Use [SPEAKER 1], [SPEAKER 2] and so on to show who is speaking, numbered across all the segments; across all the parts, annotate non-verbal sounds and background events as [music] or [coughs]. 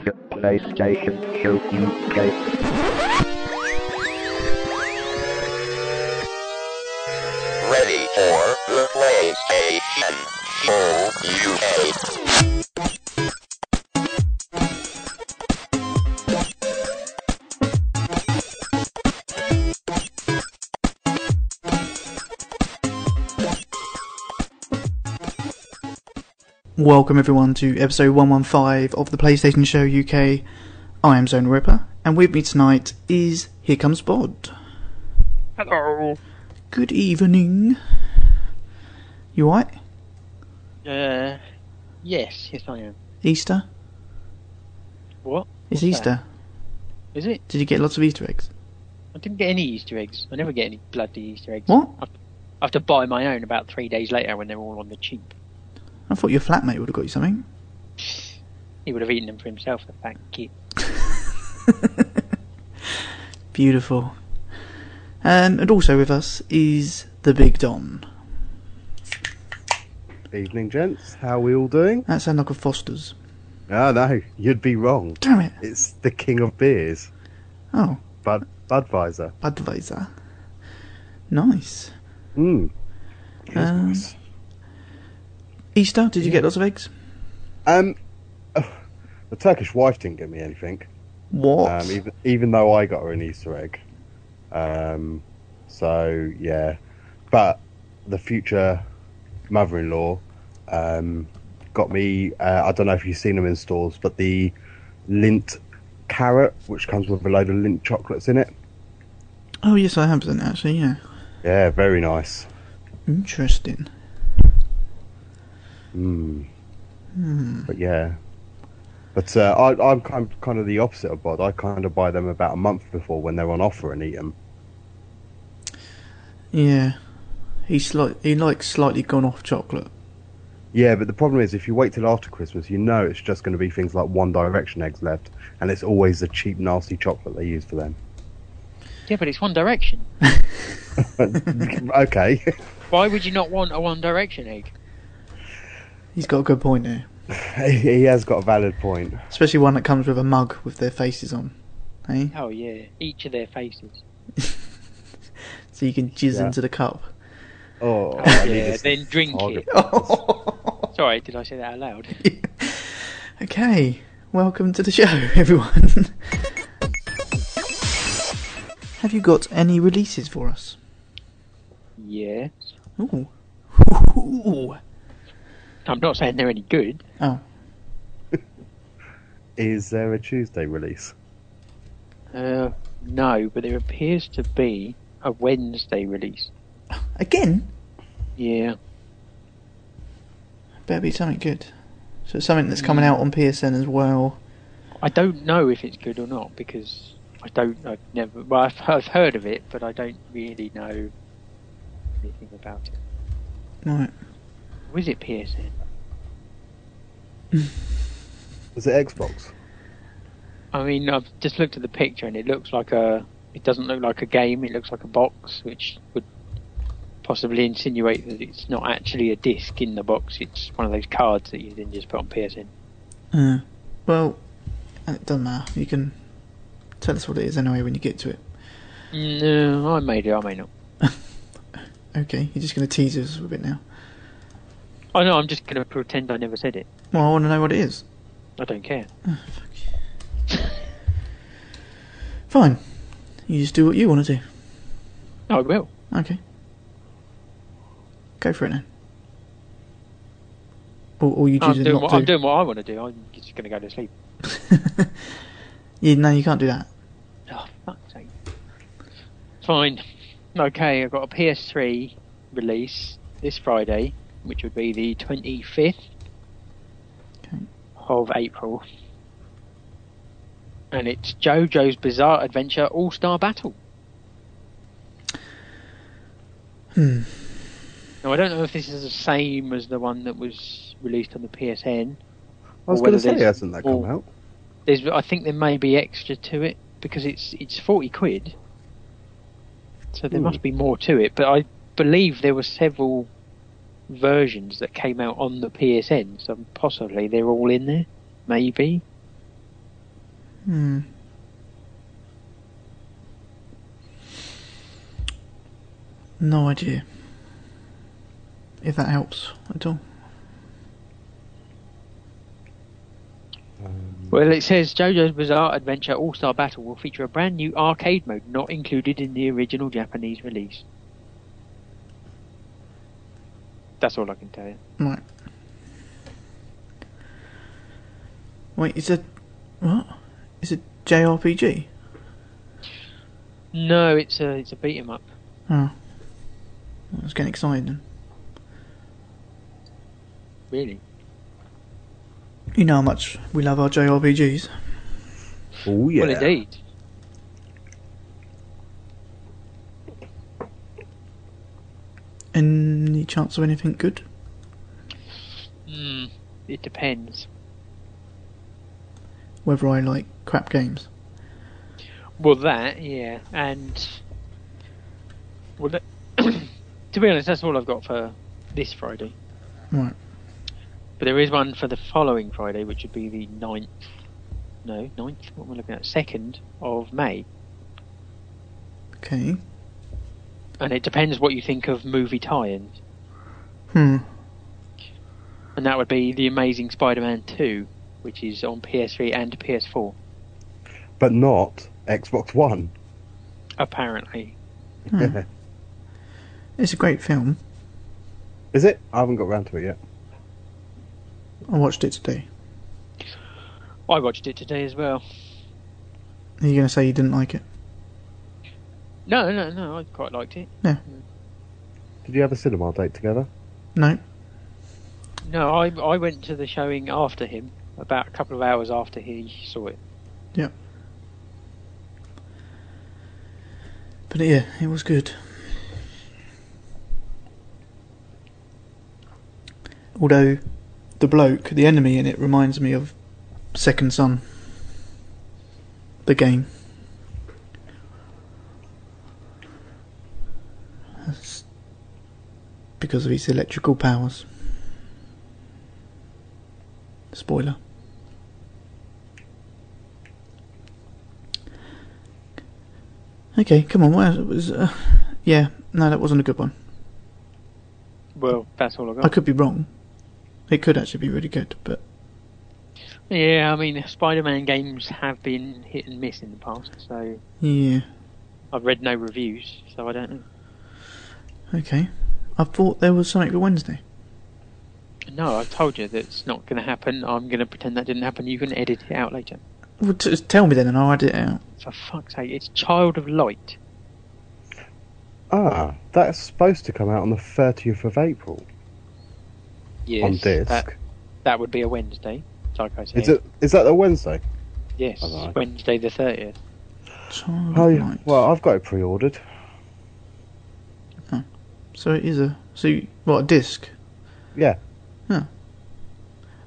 [SPEAKER 1] Alaska PlayStation 2 UK.
[SPEAKER 2] Ready for the PlayStation 4 UK.
[SPEAKER 3] Welcome everyone to episode 115 of the PlayStation Show UK. I am Zone Ripper, and with me tonight is Here Comes Bod.
[SPEAKER 4] Hello.
[SPEAKER 3] Good evening. You alright?
[SPEAKER 4] Uh, yes, yes I am.
[SPEAKER 3] Easter?
[SPEAKER 4] What?
[SPEAKER 3] It's
[SPEAKER 4] What's that?
[SPEAKER 3] Easter.
[SPEAKER 4] Is it?
[SPEAKER 3] Did you get lots of Easter eggs?
[SPEAKER 4] I didn't get any Easter eggs. I never get any bloody Easter eggs.
[SPEAKER 3] What?
[SPEAKER 4] I have to buy my own about three days later when they're all on the cheap.
[SPEAKER 3] I thought your flatmate would have got you something.
[SPEAKER 4] He would have eaten them for himself, the fat kid.
[SPEAKER 3] Beautiful. Um, and also with us is the Big Don.
[SPEAKER 5] Evening, gents. How are we all doing?
[SPEAKER 3] That sounded like a Foster's.
[SPEAKER 5] Ah, no, you'd be wrong.
[SPEAKER 3] Damn it.
[SPEAKER 5] It's the king of beers,
[SPEAKER 3] Oh,
[SPEAKER 5] Bud Budweiser.
[SPEAKER 3] Budweiser. Nice.
[SPEAKER 5] Mm.
[SPEAKER 3] Um, Easter, did you get lots of eggs?
[SPEAKER 5] Um, oh, the Turkish wife didn't give me anything,
[SPEAKER 3] What?
[SPEAKER 5] um, even, even though I got her an Easter egg. Um, so yeah, but the future mother-in-law um, got me. Uh, I don't know if you've seen them in stores, but the lint carrot, which comes with a load of lint chocolates in it.
[SPEAKER 3] oh, yes, I have done actually, yeah.
[SPEAKER 5] Yeah, very nice.
[SPEAKER 3] Interesting.
[SPEAKER 5] Mm. But yeah, but uh, I, I'm kind of, kind of the opposite of Bod. I kind of buy them about a month before when they're on offer and eat them.
[SPEAKER 3] Yeah. He's like he likes slightly gone off chocolate.
[SPEAKER 5] Yeah, but the problem is if you wait till after Christmas, you know it's just going to be things like One Direction eggs left, and it's always the cheap, nasty chocolate they use for them. [laughs]
[SPEAKER 4] Yeah, but it's One Direction.
[SPEAKER 5] okay, [laughs]
[SPEAKER 4] Why would you not want a One Direction egg?
[SPEAKER 3] He's got a good point there.
[SPEAKER 5] he has got a valid point.
[SPEAKER 3] Especially one that comes with a mug with their faces on. eh? Hey?
[SPEAKER 4] Oh yeah, each of their faces.
[SPEAKER 3] So you can jizz
[SPEAKER 5] Yeah.
[SPEAKER 3] into the [laughs] cup.
[SPEAKER 5] Oh,
[SPEAKER 4] Oh,
[SPEAKER 5] [laughs] I
[SPEAKER 4] [laughs]
[SPEAKER 5] need
[SPEAKER 4] yeah,
[SPEAKER 5] this-
[SPEAKER 4] then drink it. Sorry, did I say that out loud?
[SPEAKER 3] okay. Welcome to the show, [laughs] everyone. Have you got any releases for us?
[SPEAKER 4] yeah.
[SPEAKER 3] Ooh. Ooh.
[SPEAKER 4] I'm not saying they're any good.
[SPEAKER 5] Is there a Tuesday release?
[SPEAKER 4] Uh, no, but there appears to be a Wednesday release.
[SPEAKER 3] Again?
[SPEAKER 4] Yeah.
[SPEAKER 3] Better be something good. So it's something that's coming out on PSN as well.
[SPEAKER 4] I don't know if it's good or not because I don't. I've never. Well, I've, I've heard of it, but I don't really know anything about it.
[SPEAKER 3] Right.
[SPEAKER 4] Was it PSN?
[SPEAKER 5] Is it Xbox?
[SPEAKER 4] I mean, I've just looked at the picture and it looks like a. It doesn't look like a game. It looks like a box, which would possibly insinuate that it's not actually a disc in the box. It's one of those cards that you then just put on PSN.
[SPEAKER 3] Uh, well, it doesn't matter. You can tell us what it is anyway when you get to it.
[SPEAKER 4] Mm, No, I may do. I may not.
[SPEAKER 3] Okay, you're just going to tease us a bit now.
[SPEAKER 4] Oh no, I'm just going to pretend I never said it.
[SPEAKER 3] Well, I want to know what it is.
[SPEAKER 4] I don't care.
[SPEAKER 3] Fine. You just do what you want to do.
[SPEAKER 4] No, I will.
[SPEAKER 3] Okay. Go for it then. Or, or you
[SPEAKER 4] I'm
[SPEAKER 3] choose
[SPEAKER 4] doing,
[SPEAKER 3] not
[SPEAKER 4] what,
[SPEAKER 3] to.
[SPEAKER 4] I'm doing what I want to do. I'm just going to go to sleep.
[SPEAKER 3] [laughs] yeah, no, you can't do that.
[SPEAKER 4] Oh, fuck's sake. Fine. Okay, I've got a PS3 release this Friday, which would be the 25th
[SPEAKER 3] Okay.
[SPEAKER 4] of April. And it's JoJo's Bizarre Adventure All Star Battle.
[SPEAKER 3] Hmm.
[SPEAKER 4] Now, I don't know if this is the same as the one that was released on the
[SPEAKER 5] I
[SPEAKER 4] PSN.
[SPEAKER 5] was
[SPEAKER 4] Well,
[SPEAKER 5] going
[SPEAKER 4] whether
[SPEAKER 5] to say,
[SPEAKER 4] there's-
[SPEAKER 5] hasn't that come
[SPEAKER 4] well,
[SPEAKER 5] out?
[SPEAKER 4] There's, I think there may be extra to it because it's it's forty quid, so there
[SPEAKER 5] Hmm.
[SPEAKER 4] must be more to it. But I believe there were several versions that came out on the PSN, so possibly they're all in there. Maybe
[SPEAKER 3] Hmm. No idea. If that helps at all.
[SPEAKER 4] Well, it says JoJo's Bizarre Adventure All Star Battle will feature a brand new arcade mode not included in the original Japanese release. That's all I can tell you.
[SPEAKER 3] Right. Wait, is it what? Is it JRPG?
[SPEAKER 4] No, it's a it's a beat 'em up.
[SPEAKER 3] Oh. I was getting excited then.
[SPEAKER 4] Really?
[SPEAKER 3] You know how much we love our JRPGs.
[SPEAKER 5] Oh yeah.
[SPEAKER 4] Well, indeed.
[SPEAKER 3] Any chance of anything good?
[SPEAKER 4] Mm, it depends.
[SPEAKER 3] Whether I like crap games.
[SPEAKER 4] Well, that yeah, and well, that, [coughs] to be honest, that's all I've got for this Friday.
[SPEAKER 3] Right.
[SPEAKER 4] But there is one for the following Friday, which would be the 9th, no, 9th, what am I looking at? 2nd of May.
[SPEAKER 3] Okay.
[SPEAKER 4] And it depends what you think of movie tie ins.
[SPEAKER 3] Hmm.
[SPEAKER 4] And that would be The Amazing Spider Man 2, which is on PS3 and PS4,
[SPEAKER 5] But not Xbox One.
[SPEAKER 4] apparently.
[SPEAKER 5] [laughs]
[SPEAKER 3] Hmm. it's a great film.
[SPEAKER 5] Is it? I haven't got round to it yet.
[SPEAKER 3] I watched it today.
[SPEAKER 4] I watched it today as well.
[SPEAKER 3] Are you going to say you didn't like it?
[SPEAKER 4] No, no, no, I quite liked it.
[SPEAKER 5] Did you have a cinema date together?
[SPEAKER 3] No.
[SPEAKER 4] No, I, I went to the showing after him, about a couple of hours after he saw it.
[SPEAKER 3] But yeah, it was good. Although the bloke, the enemy in it, reminds me of Second Son, the game. That's because of his electrical powers. Spoiler. Okay, come on. What else was? Uh, yeah, no, that wasn't a good one.
[SPEAKER 4] Well, that's all I got.
[SPEAKER 3] I could be wrong. It could actually be really good, but
[SPEAKER 4] Yeah, I mean, Spider-Man games have been hit and miss in the past, so
[SPEAKER 3] yeah,
[SPEAKER 4] I've read no reviews, so I don't know.
[SPEAKER 3] okay. I thought there was something for Wednesday.
[SPEAKER 4] No, I've told you that's not going to happen. I'm going to pretend that didn't happen. You can edit it out later.
[SPEAKER 3] Well, t- just tell me then, and I'll add it out.
[SPEAKER 4] For fuck's sake, it's Child of Light.
[SPEAKER 5] Ah, that's supposed to come out on the 30th of April
[SPEAKER 4] Yes,
[SPEAKER 5] on disc.
[SPEAKER 4] That, that would be a Wednesday, like I said.
[SPEAKER 5] Is it? Oh, Is that the Wednesday?
[SPEAKER 4] Yes,
[SPEAKER 5] I don't know.
[SPEAKER 4] Wednesday the thirtieth.
[SPEAKER 3] Child
[SPEAKER 5] Oh, yeah.
[SPEAKER 3] Night.
[SPEAKER 5] Well, I've got it pre-ordered.
[SPEAKER 3] so it is a so you, what a disc?
[SPEAKER 5] Yeah.
[SPEAKER 3] Huh.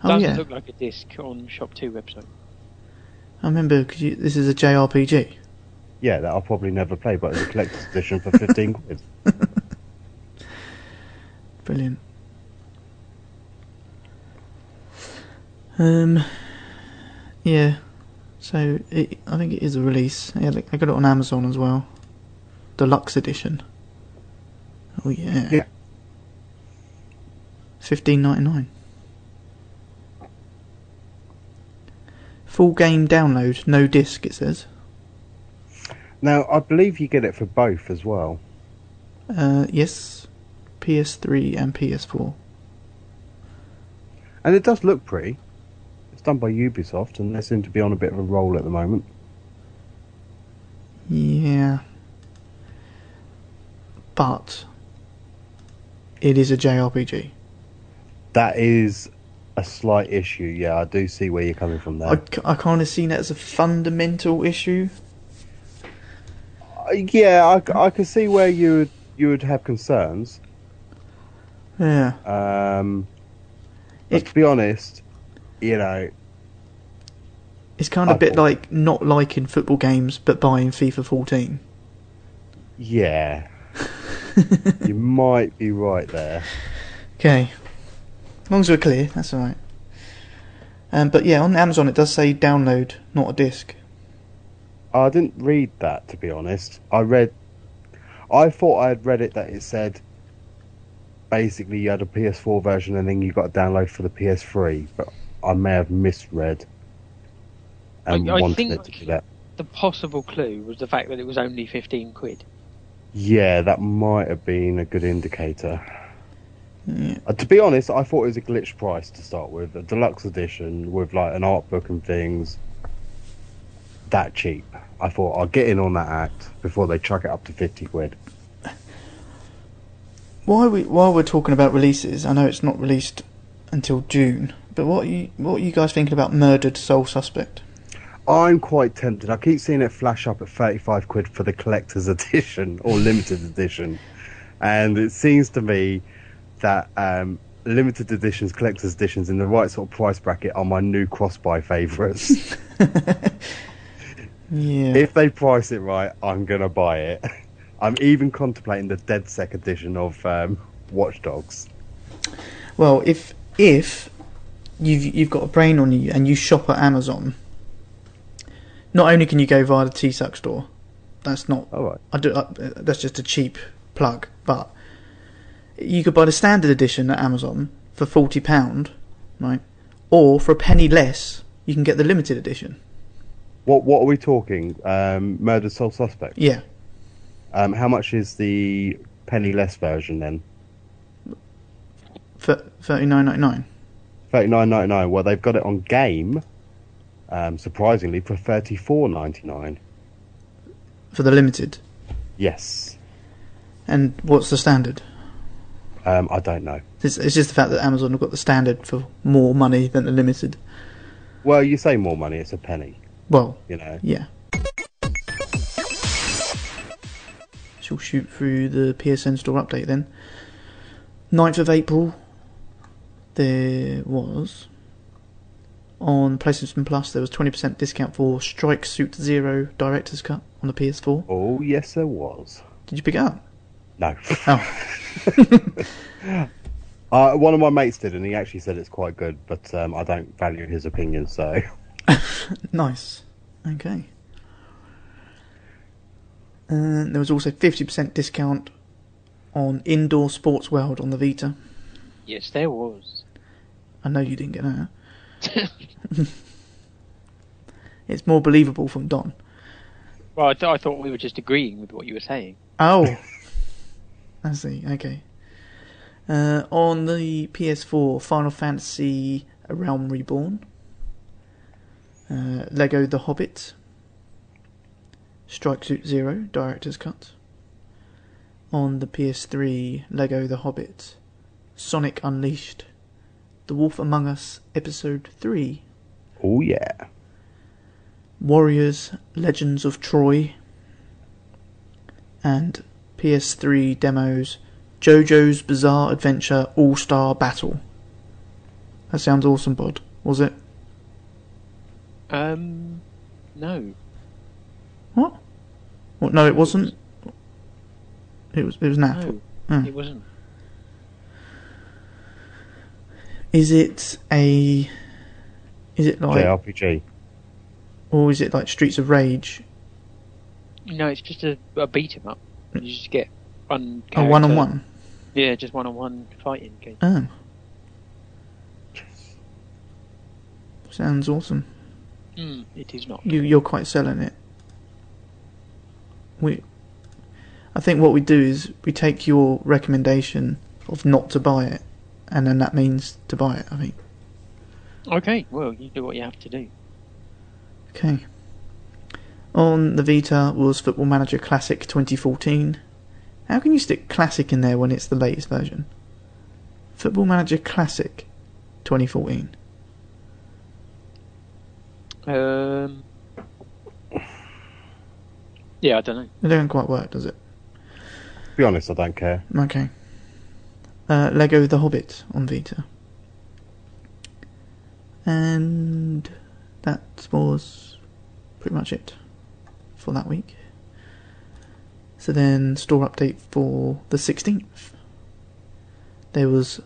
[SPEAKER 3] Oh
[SPEAKER 4] Doesn't
[SPEAKER 3] yeah,
[SPEAKER 4] look like a disc on Shop Two website.
[SPEAKER 3] I remember. 'cause you, this is a JRPG.
[SPEAKER 5] Yeah, that I'll probably never play, but it's a collector's [laughs] edition for 15 quid.
[SPEAKER 3] Brilliant. Um, yeah. So it, I think it is a release. Yeah, look, I got it on Amazon as well, deluxe edition. Oh yeah.
[SPEAKER 5] Yeah.
[SPEAKER 3] Fifteen ninety nine. Full game download, no disc. It says.
[SPEAKER 5] Now, I believe you get it for both as well.
[SPEAKER 3] Uh, yes, PS3 and PS4.
[SPEAKER 5] And it does look pretty. It's done by Ubisoft, and they seem to be on a bit of a roll at the moment.
[SPEAKER 3] Yeah. But it is a JRPG.
[SPEAKER 5] That is a slight issue. Yeah, I do see where you're coming from
[SPEAKER 3] I,
[SPEAKER 5] there.
[SPEAKER 3] I kind of seen it as a fundamental issue.
[SPEAKER 5] Uh, yeah, I, c- I can see where you would, you would have concerns.
[SPEAKER 3] Yeah.
[SPEAKER 5] Um, but
[SPEAKER 3] It-
[SPEAKER 5] to be honest, you know,
[SPEAKER 3] It's kind of a
[SPEAKER 5] I
[SPEAKER 3] bit
[SPEAKER 5] thought-
[SPEAKER 3] like not liking football games but buying FIFA 14.
[SPEAKER 5] yeah, you might be right there.
[SPEAKER 3] Okay. As long as we're clear, that's alright. Um, but yeah, on Amazon it does say download, not a disc.
[SPEAKER 5] I didn't read that to be honest. I read, I thought I had read it that it said basically you had a PS4 version and then you got a download for the PS3, but I may have misread and
[SPEAKER 4] I- I
[SPEAKER 5] wanted
[SPEAKER 4] think-
[SPEAKER 5] it to do that.
[SPEAKER 4] The possible clue was the fact that it was only 15 quid.
[SPEAKER 5] Yeah, that might have been a good indicator.
[SPEAKER 3] Yeah.
[SPEAKER 5] Uh, to be honest, I thought it was a glitch price to start with. A deluxe edition with like an art book and things that cheap. I thought I'll get in on that act before they chuck it up to 50 quid.
[SPEAKER 3] While we while we're talking about releases, I know it's not released until June, but what are you what are you guys thinking about Murdered Soul Suspect?
[SPEAKER 5] I'm quite tempted. I keep seeing it flash up at 35 quid for the collector's [laughs] edition or limited edition. And it seems to me that um, limited editions, collector's editions in the right sort of price bracket are my new cross buy favourites. [laughs]
[SPEAKER 3] Yeah.
[SPEAKER 5] if they price it right, I'm going to buy it. [laughs] I'm even contemplating the DedSec edition of um, Watch Dogs.
[SPEAKER 3] Well, if if you've you've got a brain on you and you shop at Amazon, not only can you go via the T-Suck store, that's not
[SPEAKER 5] All right.
[SPEAKER 3] I do I, that's just a cheap plug, but you could buy the standard edition at Amazon for forty pound, right? Or for a penny less, you can get the limited edition.
[SPEAKER 5] What, what are we talking? Um, Murder Soul Suspect.
[SPEAKER 3] Yeah,
[SPEAKER 5] Um, how much is the penny less version then?
[SPEAKER 3] for thirty nine ninety nine.
[SPEAKER 5] Thirty nine ninety nine. Well, they've got it on game, um, surprisingly for thirty four ninety nine.
[SPEAKER 3] for the limited.
[SPEAKER 5] Yes,
[SPEAKER 3] And what's the standard?
[SPEAKER 5] um, I don't know.
[SPEAKER 3] It's, it's just the fact that Amazon have got the standard for more money than the limited.
[SPEAKER 5] Well, you say more money, it's a penny.
[SPEAKER 3] Well,
[SPEAKER 5] You know,
[SPEAKER 3] yeah. She'll shoot through the PSN store update then. 9th of April, there was. On PlayStation Plus, there was 20% discount for Strike Suit Zero Director's Cut on the PS4.
[SPEAKER 5] oh yes, there was.
[SPEAKER 3] Did you pick it up?
[SPEAKER 5] No, [laughs]
[SPEAKER 3] Oh,
[SPEAKER 5] uh, one of my mates did, and he actually said it's quite good, but um, I don't value his opinion. So,
[SPEAKER 3] [laughs]
[SPEAKER 5] [laughs]
[SPEAKER 3] nice. Okay. And there was also 50% discount on Indoor Sports World on the Vita.
[SPEAKER 4] Yes, there was.
[SPEAKER 3] I know you didn't get that. [laughs] It's more believable from Don.
[SPEAKER 4] well, I, th- I thought we were just agreeing with what you were saying.
[SPEAKER 3] Oh, I see. Okay. Uh, on the PS4, Final Fantasy: A Realm Reborn, uh, Lego The Hobbit, Strike Suit Zero Director's Cut. On the PS3, Lego The Hobbit, Sonic Unleashed, The Wolf Among Us Episode Three,
[SPEAKER 5] oh yeah,
[SPEAKER 3] Warriors Legends of Troy and PS3 demos JoJo's Bizarre Adventure All Star Battle. That sounds awesome, Bod. Was it?
[SPEAKER 4] Um, no.
[SPEAKER 3] What? What? No, it wasn't. It was. It was Nap.
[SPEAKER 4] No.
[SPEAKER 3] Hmm.
[SPEAKER 4] It wasn't.
[SPEAKER 3] Is it a? Is it like,
[SPEAKER 5] JRPG.
[SPEAKER 3] or is it like Streets of Rage?
[SPEAKER 4] No, it's just a, a beat 'em up. You just get one.
[SPEAKER 3] A
[SPEAKER 4] character-
[SPEAKER 3] one on one.
[SPEAKER 4] Yeah, just one on one fighting game.
[SPEAKER 3] Oh. Sounds awesome.
[SPEAKER 4] Mm, it is not.
[SPEAKER 3] you you're quite selling it. We, I think what we do is we take your recommendation of not to buy it, and then that means to buy it. I think.
[SPEAKER 4] Okay, well, you do what you have to do.
[SPEAKER 3] Okay. On the Vita was Football Manager Classic 2014. How can you stick Classic in there when it's the latest version? Football Manager Classic 2014.
[SPEAKER 4] Um, yeah, I don't know.
[SPEAKER 3] It doesn't quite work, does it?
[SPEAKER 5] To be honest, I don't care.
[SPEAKER 3] Okay. Uh, Lego The Hobbit on Vita. And that was pretty much it for that week. So then, store update for the 16th. There was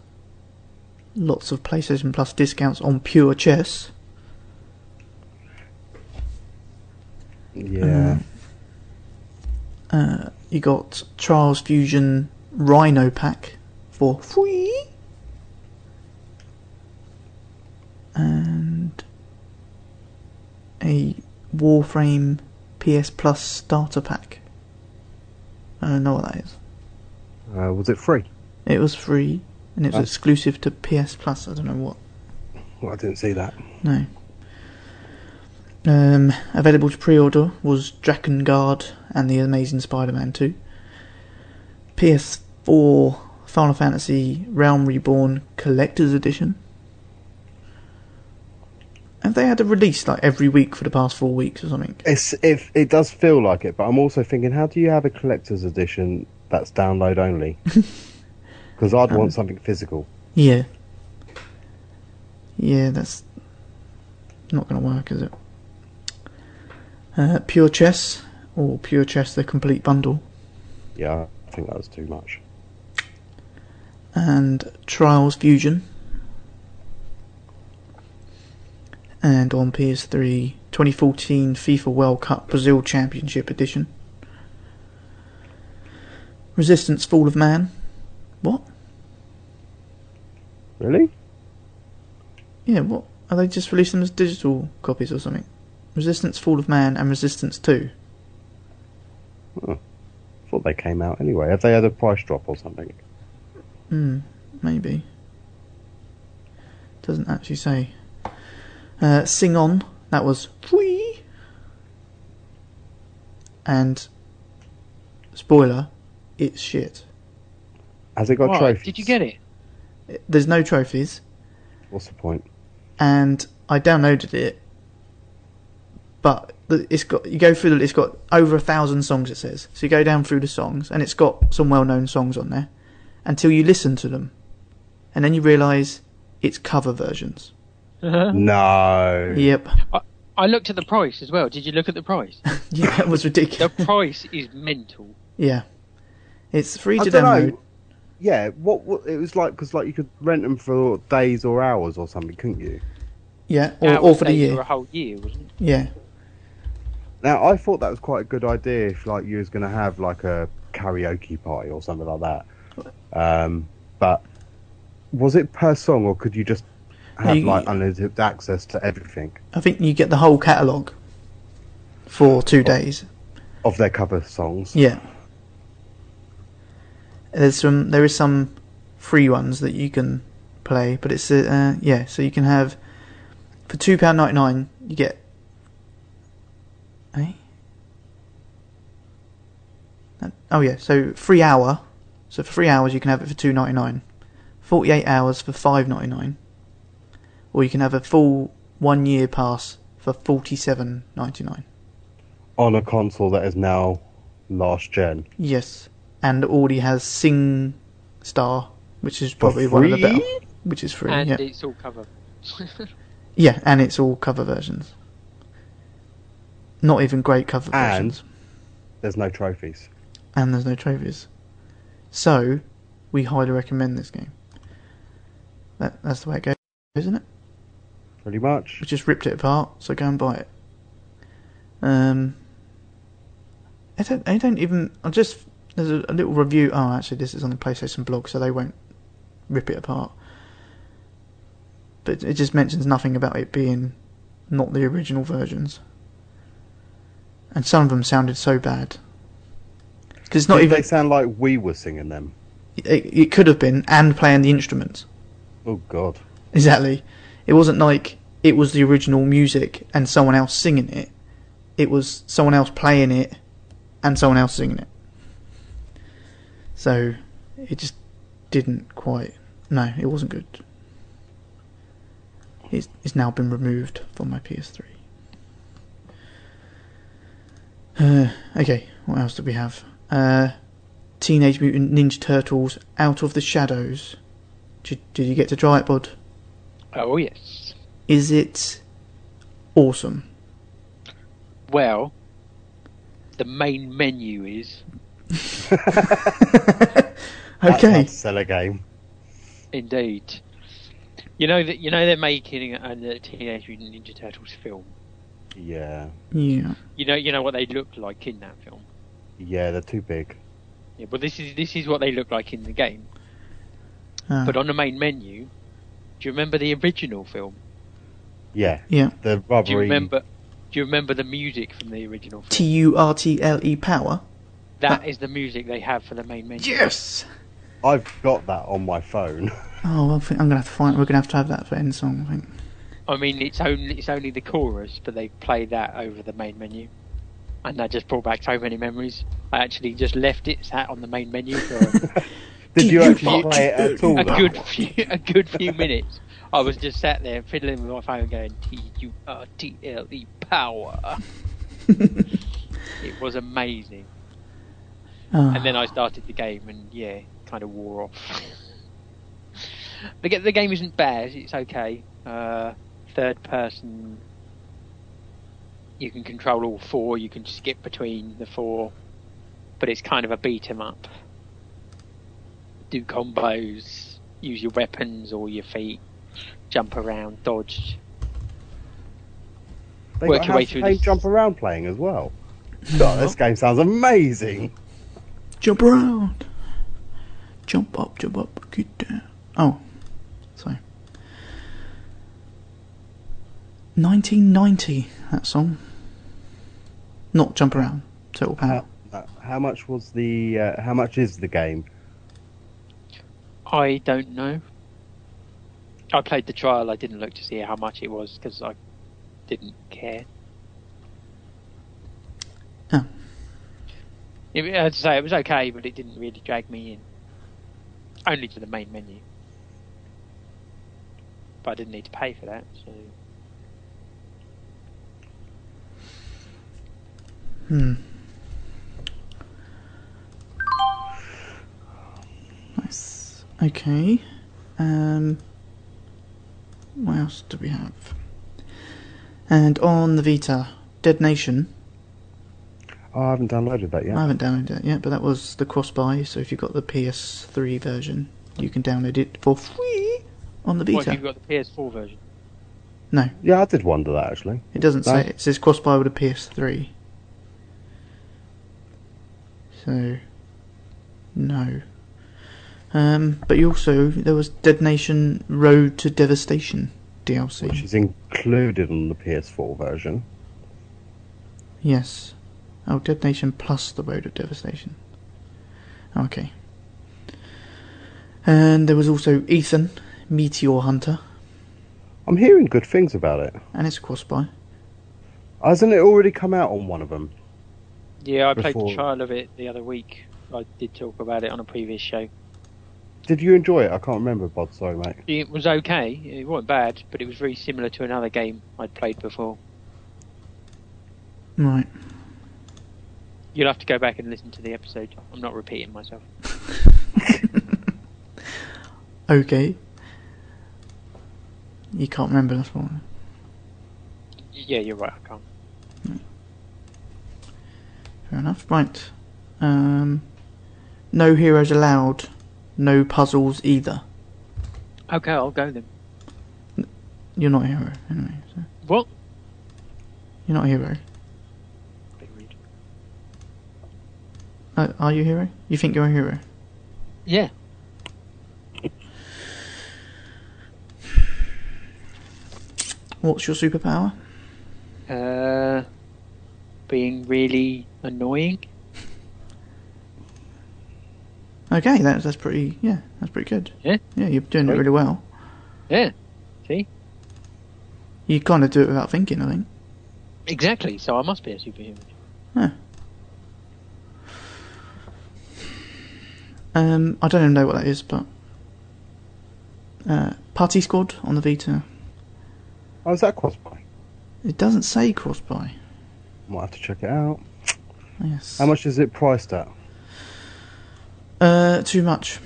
[SPEAKER 3] lots of PlayStation Plus discounts on pure chess.
[SPEAKER 5] Yeah.
[SPEAKER 3] You got Charles Fusion Rhino Pack for free. And a Warframe PS Plus Starter Pack. I don't know what that is.
[SPEAKER 5] Uh, was it free?
[SPEAKER 3] It was free and it was
[SPEAKER 5] Oh.
[SPEAKER 3] exclusive to PS Plus. I don't know what.
[SPEAKER 5] Well, I didn't see that.
[SPEAKER 3] No. Um, available to pre-order was Dragon Guard and the Amazing Spider-Man 2. PS4 Final Fantasy Realm Reborn Collector's Edition. Have they had a release like every week for the past four weeks or something?
[SPEAKER 5] It's if it does feel like it, but I'm also thinking, how do you have a collector's edition that's download
[SPEAKER 4] [laughs]
[SPEAKER 5] only? Because I'd
[SPEAKER 4] Um,
[SPEAKER 5] want something physical.
[SPEAKER 3] Yeah. Yeah, that's not going to work, is it? Uh, Pure Chess or Pure Chess: The Complete Bundle.
[SPEAKER 5] Yeah, I think that was too much.
[SPEAKER 3] and Trials Fusion. And on PS3, 2014 FIFA World Cup Brazil Championship Edition. Resistance Fall of Man. What?
[SPEAKER 5] Really?
[SPEAKER 3] Yeah, what? Are they just releasing them as digital copies or something? Resistance Fall of Man and Resistance 2.
[SPEAKER 5] Thought they came out anyway. Have they had a price drop or something?
[SPEAKER 3] Hmm, maybe. Doesn't actually say. Uh, Sing On, that was free. And spoiler, it's shit.
[SPEAKER 5] Has it got
[SPEAKER 4] Why?
[SPEAKER 5] trophies?
[SPEAKER 4] Did you get it?
[SPEAKER 3] It- There's no trophies,
[SPEAKER 5] What's the point?
[SPEAKER 3] and I downloaded it, but the- it's got you go through the it's got over a thousand songs. It says so you go down through the songs, and it's got some well-known songs on there, until you listen to them, and then you realise it's cover versions.
[SPEAKER 5] No.
[SPEAKER 3] Yep.
[SPEAKER 4] I looked at the price as well. Did you look at the price?
[SPEAKER 3] [laughs] Yeah, that was
[SPEAKER 4] the
[SPEAKER 3] ridiculous.
[SPEAKER 4] price is mental.
[SPEAKER 3] Yeah. It's free
[SPEAKER 5] I
[SPEAKER 3] to
[SPEAKER 5] don't
[SPEAKER 3] download.
[SPEAKER 5] know. Yeah, what, what it was like because like you could rent them for days or hours or something, couldn't you?
[SPEAKER 3] Yeah, or,
[SPEAKER 4] Now
[SPEAKER 3] or
[SPEAKER 4] it's
[SPEAKER 3] for the
[SPEAKER 4] made
[SPEAKER 3] year.
[SPEAKER 4] For a whole year, wasn't it?
[SPEAKER 3] Yeah.
[SPEAKER 5] Now I thought that was quite a good idea if like you was going to have like a karaoke party or something like that. Um, but was it per song or could you just have
[SPEAKER 3] You-
[SPEAKER 5] like unlimited access to everything
[SPEAKER 3] I think you get the whole catalogue for two days.
[SPEAKER 5] of their cover songs?
[SPEAKER 3] Yeah. There's some. There is some free ones that you can play, but it's a uh, yeah. So you can have for two pound ninety nine, you get. Eh? That- Oh yeah, so three hour. So for three hours, you can have it for two ninety nine. Forty eight hours for five ninety nine. Or you can have a full one year pass for forty seven ninety nine.
[SPEAKER 5] on a console that is now last gen.
[SPEAKER 3] Yes, and already has Sing Star, which is probably one of the better,
[SPEAKER 5] free?
[SPEAKER 3] which is free.
[SPEAKER 4] And
[SPEAKER 3] yeah,
[SPEAKER 4] it's all cover. [laughs]
[SPEAKER 3] yeah, and it's all cover versions. Not even great cover
[SPEAKER 5] And-
[SPEAKER 3] versions,
[SPEAKER 5] There's no trophies.
[SPEAKER 3] and there's no trophies. So, we highly recommend this game. That, that's the way it goes, isn't it?
[SPEAKER 5] Pretty much.
[SPEAKER 3] We just ripped it apart, so go and buy it. Um, I don't. I don't even. I just there's a, a little review. Oh, actually, this is on the PlayStation blog, so they won't rip it apart. But it just mentions nothing about it being not the original versions, and some of them sounded so bad because it's not
[SPEAKER 5] Did
[SPEAKER 3] even.
[SPEAKER 5] they sound like we were singing them.
[SPEAKER 3] It, it could have been and playing the instruments
[SPEAKER 5] Oh god.
[SPEAKER 3] exactly. It wasn't like it was the original music and someone else singing it. It was someone else playing it and someone else singing it. So it just didn't quite. No, it wasn't good. It's, it's now been removed from my PS3. Uh, okay, what else do we have? Uh, Teenage Mutant Ninja Turtles Out of the Shadows. Did, did you get to try it, bud?
[SPEAKER 4] Oh yes.
[SPEAKER 3] is it awesome?
[SPEAKER 4] Well, the main menu is
[SPEAKER 5] That's how
[SPEAKER 3] Okay.
[SPEAKER 5] to sell a game.
[SPEAKER 4] Indeed. You know that you know they're making a, a Teenage Mutant Ninja Turtles film.
[SPEAKER 5] Yeah,
[SPEAKER 3] Yeah.
[SPEAKER 4] You know, you know what they looked like in that film.
[SPEAKER 5] yeah, they're too big.
[SPEAKER 4] Yeah, but this is this is what they look like in the game.
[SPEAKER 3] Ah,
[SPEAKER 4] But on the main menu, do you remember the original film?
[SPEAKER 5] Yeah,
[SPEAKER 3] yeah.
[SPEAKER 5] the rubbery.
[SPEAKER 4] Do you remember? Do you remember the music from the original film?
[SPEAKER 3] T U R T L E power.
[SPEAKER 4] That is the music they have for the main menu.
[SPEAKER 3] Yes.
[SPEAKER 5] I've got that on my phone.
[SPEAKER 3] Oh, I think I'm gonna have to find. We're gonna have to have that for end song. I think.
[SPEAKER 4] I mean, it's only it's only the chorus, but they play that over the main menu, and that just brought back so many memories. I actually just left it sat on the main menu for
[SPEAKER 5] Did you
[SPEAKER 3] You
[SPEAKER 5] actually
[SPEAKER 3] fuck.
[SPEAKER 5] play it at all?
[SPEAKER 4] a
[SPEAKER 5] though?
[SPEAKER 4] good few, [laughs] a good few minutes. I was just sat there fiddling with my phone, going T U R T L E power. it was amazing,
[SPEAKER 3] Ah,
[SPEAKER 4] and then I started the game, and yeah, kind of wore off. the ga- the game isn't bad; it's okay. Uh, third person, you can control all four. You can skip between the four, but it's kind of a beat 'em up. Do combos, use your weapons or your feet, jump around, dodge.
[SPEAKER 5] They
[SPEAKER 4] work
[SPEAKER 5] got
[SPEAKER 4] your way
[SPEAKER 5] half the
[SPEAKER 4] through
[SPEAKER 5] game
[SPEAKER 4] this.
[SPEAKER 5] jump around playing as well. God, this game sounds amazing.
[SPEAKER 3] jump around. Jump up, jump up, get down. Oh, sorry. 1990. That song. Not jump around. Total power.
[SPEAKER 5] How, uh, how much was the? Uh, how much is the game?
[SPEAKER 4] I don't know. I played the trial. I didn't look to see how much it was because I didn't care.
[SPEAKER 3] Oh.
[SPEAKER 4] It, as I say, it was okay, but it didn't really drag me in. Only to the main menu. But I didn't need to pay for that, so.
[SPEAKER 3] Hmm. Nice. Okay. Um. What else do we have? And on the Vita, Dead Nation.
[SPEAKER 5] Oh, I haven't downloaded that yet.
[SPEAKER 3] I haven't downloaded it yet, but that was the cross buy. So if you've got the PS3 version, you can download it for free on the
[SPEAKER 4] What have
[SPEAKER 3] Vita.
[SPEAKER 4] you got the PS4 version?
[SPEAKER 3] No,
[SPEAKER 5] Yeah, I did wonder that actually.
[SPEAKER 3] it doesn't say.
[SPEAKER 5] No?
[SPEAKER 3] It says cross buy with a PS3. So, no. Um, but you also there was Dead Nation Road to Devastation
[SPEAKER 5] Which
[SPEAKER 3] DLC.
[SPEAKER 5] is included on the PS4 version.
[SPEAKER 3] Yes. Oh, Dead Nation plus the Road of Devastation. Okay. And there was also Ethan, Meteor Hunter,
[SPEAKER 5] I'm hearing good things about it.
[SPEAKER 3] and it's a cross buy.
[SPEAKER 5] Hasn't it already come out on one of them?
[SPEAKER 4] Yeah, I played
[SPEAKER 5] Before-
[SPEAKER 4] the trial of it the other week. I did talk about it on a previous show.
[SPEAKER 5] Did you enjoy it? I can't remember, Bod. Sorry, mate.
[SPEAKER 4] It was okay. It wasn't bad, but it was very similar to another game I'd played before.
[SPEAKER 3] Right.
[SPEAKER 4] You'll have to go back and listen to the episode. I'm not repeating myself.
[SPEAKER 3] Okay. You can't remember that's why.
[SPEAKER 4] Y- Yeah, you're right. I can't.
[SPEAKER 3] Fair enough. Right. Um, no heroes allowed. No puzzles either.
[SPEAKER 4] Okay, I'll go then.
[SPEAKER 3] You're not a hero anyway. So
[SPEAKER 4] What?
[SPEAKER 3] you're not a hero. Uh, are you a hero? You think you're a hero?
[SPEAKER 4] Yeah.
[SPEAKER 3] What's your superpower?
[SPEAKER 4] Uh, being really annoying.
[SPEAKER 3] Okay, that's that's pretty. Yeah, that's pretty good.
[SPEAKER 4] Yeah.
[SPEAKER 3] Yeah, you're doing it
[SPEAKER 5] Right.
[SPEAKER 3] really well.
[SPEAKER 4] Yeah.
[SPEAKER 3] You kind of do it without thinking, I think.
[SPEAKER 4] Exactly. So I must be a superhuman.
[SPEAKER 3] Um, I don't even know what that is, but uh, Party Squad on the Vita.
[SPEAKER 5] Oh, is that crossplay?
[SPEAKER 3] It doesn't say cross buy.
[SPEAKER 5] Might have to check it out.
[SPEAKER 3] Yes.
[SPEAKER 5] How much is it priced at?
[SPEAKER 3] Uh, too much.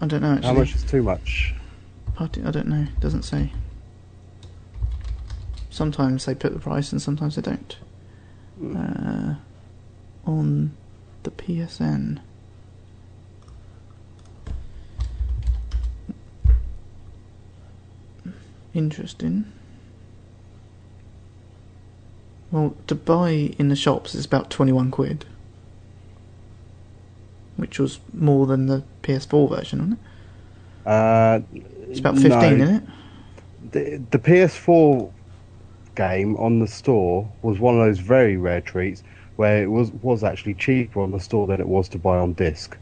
[SPEAKER 3] I don't know actually.
[SPEAKER 5] How much is too much?
[SPEAKER 3] Party, I don't know. Doesn't say. Sometimes they put the price and sometimes they don't. Uh, on the PSN. Interesting. Well, to buy in the shops is about 21 quid, which was more than the PS4 version, wasn't it?
[SPEAKER 5] Uh,
[SPEAKER 3] It's about 15,
[SPEAKER 5] no,
[SPEAKER 3] isn't it?
[SPEAKER 5] the, the PS4 game on the store was one of those very rare treats where it was was actually cheaper on the store than it was to buy on disc.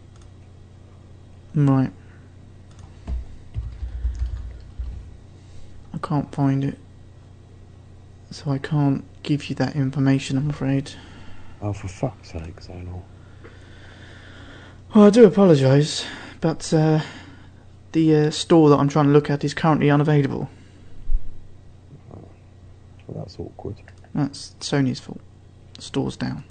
[SPEAKER 3] Right. I can't find it. So I can't give you that information, I'm afraid.
[SPEAKER 5] Oh, for fuck's sake, Zonal.
[SPEAKER 3] Well, I do apologise, but uh, the uh, store that I'm trying to look at is currently unavailable.
[SPEAKER 5] Well, that's awkward.
[SPEAKER 3] That's Sony's fault. Store's down.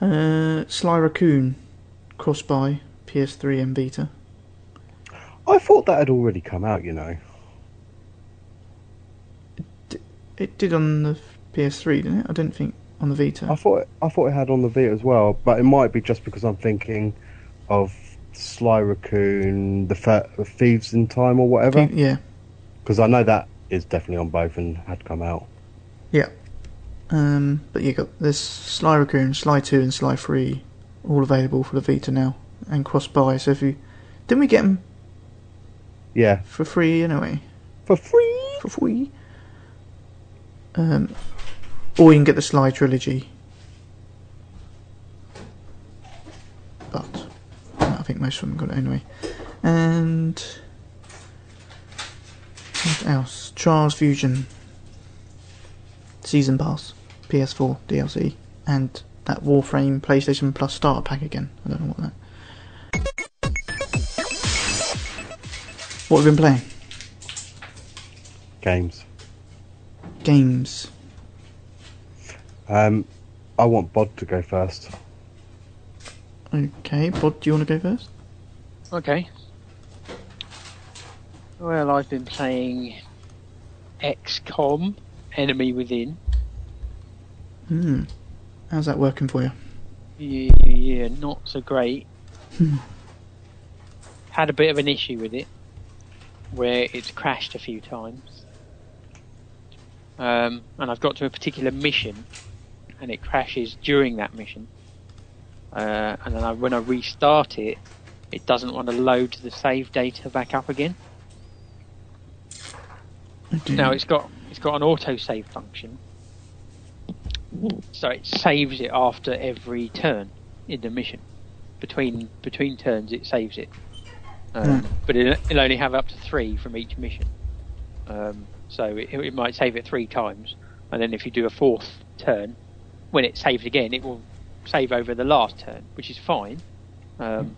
[SPEAKER 3] Uh, Sly Raccoon, cross by PS3 and Vita.
[SPEAKER 5] I thought that had already come out, you know.
[SPEAKER 3] It did on the PS3, didn't it? I didn't think on the Vita.
[SPEAKER 5] I thought I thought it had on the Vita as well, but it might be just because I'm thinking of Sly Raccoon, the Fe- Thieves in Time, or whatever.
[SPEAKER 3] Think- yeah,
[SPEAKER 5] Because I know that is definitely on both and had come out.
[SPEAKER 3] yeah. Um, but you got this Sly Raccoon, Sly 2, and Sly 3 all available for the Vita now and cross by. So if you didn't we get them
[SPEAKER 5] Yeah,
[SPEAKER 3] for free anyway?
[SPEAKER 5] for free.
[SPEAKER 3] for free. Um, or you can get the Sly trilogy. But I think most of them got it anyway. And what else? Charles Fusion season pass, PS4 DLC, and that Warframe PlayStation Plus starter pack again. I don't know what that. What have you been playing?
[SPEAKER 5] Games.
[SPEAKER 3] Games.
[SPEAKER 5] Um, I want Bod to go first.
[SPEAKER 3] Okay, Bod, do you want to go first?
[SPEAKER 4] Okay. Well, I've been playing XCOM Enemy Within.
[SPEAKER 3] Hmm. How's that working for you?
[SPEAKER 4] Yeah, yeah not so great.
[SPEAKER 3] Hmm.
[SPEAKER 4] Had a bit of an issue with it where it's crashed a few times. Um, and I've got to a particular mission and it crashes during that mission. Uh, and then I, when I restart it, it doesn't want to load the save data back up again.
[SPEAKER 3] Okay.
[SPEAKER 4] Now it's got it's got an auto save function, so it saves it after every turn in the mission. Between between turns, it saves it, um,
[SPEAKER 3] Hmm.
[SPEAKER 4] but it, it'll only have up to three from each mission. Um, so it, it might save it three times, and then if you do a fourth turn, when it saves again, it will save over the last turn, which is fine. Um,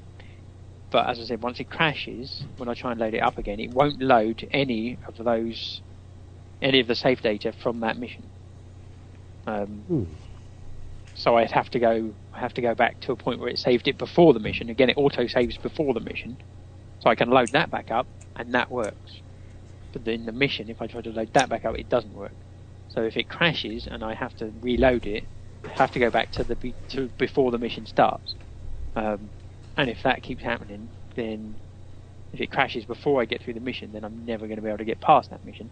[SPEAKER 4] but as I said, once it crashes, when I try and load it up again, it won't load any of those, any of the save data from that mission. Um,
[SPEAKER 5] Hmm.
[SPEAKER 4] So I'd have to go, I have to go back to a point where it saved it before the mission. Again, it auto saves before the mission, so I can load that back up, and that works. But then the mission, if I try to load that back up, it doesn't work. So if it crashes and I have to reload it, I have to go back to the be- to before the mission starts. Um, and if that keeps happening, then if it crashes before I get through the mission, then I'm never going to be able to get past that mission.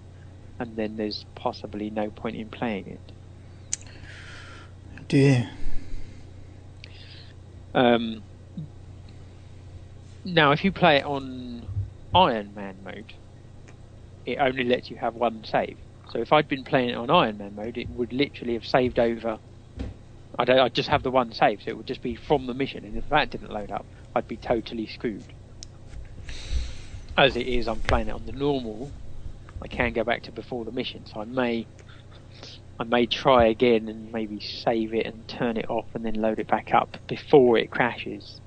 [SPEAKER 4] And then there's possibly no point in playing it.
[SPEAKER 3] Oh dear.
[SPEAKER 4] Um, now, if you play it on Iron Man mode, it only lets you have one save. So if I'd been playing it on Iron Man mode, it would literally have saved over. I don't. I'd just have the one save, so it would just be from the mission. And if that didn't load up, I'd be totally screwed. As it is, I'm playing it on the normal. I can go back to before the mission, so I may. I may try again and maybe save it and turn it off and then load it back up before it crashes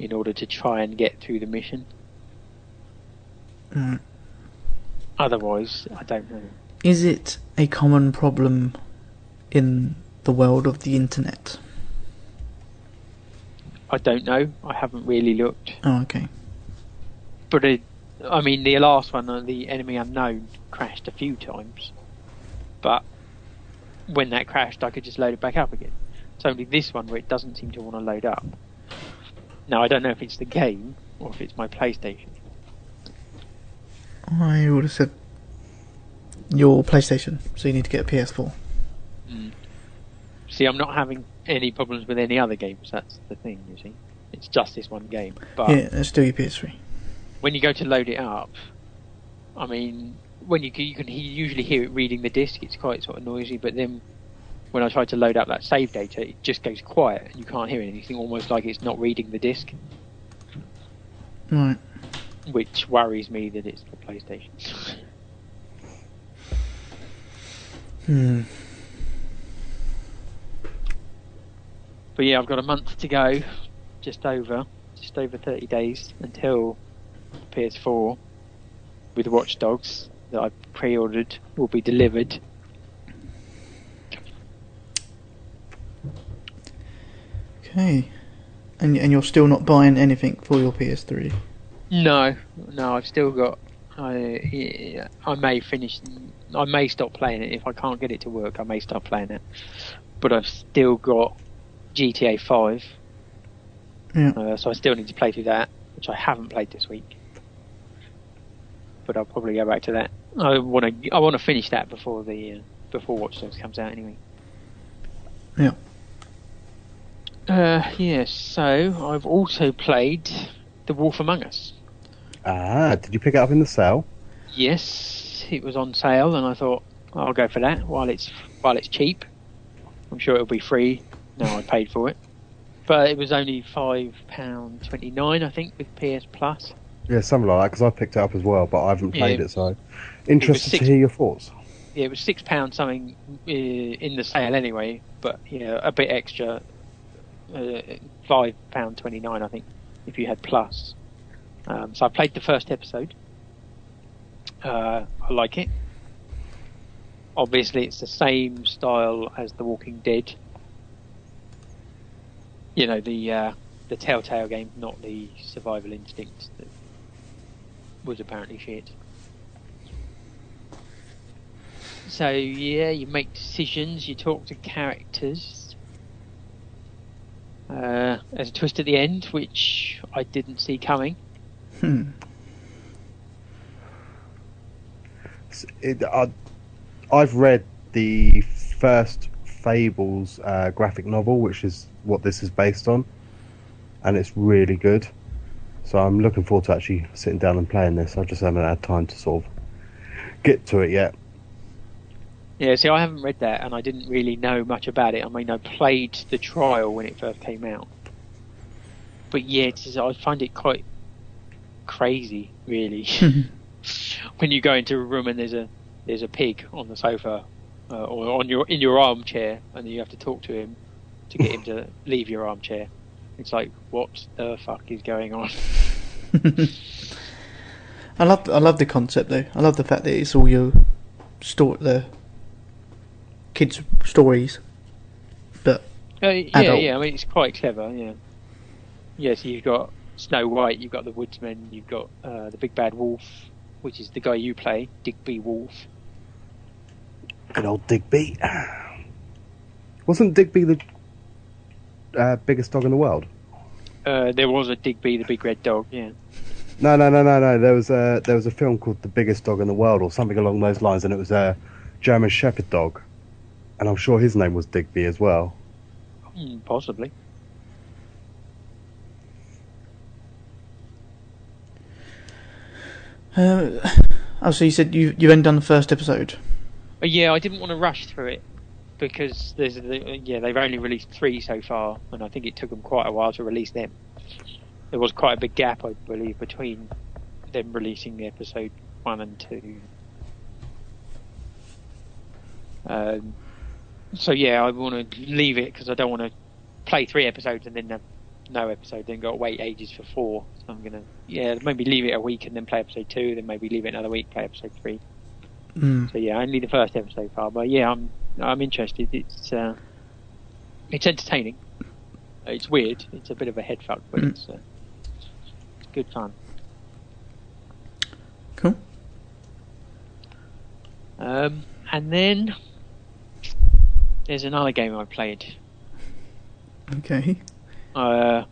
[SPEAKER 4] in order to try and get through the mission.
[SPEAKER 3] Right.
[SPEAKER 4] Otherwise, I don't know.
[SPEAKER 3] Is it a common problem in the world of the internet?
[SPEAKER 4] I don't know. I haven't really looked.
[SPEAKER 3] Oh, okay.
[SPEAKER 4] But it, I mean, the last one, uh, the enemy unknown, crashed a few times. But when that crashed, I could just load it back up again. It's only this one where it doesn't seem to want to load up. Now I don't know if it's the game or if it's my PlayStation.
[SPEAKER 3] I would have said your PlayStation, so you need to get a PS4.
[SPEAKER 4] See, I'm not having any problems with any other games. That's the thing, you see. It's just this one game. But
[SPEAKER 3] yeah, let's do your PS3.
[SPEAKER 4] when you go to load it up, I mean, when you you can he- usually hear it reading the disc. It's quite sort of noisy. But then when I try to load up that save data, it just goes quiet and you can't hear anything. Almost like it's not reading the disc,
[SPEAKER 3] Right.
[SPEAKER 4] which worries me that it's for PlayStation.
[SPEAKER 3] Hmm.
[SPEAKER 4] But yeah, I've got a month to go, just over, just over 30 days until PS4 with Watch Dogs that I pre-ordered will be delivered.
[SPEAKER 3] Okay. And and you're still not buying anything for your PS3.
[SPEAKER 4] No, no, I've still got. I yeah, I may finish. I may stop playing it if I can't get it to work. I may stop playing it, but I've still got GTA 5,
[SPEAKER 3] Yeah.
[SPEAKER 4] uh, so I still need to play through that, which I haven't played this week. But I'll probably go back to that. I want to. I want to finish that before the uh, before Watch Dogs comes out anyway.
[SPEAKER 3] Yeah.
[SPEAKER 4] Uh, yeah. So I've also played The Wolf Among Us.
[SPEAKER 5] Ah, did you pick it up in the sale?
[SPEAKER 4] Yes, it was on sale, and I thought I'll go for that while it's while it's cheap. I'm sure it'll be free. Now I paid for it, but it was only five pound twenty nine, I think, with PS Plus.
[SPEAKER 5] Yeah, something like that, because I picked it up as well, but I haven't played
[SPEAKER 4] Yeah.
[SPEAKER 5] it, so. Interested
[SPEAKER 4] six-
[SPEAKER 5] to hear your thoughts.
[SPEAKER 4] Yeah, it was six pound something uh, in the sale anyway, but you know, a bit extra, uh, five pound twenty nine, I think, if you had Plus. Um, so I played the first episode. Uh, I like it. Obviously, it's the same style as The Walking Dead. You know the uh, the Telltale game, not the Survival Instinct that was apparently shit. So yeah, you make decisions, you talk to characters. Uh, there's a twist at the end, which I didn't see coming.
[SPEAKER 3] Hmm.
[SPEAKER 5] S- It, I, I've read the first Fables uh, graphic novel, which is what this is based on, and it's really good. So I'm looking forward to actually sitting down and playing this. I just haven't had time to sort of get to it yet.
[SPEAKER 4] Yeah, see, I haven't read that, and I didn't really know much about it. I mean, I played the trial when it first came out, but yeah, it's, I find it quite crazy, really. [laughs] when you go into a room and there's a there's a pig on the sofa, uh, or on your in your armchair, and then you have to talk to him to get him to leave your armchair. It's like, what the fuck is going on?
[SPEAKER 3] I love I love the concept though. I love the fact that it's all your store the kids stories, but
[SPEAKER 4] Uh, yeah,
[SPEAKER 3] Adult.
[SPEAKER 4] yeah. I mean, it's quite clever. Yeah. Yeah. So you've got Snow White, you've got the Woodsman, you've got uh, the Big Bad Wolf, which is the guy you play, Digby Wolf.
[SPEAKER 5] Good old Digby. [sighs] Wasn't Digby the uh, biggest dog in the world?
[SPEAKER 4] Uh, there was a Digby, the big red dog. Yeah.
[SPEAKER 5] No, no, no, no, no. There was a there was a film called The Biggest Dog in the World or something along those lines, and it was a German Shepherd dog, and I'm sure his name was Digby as
[SPEAKER 4] [laughs]
[SPEAKER 5] well.
[SPEAKER 4] Mm, possibly.
[SPEAKER 3] uh, oh, so you said you you only done the first episode.
[SPEAKER 4] Uh, yeah, I didn't want to rush through it because there's the, uh, yeah they've only released three so far, and I think it took them quite a while to release them. There was quite a big gap, I believe, between them releasing the episode one and two. Um, so yeah, I want to leave it because I don't want to play three episodes and then have no episode, then got to wait ages for four. So I'm gonna yeah maybe leave it a week and then play episode two, then maybe leave it another week, play episode three.
[SPEAKER 3] Mm.
[SPEAKER 4] So yeah, only the first episode far, but yeah, I'm I'm interested. It's uh, it's entertaining. It's weird. It's a bit of a head fuck, but
[SPEAKER 3] Mm.
[SPEAKER 4] it's, uh, it's good fun.
[SPEAKER 3] Cool.
[SPEAKER 4] Um, and then there's another game I played.
[SPEAKER 3] Okay.
[SPEAKER 4] Uh,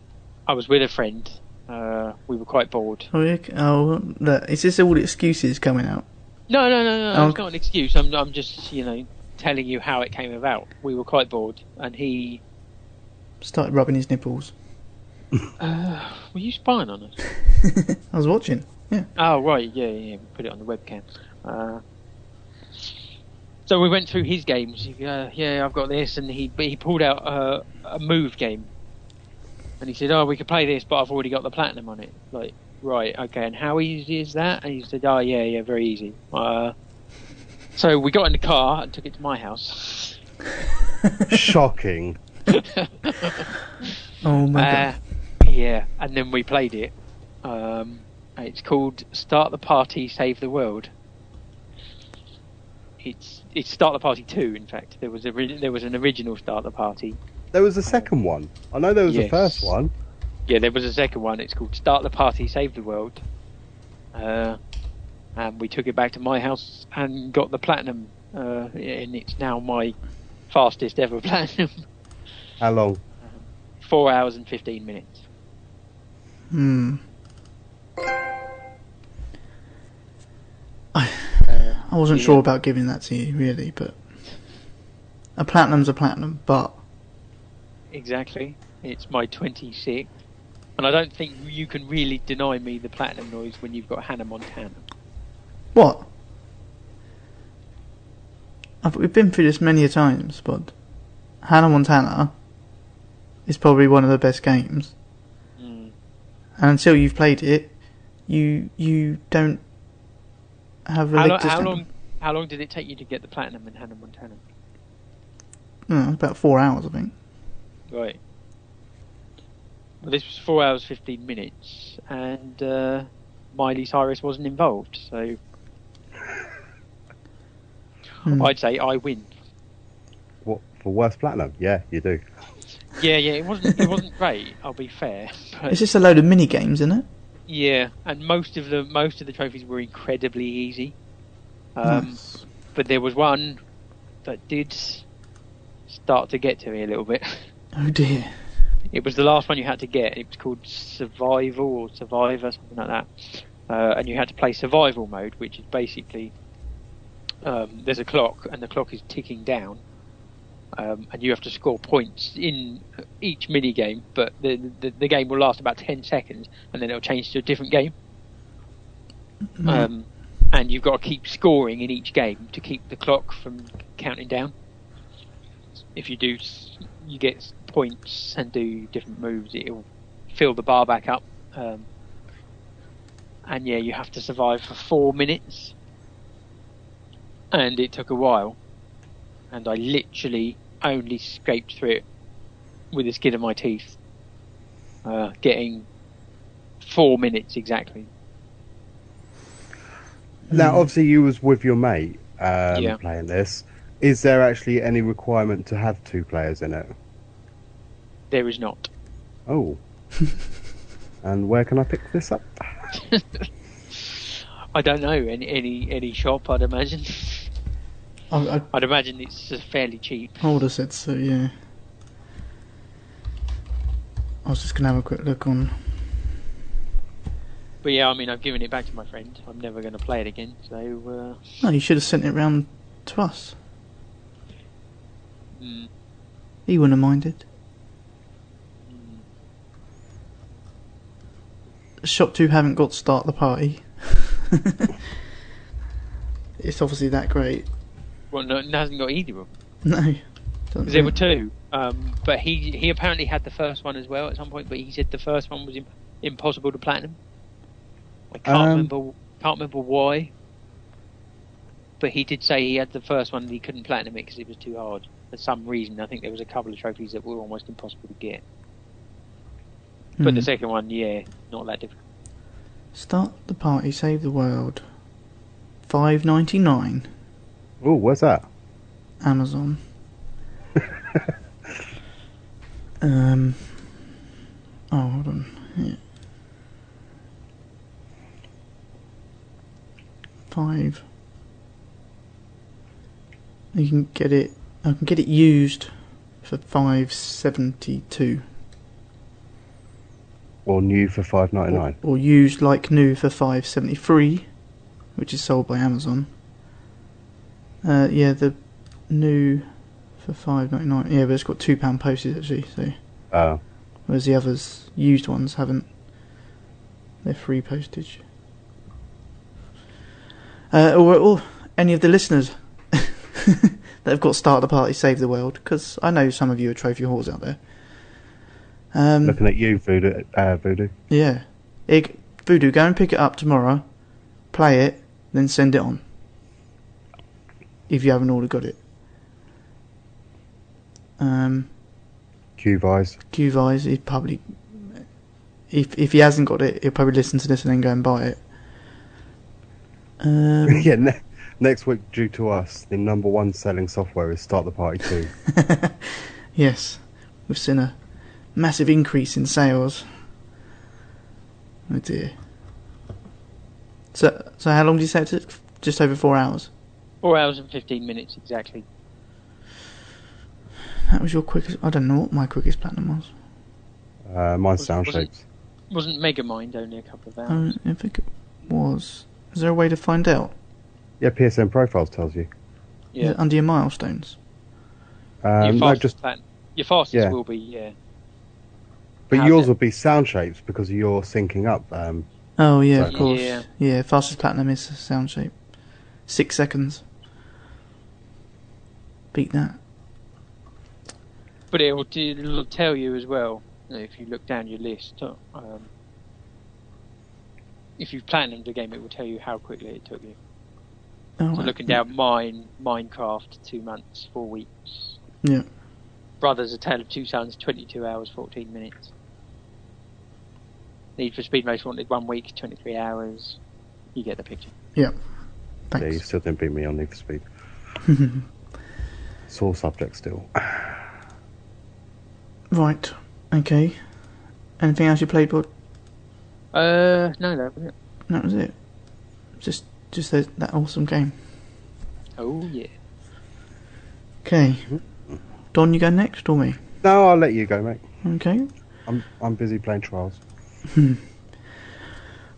[SPEAKER 4] I was with a friend. Uh, we were quite bored.
[SPEAKER 3] Oh, yeah. oh, look, is this all excuses coming out?
[SPEAKER 4] No, no, no, no.
[SPEAKER 3] Oh,
[SPEAKER 4] It's
[SPEAKER 3] okay.
[SPEAKER 4] not an excuse. I'm, I'm just, you know, telling you how it came about. We were quite bored, and he.
[SPEAKER 3] Started rubbing his [laughs] nipples.
[SPEAKER 4] Were you spying on us?
[SPEAKER 3] I was watching. Yeah.
[SPEAKER 4] Oh right, yeah, yeah. yeah. We put it on the webcam. Uh, so we went through his games. He, Uh, yeah, I've got this, and he but he pulled out uh, a move game, and he said, "Oh, we could play this, but I've already got the platinum on it." Like, right, okay. And how easy is that? And he said, "Oh, yeah, yeah, very easy." Uh, so we got in the car and took it to my house.
[SPEAKER 5] Shocking.
[SPEAKER 3] Oh my
[SPEAKER 4] Uh,
[SPEAKER 3] god.
[SPEAKER 4] yeah, and then we played it. Um, it's called Start the Party, Save the World. It's it's Start the Party Two. In fact, there was a ri- there was an original Start the Party.
[SPEAKER 5] There was a second one. I know there was a
[SPEAKER 4] Yes.
[SPEAKER 5] first one.
[SPEAKER 4] Yeah, there was a second one. It's called Start the Party, Save the World. Uh, and we took it back to my house and got the platinum, uh, and it's now my fastest ever [laughs] platinum.
[SPEAKER 5] How long?
[SPEAKER 4] Four hours and fifteen minutes.
[SPEAKER 3] Hmm. I, I wasn't
[SPEAKER 4] yeah.
[SPEAKER 3] sure about giving that to you, really, but. A platinum's a platinum, but.
[SPEAKER 4] Exactly. It's my 26. And I don't think you can really deny me the platinum noise when you've got Hannah Montana.
[SPEAKER 3] What? I've, we've been through this many a times, but. Hannah Montana is probably one of the best games. And until you've played it, you you don't have a
[SPEAKER 4] How,
[SPEAKER 3] leg
[SPEAKER 4] lo-
[SPEAKER 3] to
[SPEAKER 4] how
[SPEAKER 3] stand
[SPEAKER 4] long
[SPEAKER 3] on.
[SPEAKER 4] how long did it take you to get the platinum in Hannah Montana?
[SPEAKER 3] No, about four hours, I think.
[SPEAKER 4] Right. Well, this was 4 hours 15 minutes and uh, Miley Cyrus wasn't involved, so
[SPEAKER 3] Hmm.
[SPEAKER 4] I'd say I win.
[SPEAKER 5] What for worst platinum? Yeah, you do.
[SPEAKER 4] Yeah, yeah, it wasn't it wasn't great, I'll be fair. [laughs] But
[SPEAKER 3] It's just a load of mini games, isn't it?
[SPEAKER 4] yeah, and most of the most of the trophies were incredibly easy. Um,
[SPEAKER 3] Nice.
[SPEAKER 4] but there was one that did start to get to me a little bit. [laughs]
[SPEAKER 3] Oh dear.
[SPEAKER 4] It was the last one you had to get. It was called Survival or Survivor, something like that. Uh, and you had to play Survival mode, which is basically um, there's a clock and the clock is ticking down, um, and you have to score points in each mini game. But the, the the game will last about ten seconds, and then it'll change to a different game. Um, and you've got to keep scoring in each game to keep the clock from counting down. If you do, s- you get s- points and do different moves. It'll fill the bar back up. Um, and yeah, you have to survive for four minutes. And it took a while. And I literally only scraped through it with the skin of my teeth. Uh, getting four minutes exactly.
[SPEAKER 5] Now, obviously, you was with your mate um,
[SPEAKER 4] Mm. Yeah.
[SPEAKER 5] playing this. Is there actually any requirement to have two players in it?
[SPEAKER 4] There is not.
[SPEAKER 5] Oh. [laughs] and where can I pick this up?
[SPEAKER 4] I don't know any any, any shop. I'd imagine. [laughs]
[SPEAKER 3] I, I,
[SPEAKER 4] I'd imagine it's uh, fairly cheap.
[SPEAKER 3] I would have said so. Yeah. I was just gonna have a quick look on.
[SPEAKER 4] But yeah, I mean, I've given it back to my friend. I'm never going to play it again. So uh,
[SPEAKER 3] No, you should have sent it round to us.
[SPEAKER 4] mm,
[SPEAKER 3] He wouldn't have minded. Shop two haven't got start the party. [laughs] it's obviously that great. [laughs]
[SPEAKER 4] well, no, it hasn't got either of them
[SPEAKER 3] No. Don't
[SPEAKER 4] because there
[SPEAKER 3] do
[SPEAKER 4] were
[SPEAKER 3] it.
[SPEAKER 4] two. Um, but he he apparently had the first one as well at some point. But he said the first one was Im- impossible to platinum. I can't
[SPEAKER 5] Um,
[SPEAKER 4] remember can't remember why. But he did say he had the first one and he couldn't platinum it because it was too hard for some reason. I think there was a couple of trophies that were almost impossible to get. But the
[SPEAKER 3] Hmm.
[SPEAKER 4] second one, yeah, not that difficult.
[SPEAKER 3] Start the party, save the world. Five ninety nine.
[SPEAKER 5] Oh, where's that?
[SPEAKER 3] Amazon. um. Oh, hold on. Yeah. Five. You can get it. I can get it used for five seventy two,
[SPEAKER 5] Or new for five ninety
[SPEAKER 3] or,
[SPEAKER 5] nine?
[SPEAKER 3] or used like new for five seventy three, which is sold by Amazon. Uh, yeah, the new for five ninety nine. Yeah, but it's got two pound postage actually. So
[SPEAKER 5] Oh,
[SPEAKER 3] whereas the others used ones haven't. They're free postage. Uh, or, or any of the listeners [laughs] that have got Start the Party, Save the World, because I know some of you are trophy whores out there. Um,
[SPEAKER 5] looking at you, voodoo. Uh, voodoo.
[SPEAKER 3] yeah. Ig, Voodoo, go and pick it up tomorrow, play it, then send it on. If you haven't already got it. Um,
[SPEAKER 5] Cube eyes.
[SPEAKER 3] Qvise, he probably. If if he hasn't got it, he'll probably listen to this and then go and buy it.
[SPEAKER 5] [laughs]
[SPEAKER 3] Um,
[SPEAKER 5] [laughs] yeah. Ne- next week, due to us, the number one selling software is Start the Party Two.
[SPEAKER 3] yes, we've seen a massive increase in sales. Oh dear. So so how long do you say it took? Just over four hours.
[SPEAKER 4] Four hours and fifteen minutes exactly.
[SPEAKER 3] That was your quickest. I don't know what my quickest platinum was.
[SPEAKER 5] uh, my sound
[SPEAKER 4] was it-
[SPEAKER 5] shapes.
[SPEAKER 4] Wasn't Megamind only a couple of hours?
[SPEAKER 3] I don't- I think it was. Is there a way to find out?
[SPEAKER 5] Yeah, PSN profiles tells you.
[SPEAKER 3] Is
[SPEAKER 4] yeah,
[SPEAKER 3] it under your milestones?
[SPEAKER 5] Um,
[SPEAKER 4] your
[SPEAKER 5] no,
[SPEAKER 4] fastest,
[SPEAKER 5] just
[SPEAKER 4] plan- your fastest
[SPEAKER 5] Yeah.
[SPEAKER 4] will be yeah.
[SPEAKER 5] but
[SPEAKER 4] How's
[SPEAKER 5] yours
[SPEAKER 4] it?
[SPEAKER 5] will be sound shapes because you're syncing up. Um,
[SPEAKER 3] Oh yeah, of
[SPEAKER 5] Right.
[SPEAKER 3] course. Yeah.
[SPEAKER 4] Yeah.
[SPEAKER 3] fastest platinum is sound shape. Six seconds. Beat that.
[SPEAKER 4] But it will it'll tell you as well you know, if you look down your list. uh, Um, if you've platinumed the game, it will tell you how quickly it took you.
[SPEAKER 3] Oh,
[SPEAKER 4] So
[SPEAKER 3] right.
[SPEAKER 4] looking down mine, Minecraft, two months, four weeks.
[SPEAKER 3] Yeah.
[SPEAKER 4] Brothers: A Tale of Two Sons, twenty-two hours, fourteen minutes. Need for Speed Most Wanted, one week, twenty-three hours. You get the picture.
[SPEAKER 5] yeah, you
[SPEAKER 3] Thanks.
[SPEAKER 5] still didn't beat me on Need for Speed. It's all subject still. [laughs]
[SPEAKER 3] Right. Okay. Anything else you played? But
[SPEAKER 4] Uh, no, that was it.
[SPEAKER 3] that was it. Just, just that, that awesome game.
[SPEAKER 4] Oh yeah.
[SPEAKER 3] Okay. Don, you go next or me?
[SPEAKER 5] No, I'll let you go, mate.
[SPEAKER 3] Okay.
[SPEAKER 5] I'm I'm busy playing trials.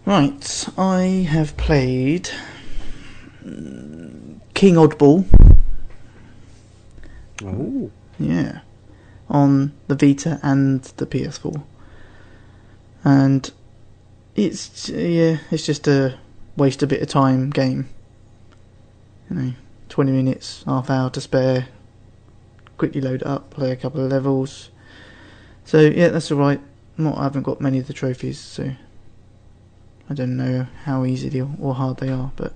[SPEAKER 3] Right. I have played mm, King Oddball.
[SPEAKER 5] Oh,
[SPEAKER 3] Yeah. On the Vita and the PS4. And it's yeah, it's just a waste a bit of time game. You know, 20 minutes, half hour to spare. Quickly load up, play a couple of levels. So yeah, that's all right. Not I haven't got many of the trophies, so I don't know how easy they are or hard they are, but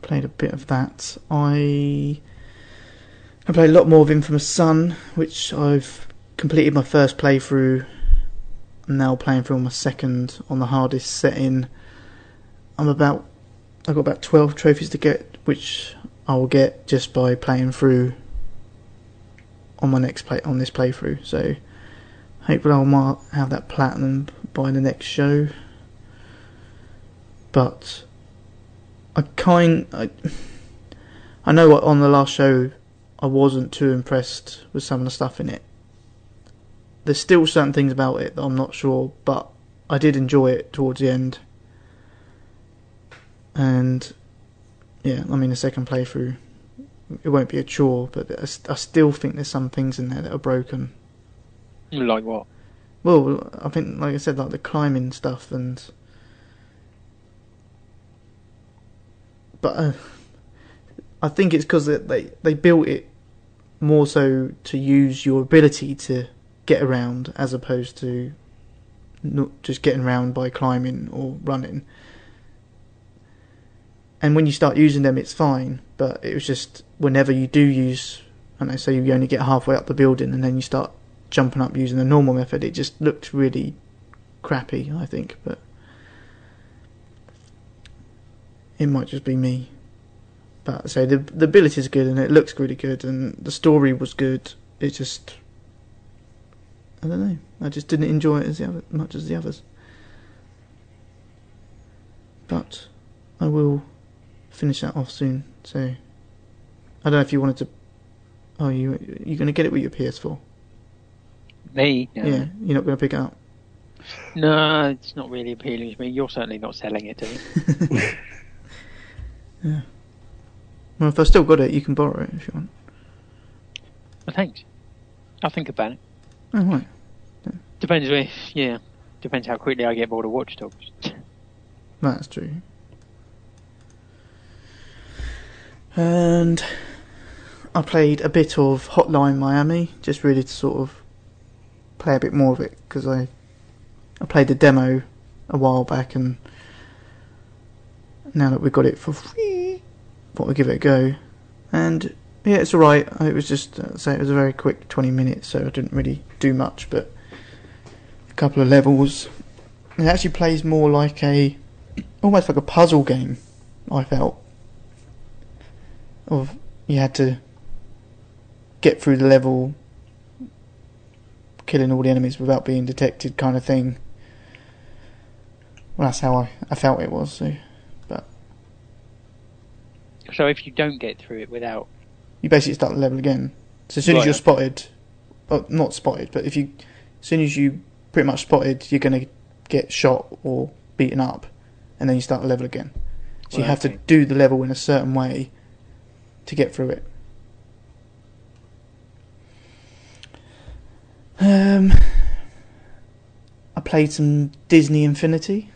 [SPEAKER 3] played a bit of that. I I played a lot more of Infamous Sun, which I've completed my first playthrough. I'm now playing through my second on the hardest setting. I'm about I've got about twelve trophies to get, which I will get just by playing through on my next play on this playthrough. So hopefully I'll mar- have that platinum by the next show. But I kind I, I know on the last show I wasn't too impressed with some of the stuff in it. There's still certain things about it that I'm not sure, but I did enjoy it towards the end. And yeah, I mean, a second playthrough, it won't be a chore, but I, s- I still think there's some things in there that are broken.
[SPEAKER 4] Like what?
[SPEAKER 3] Well, I think, like I said, like the climbing stuff and. But uh, I think it's because they they built it more so to use your ability to get around as opposed to not just getting around by climbing or running. And when you start using them, it's fine. But it was just whenever you do use, and I know, say you only get halfway up the building, and then you start jumping up using the normal method, it just looked really crappy, I think, but it might just be me. But so the the ability's good and it looks really good and the story was good. It just I don't know. I just didn't enjoy it as the other, much as the others. But I will finish that off soon. So I don't know if you wanted to. Oh, you you're gonna get it with your PS4?
[SPEAKER 4] Me? No.
[SPEAKER 3] Yeah, you're not going to pick it up.
[SPEAKER 4] No, it's not really appealing to me. You're certainly not selling it to me.
[SPEAKER 3] Well, if I still got it, you can borrow it if you want.
[SPEAKER 4] Well, thanks. I'll think about it.
[SPEAKER 3] Oh, right.
[SPEAKER 4] Depends if, yeah, depends how quickly I get bored of Watch Dogs.
[SPEAKER 3] That's true. And I played a bit of Hotline Miami, just really to sort of play a bit more of it because I I played the demo a while back, and now that we got it for free, thought I'd give it a go. And yeah, it's alright. It was just uh, say it was a very quick 20 minutes, so I didn't really do much, but a couple of levels. It actually plays more like a almost like a puzzle game. I felt of you had to get through the level, killing all the enemies without being detected, kind of thing. Well, that's how I, I felt it was. So
[SPEAKER 4] So if you don't get through it without,
[SPEAKER 3] you basically start the level again. So as soon as
[SPEAKER 4] Right,
[SPEAKER 3] you're
[SPEAKER 4] okay.
[SPEAKER 3] spotted, well, not spotted, but if you, as soon as you pretty much spotted, you're gonna get shot or beaten up, and then you start the level again. So you
[SPEAKER 4] Right,
[SPEAKER 3] have to
[SPEAKER 4] okay.
[SPEAKER 3] do the level in a certain way to get through it. Um, I played some Disney Infinity.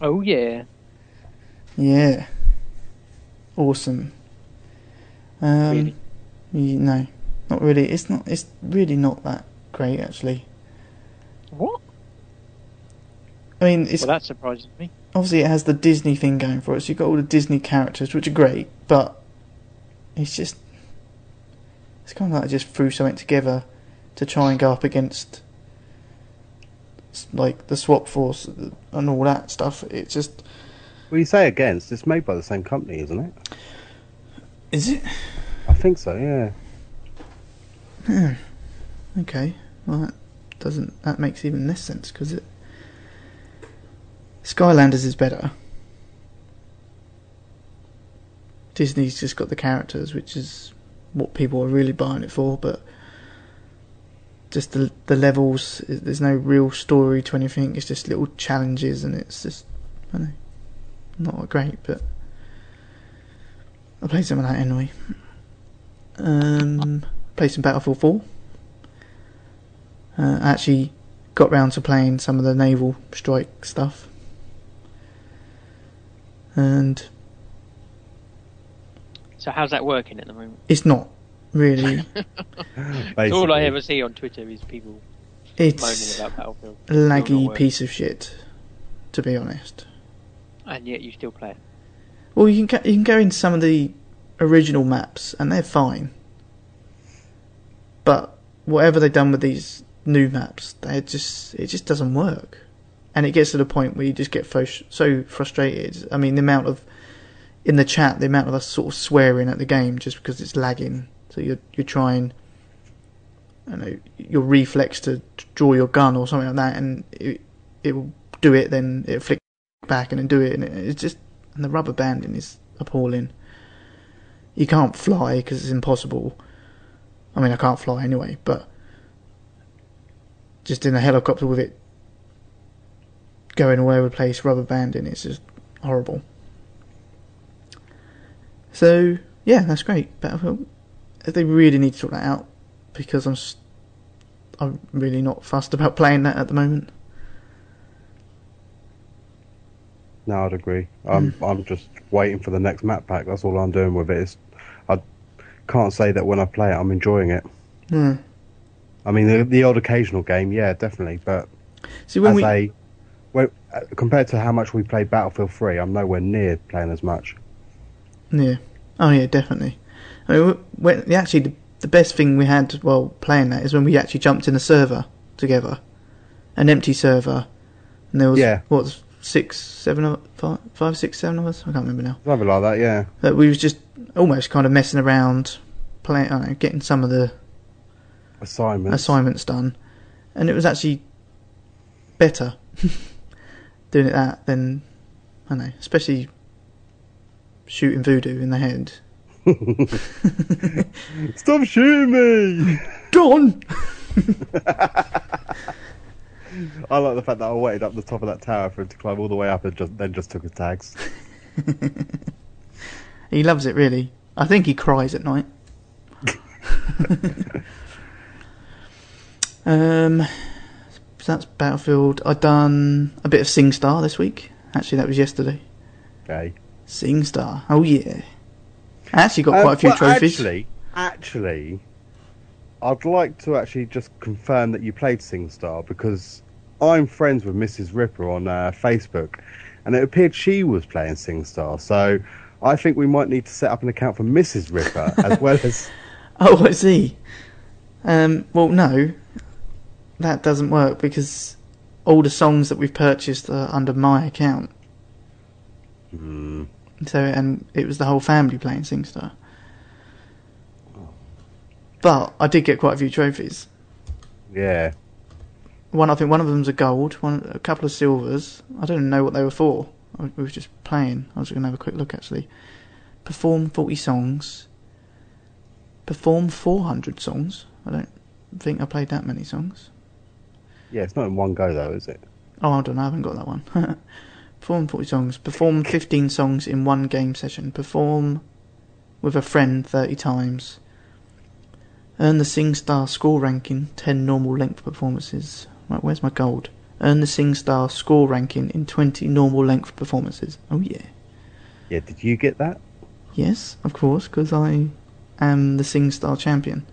[SPEAKER 4] oh yeah,
[SPEAKER 3] Yeah. Awesome. Um,
[SPEAKER 4] Really?
[SPEAKER 3] You, no, not really. It's not. It's really not that great, actually.
[SPEAKER 4] what?
[SPEAKER 3] I mean, it's
[SPEAKER 4] Well, that surprises me.
[SPEAKER 3] obviously it has the Disney thing going for it. So you've got all the Disney characters, which are great, but it's just it's kind of like I just threw something together to try and go up against s- like the Swap Force and all that stuff. It just
[SPEAKER 5] Well, you say against, it's made by the same company, isn't it?
[SPEAKER 3] is it
[SPEAKER 5] I think so, yeah.
[SPEAKER 3] Okay, well that doesn't that makes even less sense because it Skylanders is better. Disney's just got the characters, which is what people are really buying it for, but just the the levels. i- There's no real story to anything. It's just little challenges, and it's just I don't know, not great. But I played some of that anyway. Um, played some Battlefield Four. Uh, I actually got round to playing some of the naval strike stuff. And
[SPEAKER 4] So how's that working at the moment?
[SPEAKER 3] it's not
[SPEAKER 4] [laughs]
[SPEAKER 3] really.
[SPEAKER 5] Basically.
[SPEAKER 4] All I ever see on Twitter is people moaning
[SPEAKER 3] It's a
[SPEAKER 4] about Battlefield,
[SPEAKER 3] laggy
[SPEAKER 4] working.
[SPEAKER 3] piece of shit, to be honest.
[SPEAKER 4] and yet you still play it.
[SPEAKER 3] Well, you can go, you can go in some of the original maps, and they're fine. But whatever they've done with these new maps, they just it just doesn't work, and it gets to the point where you just get frus- so frustrated. I mean, the amount of in the chat, the amount of us sort of swearing at the game just because it's lagging. So you're you're trying, I don't know, your reflex to draw your gun or something like that, and it it will do it, then it flick back and then do it, and it, it's just and the rubber banding is appalling. You can't fly because it's impossible. I mean, I can't fly anyway, but just in a helicopter with it going all over the place, rubber banding, it's just horrible. So yeah, that's great. Battlefield, they really need to sort that out because I'm s I'm really not fussed about playing that at the moment.
[SPEAKER 5] No, I'd agree. I'm
[SPEAKER 4] Hmm.
[SPEAKER 5] I'm just waiting for the next map pack. That's all I'm doing with it. It's, I can't say that when I play it, I'm enjoying it.
[SPEAKER 3] Hmm.
[SPEAKER 5] I mean, the, the odd occasional game, yeah, definitely. But
[SPEAKER 3] See when
[SPEAKER 5] as
[SPEAKER 3] we
[SPEAKER 5] a well, uh, compared to how much we played Battlefield 3, I'm nowhere near playing as much.
[SPEAKER 3] Yeah. Oh yeah, definitely. I mean, w- when, the- actually, the, the best thing we had while playing that is when we actually jumped in a server together, an empty server, and there was
[SPEAKER 5] Yeah.
[SPEAKER 3] what was six, seven, of, five, five, six, seven of us. I can't remember now.
[SPEAKER 5] Something like that, yeah.
[SPEAKER 3] But we was just almost kind of messing around, playing, I don't know, getting some of the
[SPEAKER 5] Assignments.
[SPEAKER 3] assignments done, and it was actually better [laughs] doing it that than I don't know, especially shooting voodoo in the head.
[SPEAKER 5] Stop shooting me! [laughs]
[SPEAKER 3] Done.
[SPEAKER 5] I like the fact that I waited up the top of that tower for him to climb all the way up and just then just took his tags.
[SPEAKER 3] He loves it, really. I think he cries at
[SPEAKER 5] [laughs]
[SPEAKER 3] night. um, so that's Battlefield. i done a bit of SingStar this week. Actually, that was yesterday.
[SPEAKER 5] [laughs] Okay.
[SPEAKER 3] SingStar. Oh, yeah. I actually got quite a few
[SPEAKER 5] Uh, Um, well,
[SPEAKER 3] trophies.
[SPEAKER 5] Actually, actually, I'd like to actually just confirm that you played SingStar because I'm friends with Mrs. Ripper on uh, Facebook, and it appeared she was playing SingStar. So I think we might need to set up an account for
[SPEAKER 3] [laughs]
[SPEAKER 5] Mrs. Ripper as well as.
[SPEAKER 3] Oh, I see. Um, well, no, that doesn't work because all the songs that we've purchased are under my account.
[SPEAKER 5] Hmm.
[SPEAKER 3] So, and it was the whole family playing SingStar. But I did get quite a few trophies.
[SPEAKER 5] yeah.
[SPEAKER 3] One, I think one of them's a gold, one, a couple of silvers. I don't even know what they were for. I, we were just playing. I was going to have a quick look actually. Perform 40 songs. Perform 400 songs. I don't think I played that many songs.
[SPEAKER 5] Yeah, it's not in one go though, is it?
[SPEAKER 3] Oh, hold on, I haven't got that one. [laughs] Perform 40 songs. Perform 15 songs in one game session. Perform with a friend 30 times. Earn the SingStar score ranking, 10 normal length performances. Right, where's my gold? Earn the SingStar score ranking in 20 normal length performances. Oh, yeah.
[SPEAKER 5] Yeah, did you get that?
[SPEAKER 3] Yes, of course, because I am the SingStar champion.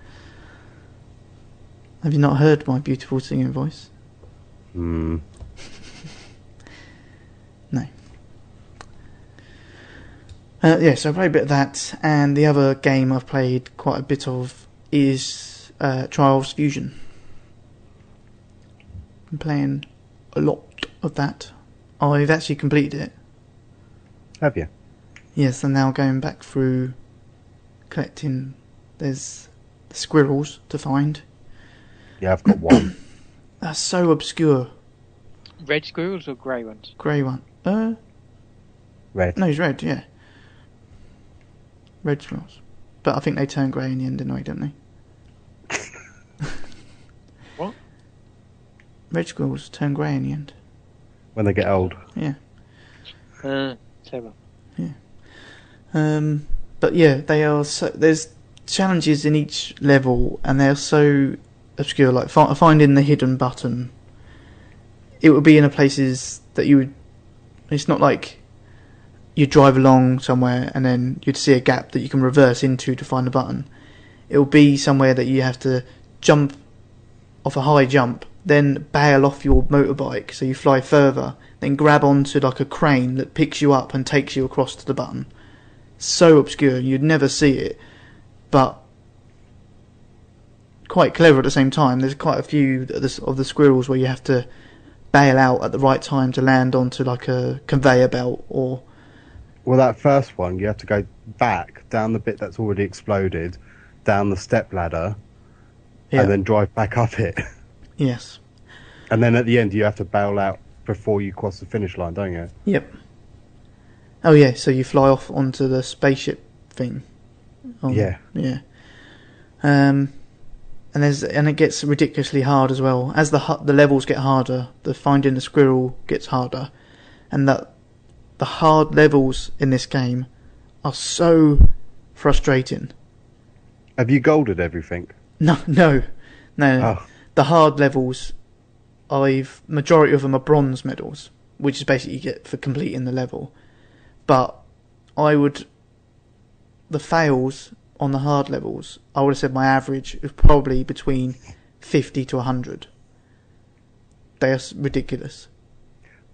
[SPEAKER 3] Have you not heard my beautiful singing voice?
[SPEAKER 5] Hmm.
[SPEAKER 3] Uh, yeah, so I played a bit of that, and the other game I've played quite a bit of is uh, Trials Fusion. I'm playing a lot of that. I've actually completed it.
[SPEAKER 5] Have you?
[SPEAKER 3] Yes, I'm now going back through collecting. There's the squirrels to find.
[SPEAKER 5] Yeah, I've
[SPEAKER 3] [coughs]
[SPEAKER 5] got one.
[SPEAKER 3] That's so obscure.
[SPEAKER 4] Red squirrels or grey ones?
[SPEAKER 3] Grey one. Uh,
[SPEAKER 5] Red.
[SPEAKER 3] no, he's red, yeah. Red squirrels. But I think they turn grey in the end anyway, don't they?
[SPEAKER 4] What?
[SPEAKER 3] Red squirrels turn grey in the end.
[SPEAKER 5] When they get old.
[SPEAKER 4] Uh, clever.
[SPEAKER 3] Um, but yeah, they are so there's challenges in each level, and they're so obscure. Like fi- finding the hidden button, it would be in a places that you would. It's not like you drive along somewhere and then you'd see a gap that you can reverse into to find the button. It will be somewhere that you have to jump off a high jump, then bail off your motorbike so you fly further, then grab onto like a crane that picks you up and takes you across to the button so obscure you'd never see it, but quite clever at the same time. There's quite a few of the, of the squirrels where you have to bail out at the right time to land onto like a conveyor belt or
[SPEAKER 5] Well, that first one, you have to go back down the bit that's already exploded, down the step ladder,
[SPEAKER 3] yeah,
[SPEAKER 5] and then drive back up it. [laughs]
[SPEAKER 3] yes,
[SPEAKER 5] And then at the end, you have to bail out before you cross the finish line, don't you?
[SPEAKER 3] yep. Oh yeah, so you fly off onto the spaceship thing. On-
[SPEAKER 5] Yeah.
[SPEAKER 3] yeah. Um, and there's and it gets ridiculously hard as well. As the hu- the levels get harder, the finding the squirrel gets harder, and that the hard levels in this game are so frustrating. [laughs]
[SPEAKER 5] Have you golded everything?
[SPEAKER 3] No, no, no. no.
[SPEAKER 5] Oh,
[SPEAKER 3] The hard levels, I've majority of them are bronze medals, which is basically you get for completing the level. But I would the fails on the hard levels. I would have said my average is probably between fifty to hundred. They are s- ridiculous.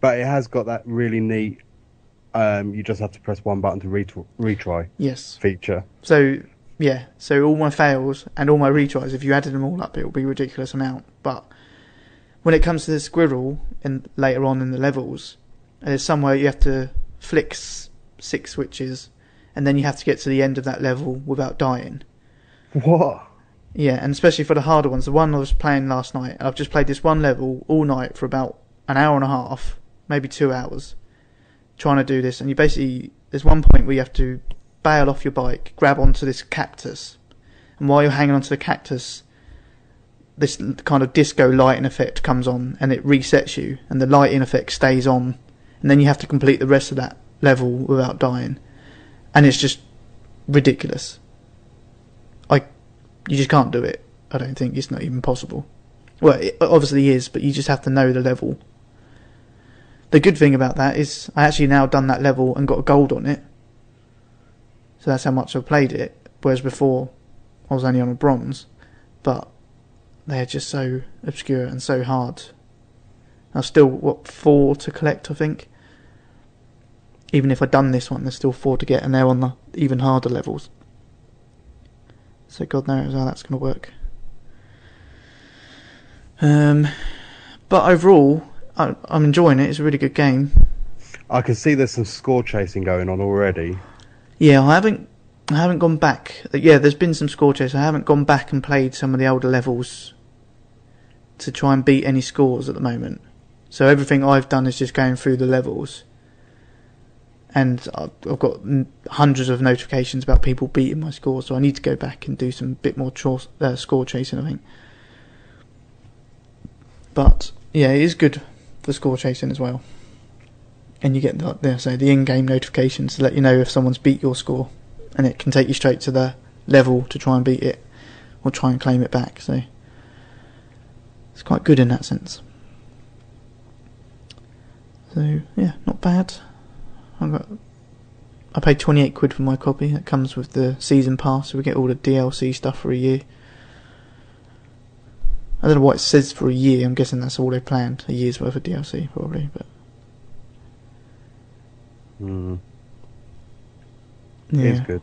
[SPEAKER 5] but it has got that really neat. Um, you just have to press one button to retry, retry
[SPEAKER 3] Yes.
[SPEAKER 5] feature.
[SPEAKER 3] So yeah, so all my fails and all my retries, if you added them all up, it would be a ridiculous amount. But when it comes to the squirrel and later on in the levels, there's somewhere you have to flick s- six switches, and then you have to get to the end of that level without dying.
[SPEAKER 5] What?
[SPEAKER 3] Yeah, and especially for the harder ones. The one I was playing last night, I've just played this one level all night for about an hour and a half, maybe two hours, trying to do this. And you basically, there's one point where you have to bail off your bike, grab onto this cactus, and while you're hanging onto the cactus, this l- kind of disco lighting effect comes on and it resets you, and the lighting effect stays on, and then you have to complete the rest of that level without dying. And it's just ridiculous. I, you just can't do it. I don't think it's not even possible. Well, it obviously is, but you just have to know the level. The good thing about that is I actually now done that level and got a gold on it. So that's how much I've played it. Whereas before, I was only on a bronze, but they're just so obscure and so hard. I've still what four to collect, I think. Even if I'd done this one, there's still four to get, and they're on the even harder levels. So God knows how that's going to work. Um, but overall, I, I'm enjoying it. It's a really good game.
[SPEAKER 5] I can see there's some score chasing going on already.
[SPEAKER 3] Yeah, I haven't I haven't gone back. Yeah, there's been some score chase. I haven't gone back and played some of the older levels to try and beat any scores at the moment. So everything I've done is just going through the levels, and I've I've got n- hundreds of notifications about people beating my score. So I need to go back and do some bit more chor- uh, score chasing, I think. But yeah, it is good for score chasing as well. And you get the, the so the in-game notifications to let you know if someone's beat your score and it can take you straight to the level to try and beat it or try and claim it back. So it's quite good in that sense. So yeah, not bad. I got I paid 28 quid for my copy. That comes with the season pass, so we get all the DLC stuff for a year. I don't know what it says for a year. I'm guessing that's all they planned. A year's worth of DLC, probably. But
[SPEAKER 5] Mm,
[SPEAKER 3] yeah.
[SPEAKER 5] It's good.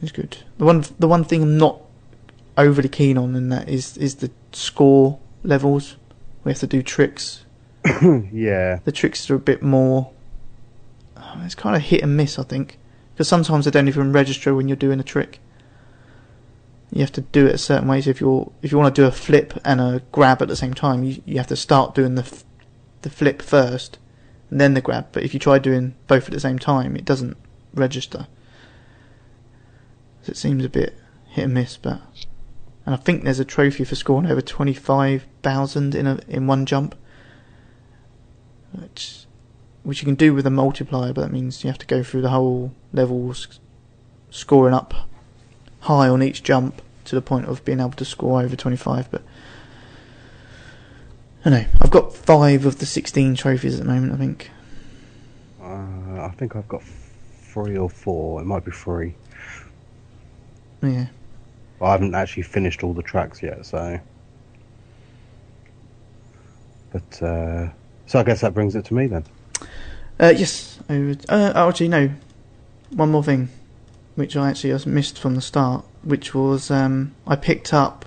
[SPEAKER 3] It's good. The one the one thing I'm not overly keen on in that is is the score levels. We have to do tricks.
[SPEAKER 5] [clears throat] Yeah,
[SPEAKER 3] The tricks are a bit more. um, It's kind of hit and miss, I think, because sometimes they don't even register when you're doing a trick. You have to do it a certain way. So if you're if you want to do a flip and a grab at the same time, you you have to start doing the f- the flip first, and then the grab. But if you try doing both at the same time, it doesn't register. So it seems a bit hit and miss, but and I think there's a trophy for scoring over twenty five thousand in a in one jump, which which you can do with a multiplier, but that means you have to go through the whole levels, scoring up high on each jump to the point of being able to score over twenty five. But I don't know I've got five of the sixteen trophies at the moment. I think
[SPEAKER 5] uh, I think I've got three or four. It might be three.
[SPEAKER 3] yeah.
[SPEAKER 5] I haven't actually finished all the tracks yet, so. But uh, so I guess that brings it to me then.
[SPEAKER 3] Uh, yes. Over, uh, oh, actually, no. One more thing, which I actually just missed from the start, which was um, I picked up.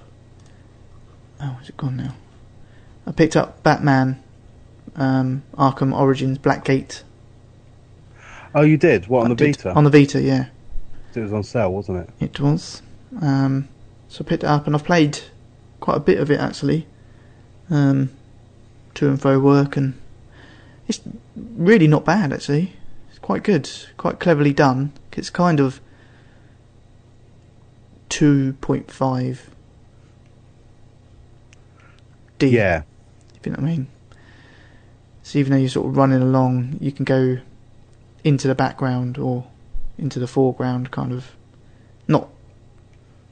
[SPEAKER 3] Oh, is it gone now? I picked up Batman, um, Arkham Origins, Blackgate.
[SPEAKER 5] Oh, you did what on
[SPEAKER 3] I
[SPEAKER 5] the
[SPEAKER 3] did-
[SPEAKER 5] Vita?
[SPEAKER 3] On the Vita, yeah,
[SPEAKER 5] It was on sale, wasn't it?
[SPEAKER 3] it was. Um, so I picked it up, and I've played quite a bit of it actually, um, to and fro work, and it's really not bad actually. It's quite good, quite cleverly done. It's kind of 2.5 D.
[SPEAKER 5] Yeah,
[SPEAKER 3] If you know what I mean. So even though you're sort of running along, you can go into the background or into the foreground, kind of. Not.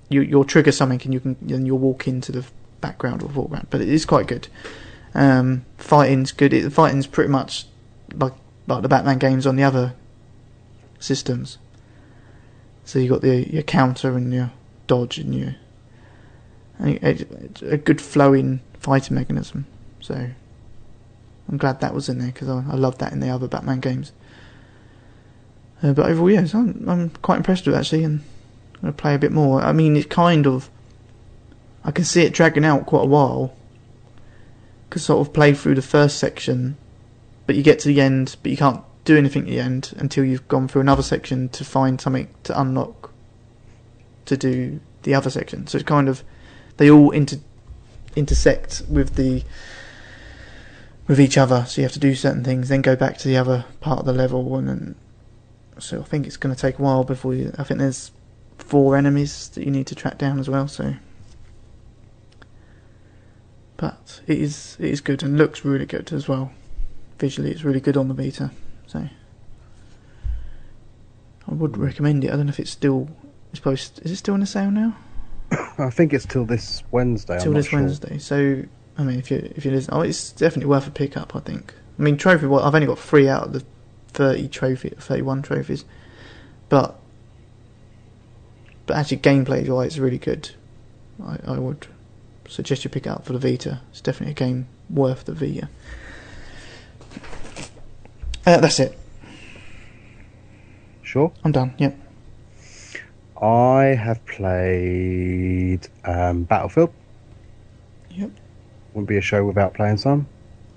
[SPEAKER 3] You you'll trigger something and you can and you'll walk into the background or foreground, but it is quite good. Um, fighting's good. It, fighting's pretty much like like the Batman games on the other systems. So you have got the your counter and your dodge and your and it, it's a good flowing fighting mechanism. So I'm glad that was in there because I, I love that in the other Batman games. Uh, but overall, yes, I'm, I'm quite impressed with it actually, and I'm gonna play a bit more. I mean, it's kind of I can see it dragging out quite a while because sort of play through the first section, but you get to the end, but you can't do anything at the end until you've gone through another section to find something to unlock to do the other section. So it's kind of they all inter intersect with the with each other. So you have to do certain things, then go back to the other part of the level, and then so I think it's going to take a while before you. I think there's four enemies that you need to track down as well. So, but it is it is good and looks really good as well. Visually, it's really good on the beta. So I would recommend it. I don't know if it's still. It's probably st- is it still in the sale now?
[SPEAKER 5] I think it's till this Wednesday.
[SPEAKER 3] Till
[SPEAKER 5] I'm
[SPEAKER 3] this
[SPEAKER 5] not sure.
[SPEAKER 3] Wednesday. So I mean, if you if you listen, oh, it's definitely worth a pickup. I think. I mean, trophy. Well, I've only got three out of the thirty trophy, thirty-one trophies, but but actually, gameplay wise, it's really good. I, I would suggest you pick it up for the Vita. It's definitely a game worth the Vita. Uh, that's it.
[SPEAKER 5] Sure.
[SPEAKER 3] I'm done. Yep.
[SPEAKER 5] I have played um, Battlefield.
[SPEAKER 3] Yep.
[SPEAKER 5] Wouldn't be a show without playing some.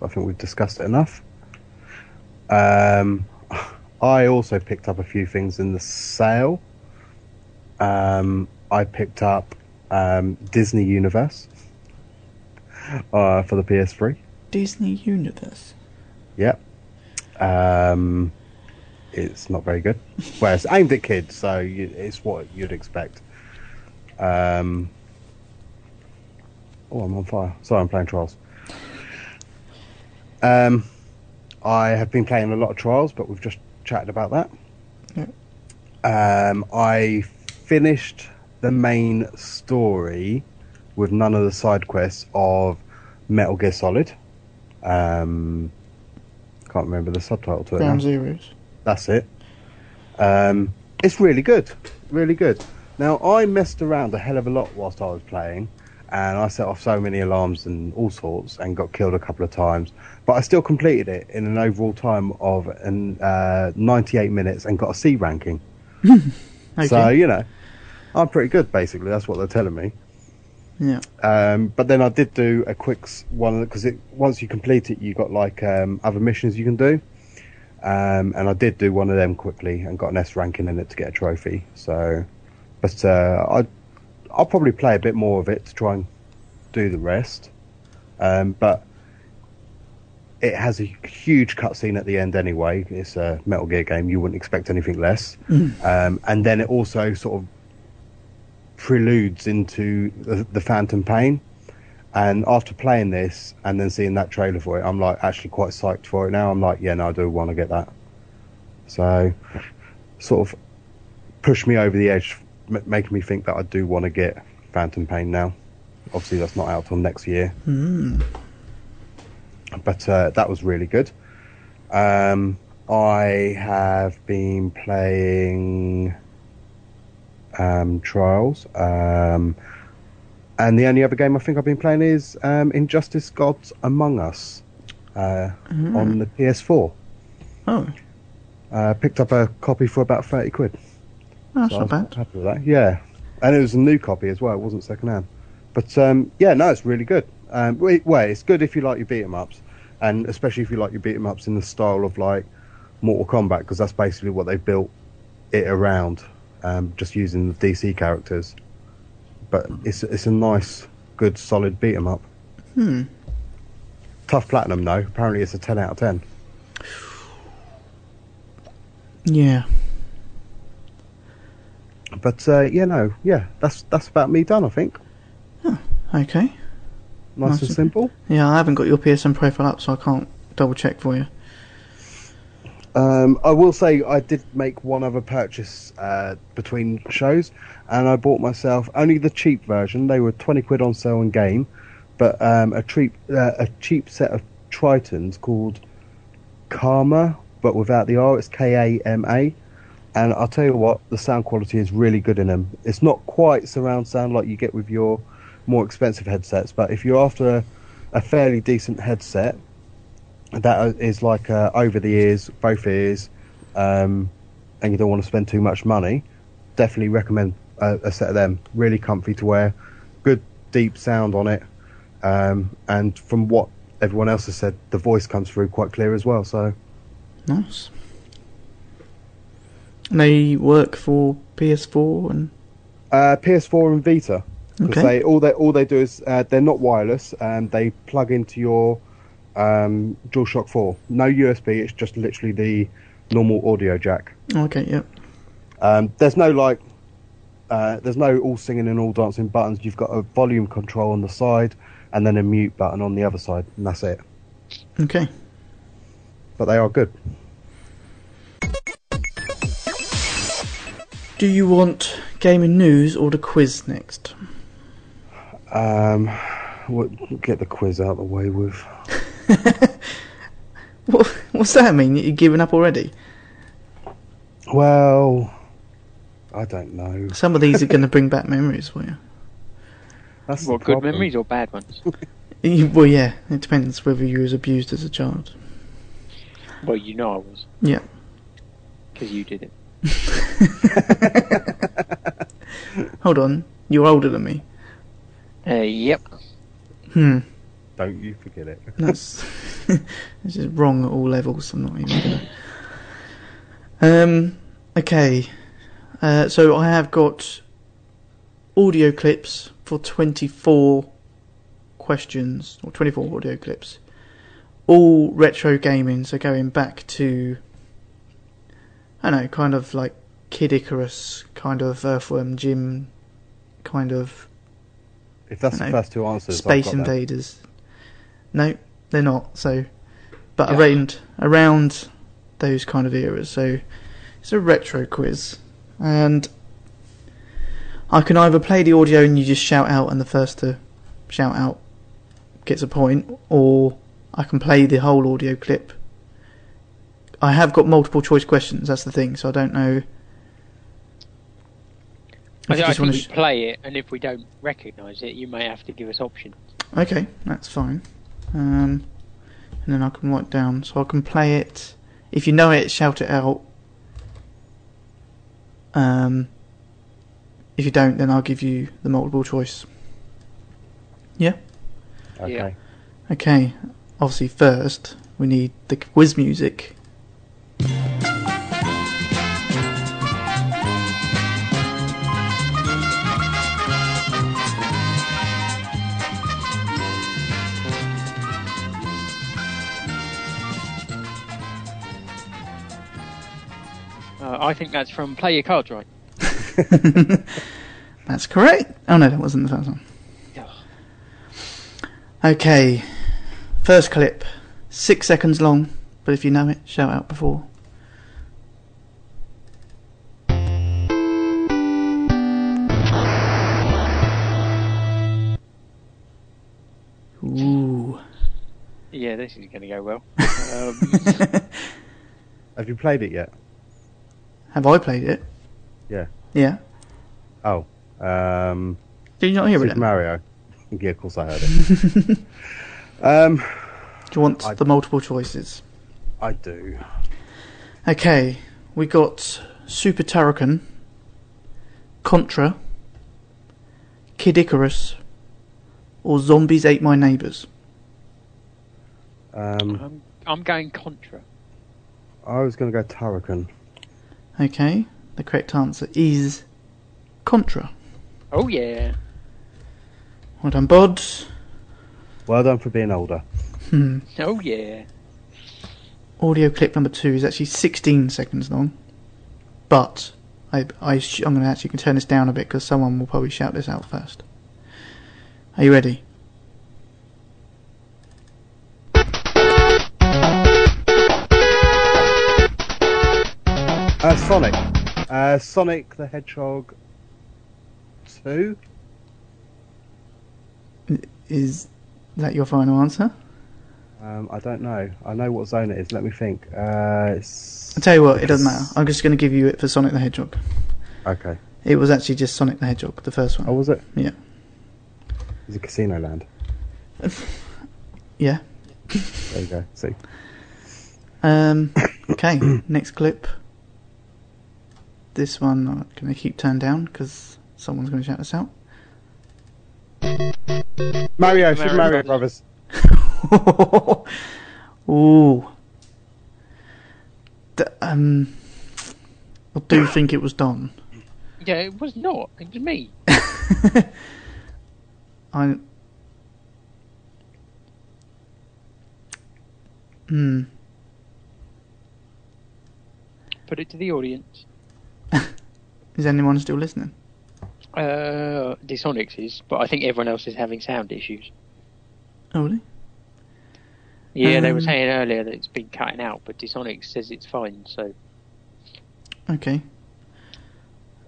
[SPEAKER 5] I think we've discussed it enough. Um, I also picked up a few things in the sale. Um, I picked up um, Disney Universe uh, for the PS3.
[SPEAKER 3] Disney Universe.
[SPEAKER 5] Yep. Um, it's not very good. Well, it's aimed at kids, so you, it's what you'd expect. Um, oh, I'm on fire. Sorry, I'm playing Trials. Um, I have been playing a lot of Trials, but we've just chatted about that. Um, I finished the main story with none of the side quests of Metal Gear Solid. Um, can't remember the subtitle to it. now.
[SPEAKER 3] Ground Zeroes.
[SPEAKER 5] That's it. Um, it's really good, really good. Now I messed around a hell of a lot whilst I was playing, and I set off so many alarms and all sorts, and got killed a couple of times. But I still completed it in an overall time of an, uh, 98 minutes and got a C ranking.
[SPEAKER 3] Okay.
[SPEAKER 5] So you know, I'm pretty good. Basically, that's what they're telling me.
[SPEAKER 3] yeah.
[SPEAKER 5] Um, but then I did do a quick s- one because it once you complete it, you got like um, other missions you can do. Um, and I did do one of them quickly and got an S ranking in it to get a trophy. So, but uh, I I'll probably play a bit more of it to try and do the rest. Um, but it has a huge cutscene at the end anyway. It's a Metal Gear game; you wouldn't expect anything less. Um, and then it also sort of preludes into the, the Phantom Pain. And after playing this and then seeing that trailer for it, I'm like actually quite psyched for it now. I'm like, yeah, no, I do want to get that. So, sort of pushed me over the edge, m- making me think that I do want to get Phantom Pain now. Obviously, that's not out till next year.
[SPEAKER 3] Hmm.
[SPEAKER 5] But uh, that was really good. Um, I have been playing um, Trials. Um, and the only other game I think I've been playing is um, Injustice Gods Among Us uh, on the PS4.
[SPEAKER 3] Oh,
[SPEAKER 5] Uh, picked up a copy for about 30 quid.
[SPEAKER 3] that's
[SPEAKER 5] So
[SPEAKER 3] not
[SPEAKER 5] I was
[SPEAKER 3] bad.
[SPEAKER 5] quite Happy with that. Yeah, and it was a new copy as well. It wasn't second hand. But um, yeah, no, it's really good. Um, wait, wait, it's good if you like your beat 'em ups, and especially if you like your beat 'em ups in the style of like Mortal Kombat, because that's basically what they built it around, um, just using the DC characters. But it's it's a nice, good, solid beat 'em up.
[SPEAKER 3] Hmm.
[SPEAKER 5] Tough platinum though. Apparently, it's a ten out of ten.
[SPEAKER 3] Yeah.
[SPEAKER 5] But uh, yeah, no, yeah, that's that's about me done. I think
[SPEAKER 3] Okay.
[SPEAKER 5] nice,
[SPEAKER 3] Nice.
[SPEAKER 5] and simple.
[SPEAKER 3] Yeah, I haven't got your PSN profile up, so I can't double check for you.
[SPEAKER 5] Um, I will say I did make one other purchase uh, between shows, and I bought myself only the cheap version. They were twenty quid on sale in game, but um, a cheap uh, a cheap set of Tritons called Karma, but without the R. It's K A M A, and I'll tell you what, the sound quality is really good in them. It's not quite surround sound like you get with your more expensive headsets, but if you're after a, a fairly decent headset, that is like uh, over the ears, both ears, um, and you don't want to spend too much money, definitely recommend a, a set of them. Really comfy to wear, good deep sound on it, um, and from what everyone else has said, the voice comes through quite clear as well. So
[SPEAKER 3] Nice. And they work for PS4 and
[SPEAKER 5] uh, PS4 and Vita, because
[SPEAKER 3] Okay.
[SPEAKER 5] they all they all they do is uh, they're not wireless, and they plug into your um, DualShock 4. No USB, it's just literally the normal audio jack.
[SPEAKER 3] okay, yep.
[SPEAKER 5] Um, there's no like, uh, there's no all singing and all dancing buttons. You've got a volume control on the side, and then a mute button on the other side, and that's it.
[SPEAKER 3] Okay.
[SPEAKER 5] But they are good.
[SPEAKER 3] Do you want gaming news or the quiz next? [laughs]
[SPEAKER 5] Um, what, get the quiz out of the way with.
[SPEAKER 3] What, what's that mean? You're giving up already?
[SPEAKER 5] Well, I don't know.
[SPEAKER 3] Some of these are going to bring back memories for you. [laughs]
[SPEAKER 5] That's the
[SPEAKER 4] What, good
[SPEAKER 5] problem.
[SPEAKER 4] memories or bad ones?
[SPEAKER 3] You- Well, yeah, it depends whether you was abused as a child. [laughs]
[SPEAKER 4] well, you know I was.
[SPEAKER 3] Yeah.
[SPEAKER 4] Because you did it.
[SPEAKER 3] Hold on, you're older than me.
[SPEAKER 4] Uh, yep.
[SPEAKER 3] Hmm,
[SPEAKER 5] [laughs] Don't you forget it.
[SPEAKER 3] that's [laughs] this is wrong at all levels. I'm not even gonna. Um, okay, uh, so I have got audio clips for 24 questions or 24 audio clips, all retro gaming. So going back to, I don't know, kind of like Kid Icarus, kind of Earthworm Jim, kind of
[SPEAKER 5] If that's the
[SPEAKER 3] No.
[SPEAKER 5] first two answers,
[SPEAKER 3] Space
[SPEAKER 5] I've got that.
[SPEAKER 3] Invaders. No, they're not. So, but
[SPEAKER 4] Yeah.
[SPEAKER 3] around around those kind of eras. So, it's a retro quiz, and I can either play the audio and you just shout out, and the first to shout out gets a point, or I can play the whole audio clip. I have got multiple choice questions. That's the thing. So I don't know.
[SPEAKER 4] I,
[SPEAKER 3] if you
[SPEAKER 4] I
[SPEAKER 3] just
[SPEAKER 4] think
[SPEAKER 3] wanna
[SPEAKER 4] we
[SPEAKER 3] sh-
[SPEAKER 4] play it, and if we don't recognise it, you may have to give us options.
[SPEAKER 3] Okay, that's fine. Um, and then I can write down, so I can play it. If you know it, shout it out. Um, if you don't, then I'll give you the multiple choice.
[SPEAKER 4] Yeah.
[SPEAKER 5] Okay.
[SPEAKER 3] Okay, obviously first we need the quiz music. [laughs]
[SPEAKER 4] Uh, I think that's from Play Your Cards Right.
[SPEAKER 3] That's correct. Oh no, that wasn't the first one.
[SPEAKER 4] Yeah.
[SPEAKER 3] Okay, first clip, six seconds long, but if you know it, shout out before. Ooh.
[SPEAKER 4] Yeah, this is going to go well. Um,
[SPEAKER 5] Have you played it yet?
[SPEAKER 3] [laughs] Have I played it?
[SPEAKER 5] Yeah.
[SPEAKER 3] Yeah.
[SPEAKER 5] Oh, um,
[SPEAKER 3] Did you not hear it?
[SPEAKER 5] Super
[SPEAKER 3] then?
[SPEAKER 5] Mario. [laughs] Yeah, of course I heard it.
[SPEAKER 3] [laughs]
[SPEAKER 5] um,
[SPEAKER 3] Do you want
[SPEAKER 5] I-
[SPEAKER 3] the multiple choices?
[SPEAKER 5] I do.
[SPEAKER 3] Okay, we got Super Turrican, Contra, Kid Icarus, or Zombies Ate My Neighbours.
[SPEAKER 5] Um,
[SPEAKER 4] I'm, I'm going Contra.
[SPEAKER 5] I was going to go Turrican.
[SPEAKER 3] Okay, the correct answer is Contra.
[SPEAKER 4] Oh, yeah.
[SPEAKER 3] Well done, Bod.
[SPEAKER 5] Well done for being older.
[SPEAKER 3] Hmm.
[SPEAKER 4] Oh, yeah.
[SPEAKER 3] Audio clip number two is actually 16 seconds long, but I, I sh- I'm going to actually turn this down a bit because someone will probably shout this out first. Are you ready?
[SPEAKER 5] Uh, Sonic. Uh, Sonic the Hedgehog 2?
[SPEAKER 3] Is that your final answer?
[SPEAKER 5] Um, I don't know. I know what zone it is. Let me think. Uh, it's...
[SPEAKER 3] I tell you what, it doesn't matter. I'm just going to give you it for Sonic the Hedgehog.
[SPEAKER 5] Okay.
[SPEAKER 3] It was actually just Sonic the Hedgehog, the first
[SPEAKER 5] Oh,
[SPEAKER 3] one.
[SPEAKER 5] was it?
[SPEAKER 3] Yeah.
[SPEAKER 5] It's a casino land.
[SPEAKER 3] Yeah.
[SPEAKER 5] There you go. See? [coughs]
[SPEAKER 3] Um, okay, next clip. This one I'm going to keep turned down because someone's going to shout us out. [laughs]
[SPEAKER 5] Mario, Super
[SPEAKER 4] Mario
[SPEAKER 5] Mario Brothers.
[SPEAKER 3] Ooh. D- um, I do think it was Don. [laughs]
[SPEAKER 4] Yeah, it was not. It was me.
[SPEAKER 3] I. Hmm.
[SPEAKER 4] Put it to the audience.
[SPEAKER 3] Is anyone still listening?
[SPEAKER 4] Uh, Disonics is, but I think everyone else is having sound issues.
[SPEAKER 3] Oh, really?
[SPEAKER 4] Yeah, they were
[SPEAKER 3] Um.
[SPEAKER 4] saying earlier that it's been cutting out, but Disonics says it's fine, so
[SPEAKER 3] Okay.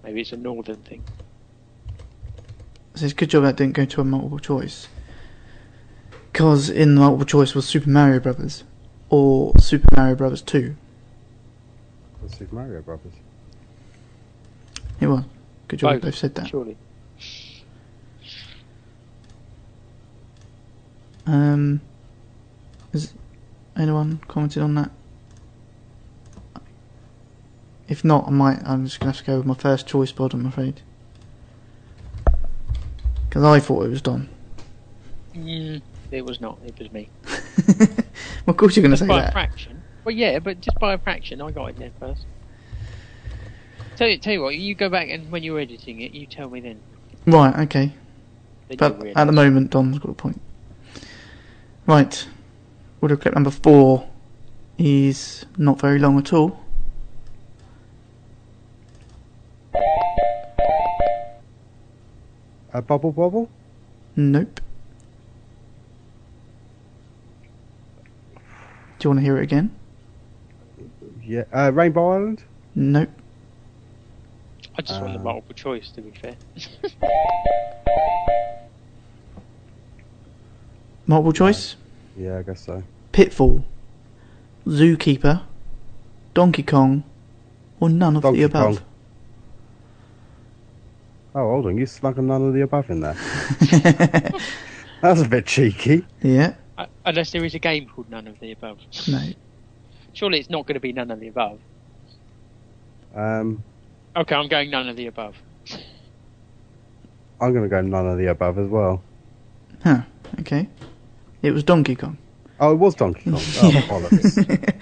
[SPEAKER 4] Maybe it's a northern thing.
[SPEAKER 3] So it's a good job that didn't go to a multiple choice. Because in the multiple choice was Super Mario Brothers or Super Mario Brothers 2.
[SPEAKER 5] That's Super Mario Brothers.
[SPEAKER 3] It was. Good job we
[SPEAKER 4] Both.
[SPEAKER 3] both said that.
[SPEAKER 4] Surely.
[SPEAKER 3] Um, has anyone commented on that? If not, I might. I'm just gonna have to go with my first choice bod. I'm afraid, because I thought it was Don.
[SPEAKER 4] Mm, it was not. It was me.
[SPEAKER 3] [laughs] well, of course you're gonna
[SPEAKER 4] Just
[SPEAKER 3] say
[SPEAKER 4] by a
[SPEAKER 3] that.
[SPEAKER 4] fraction. Well, yeah, but just by a fraction, I got it there first. Tell you, tell you what, you go back and when you're editing it, you tell me then.
[SPEAKER 3] Right. Okay.
[SPEAKER 4] Then
[SPEAKER 3] But
[SPEAKER 4] you'll realise.
[SPEAKER 3] at the moment, Don's got a point. Right. Audio clip number four is not very long at all.
[SPEAKER 5] A Uh, bubble bobble?
[SPEAKER 3] Nope. Do you want to hear it again?
[SPEAKER 5] Yeah. Uh, Rainbow Island?
[SPEAKER 3] Nope.
[SPEAKER 4] I just want the
[SPEAKER 5] Uh,
[SPEAKER 4] multiple choice, to be fair.
[SPEAKER 3] Multiple choice?
[SPEAKER 5] Yeah, I guess so.
[SPEAKER 3] Pitfall, Zookeeper, Donkey Kong, or none of
[SPEAKER 5] Donkey
[SPEAKER 3] the above.
[SPEAKER 5] Kong. Oh, hold on. You smuggled none of the above in there. That's a bit cheeky.
[SPEAKER 3] [laughs] yeah,
[SPEAKER 4] Uh, Unless there is a game called None of the Above.
[SPEAKER 3] no.
[SPEAKER 4] Surely it's not going to be None of the Above.
[SPEAKER 5] Um,
[SPEAKER 4] Okay, I'm going None of the Above.
[SPEAKER 5] I'm going to go none of the above as well.
[SPEAKER 3] Huh, okay. It was Donkey Kong.
[SPEAKER 5] Oh, it was
[SPEAKER 3] [laughs]
[SPEAKER 5] Donkey Kong. Oh,
[SPEAKER 3] Yeah.
[SPEAKER 5] bollocks.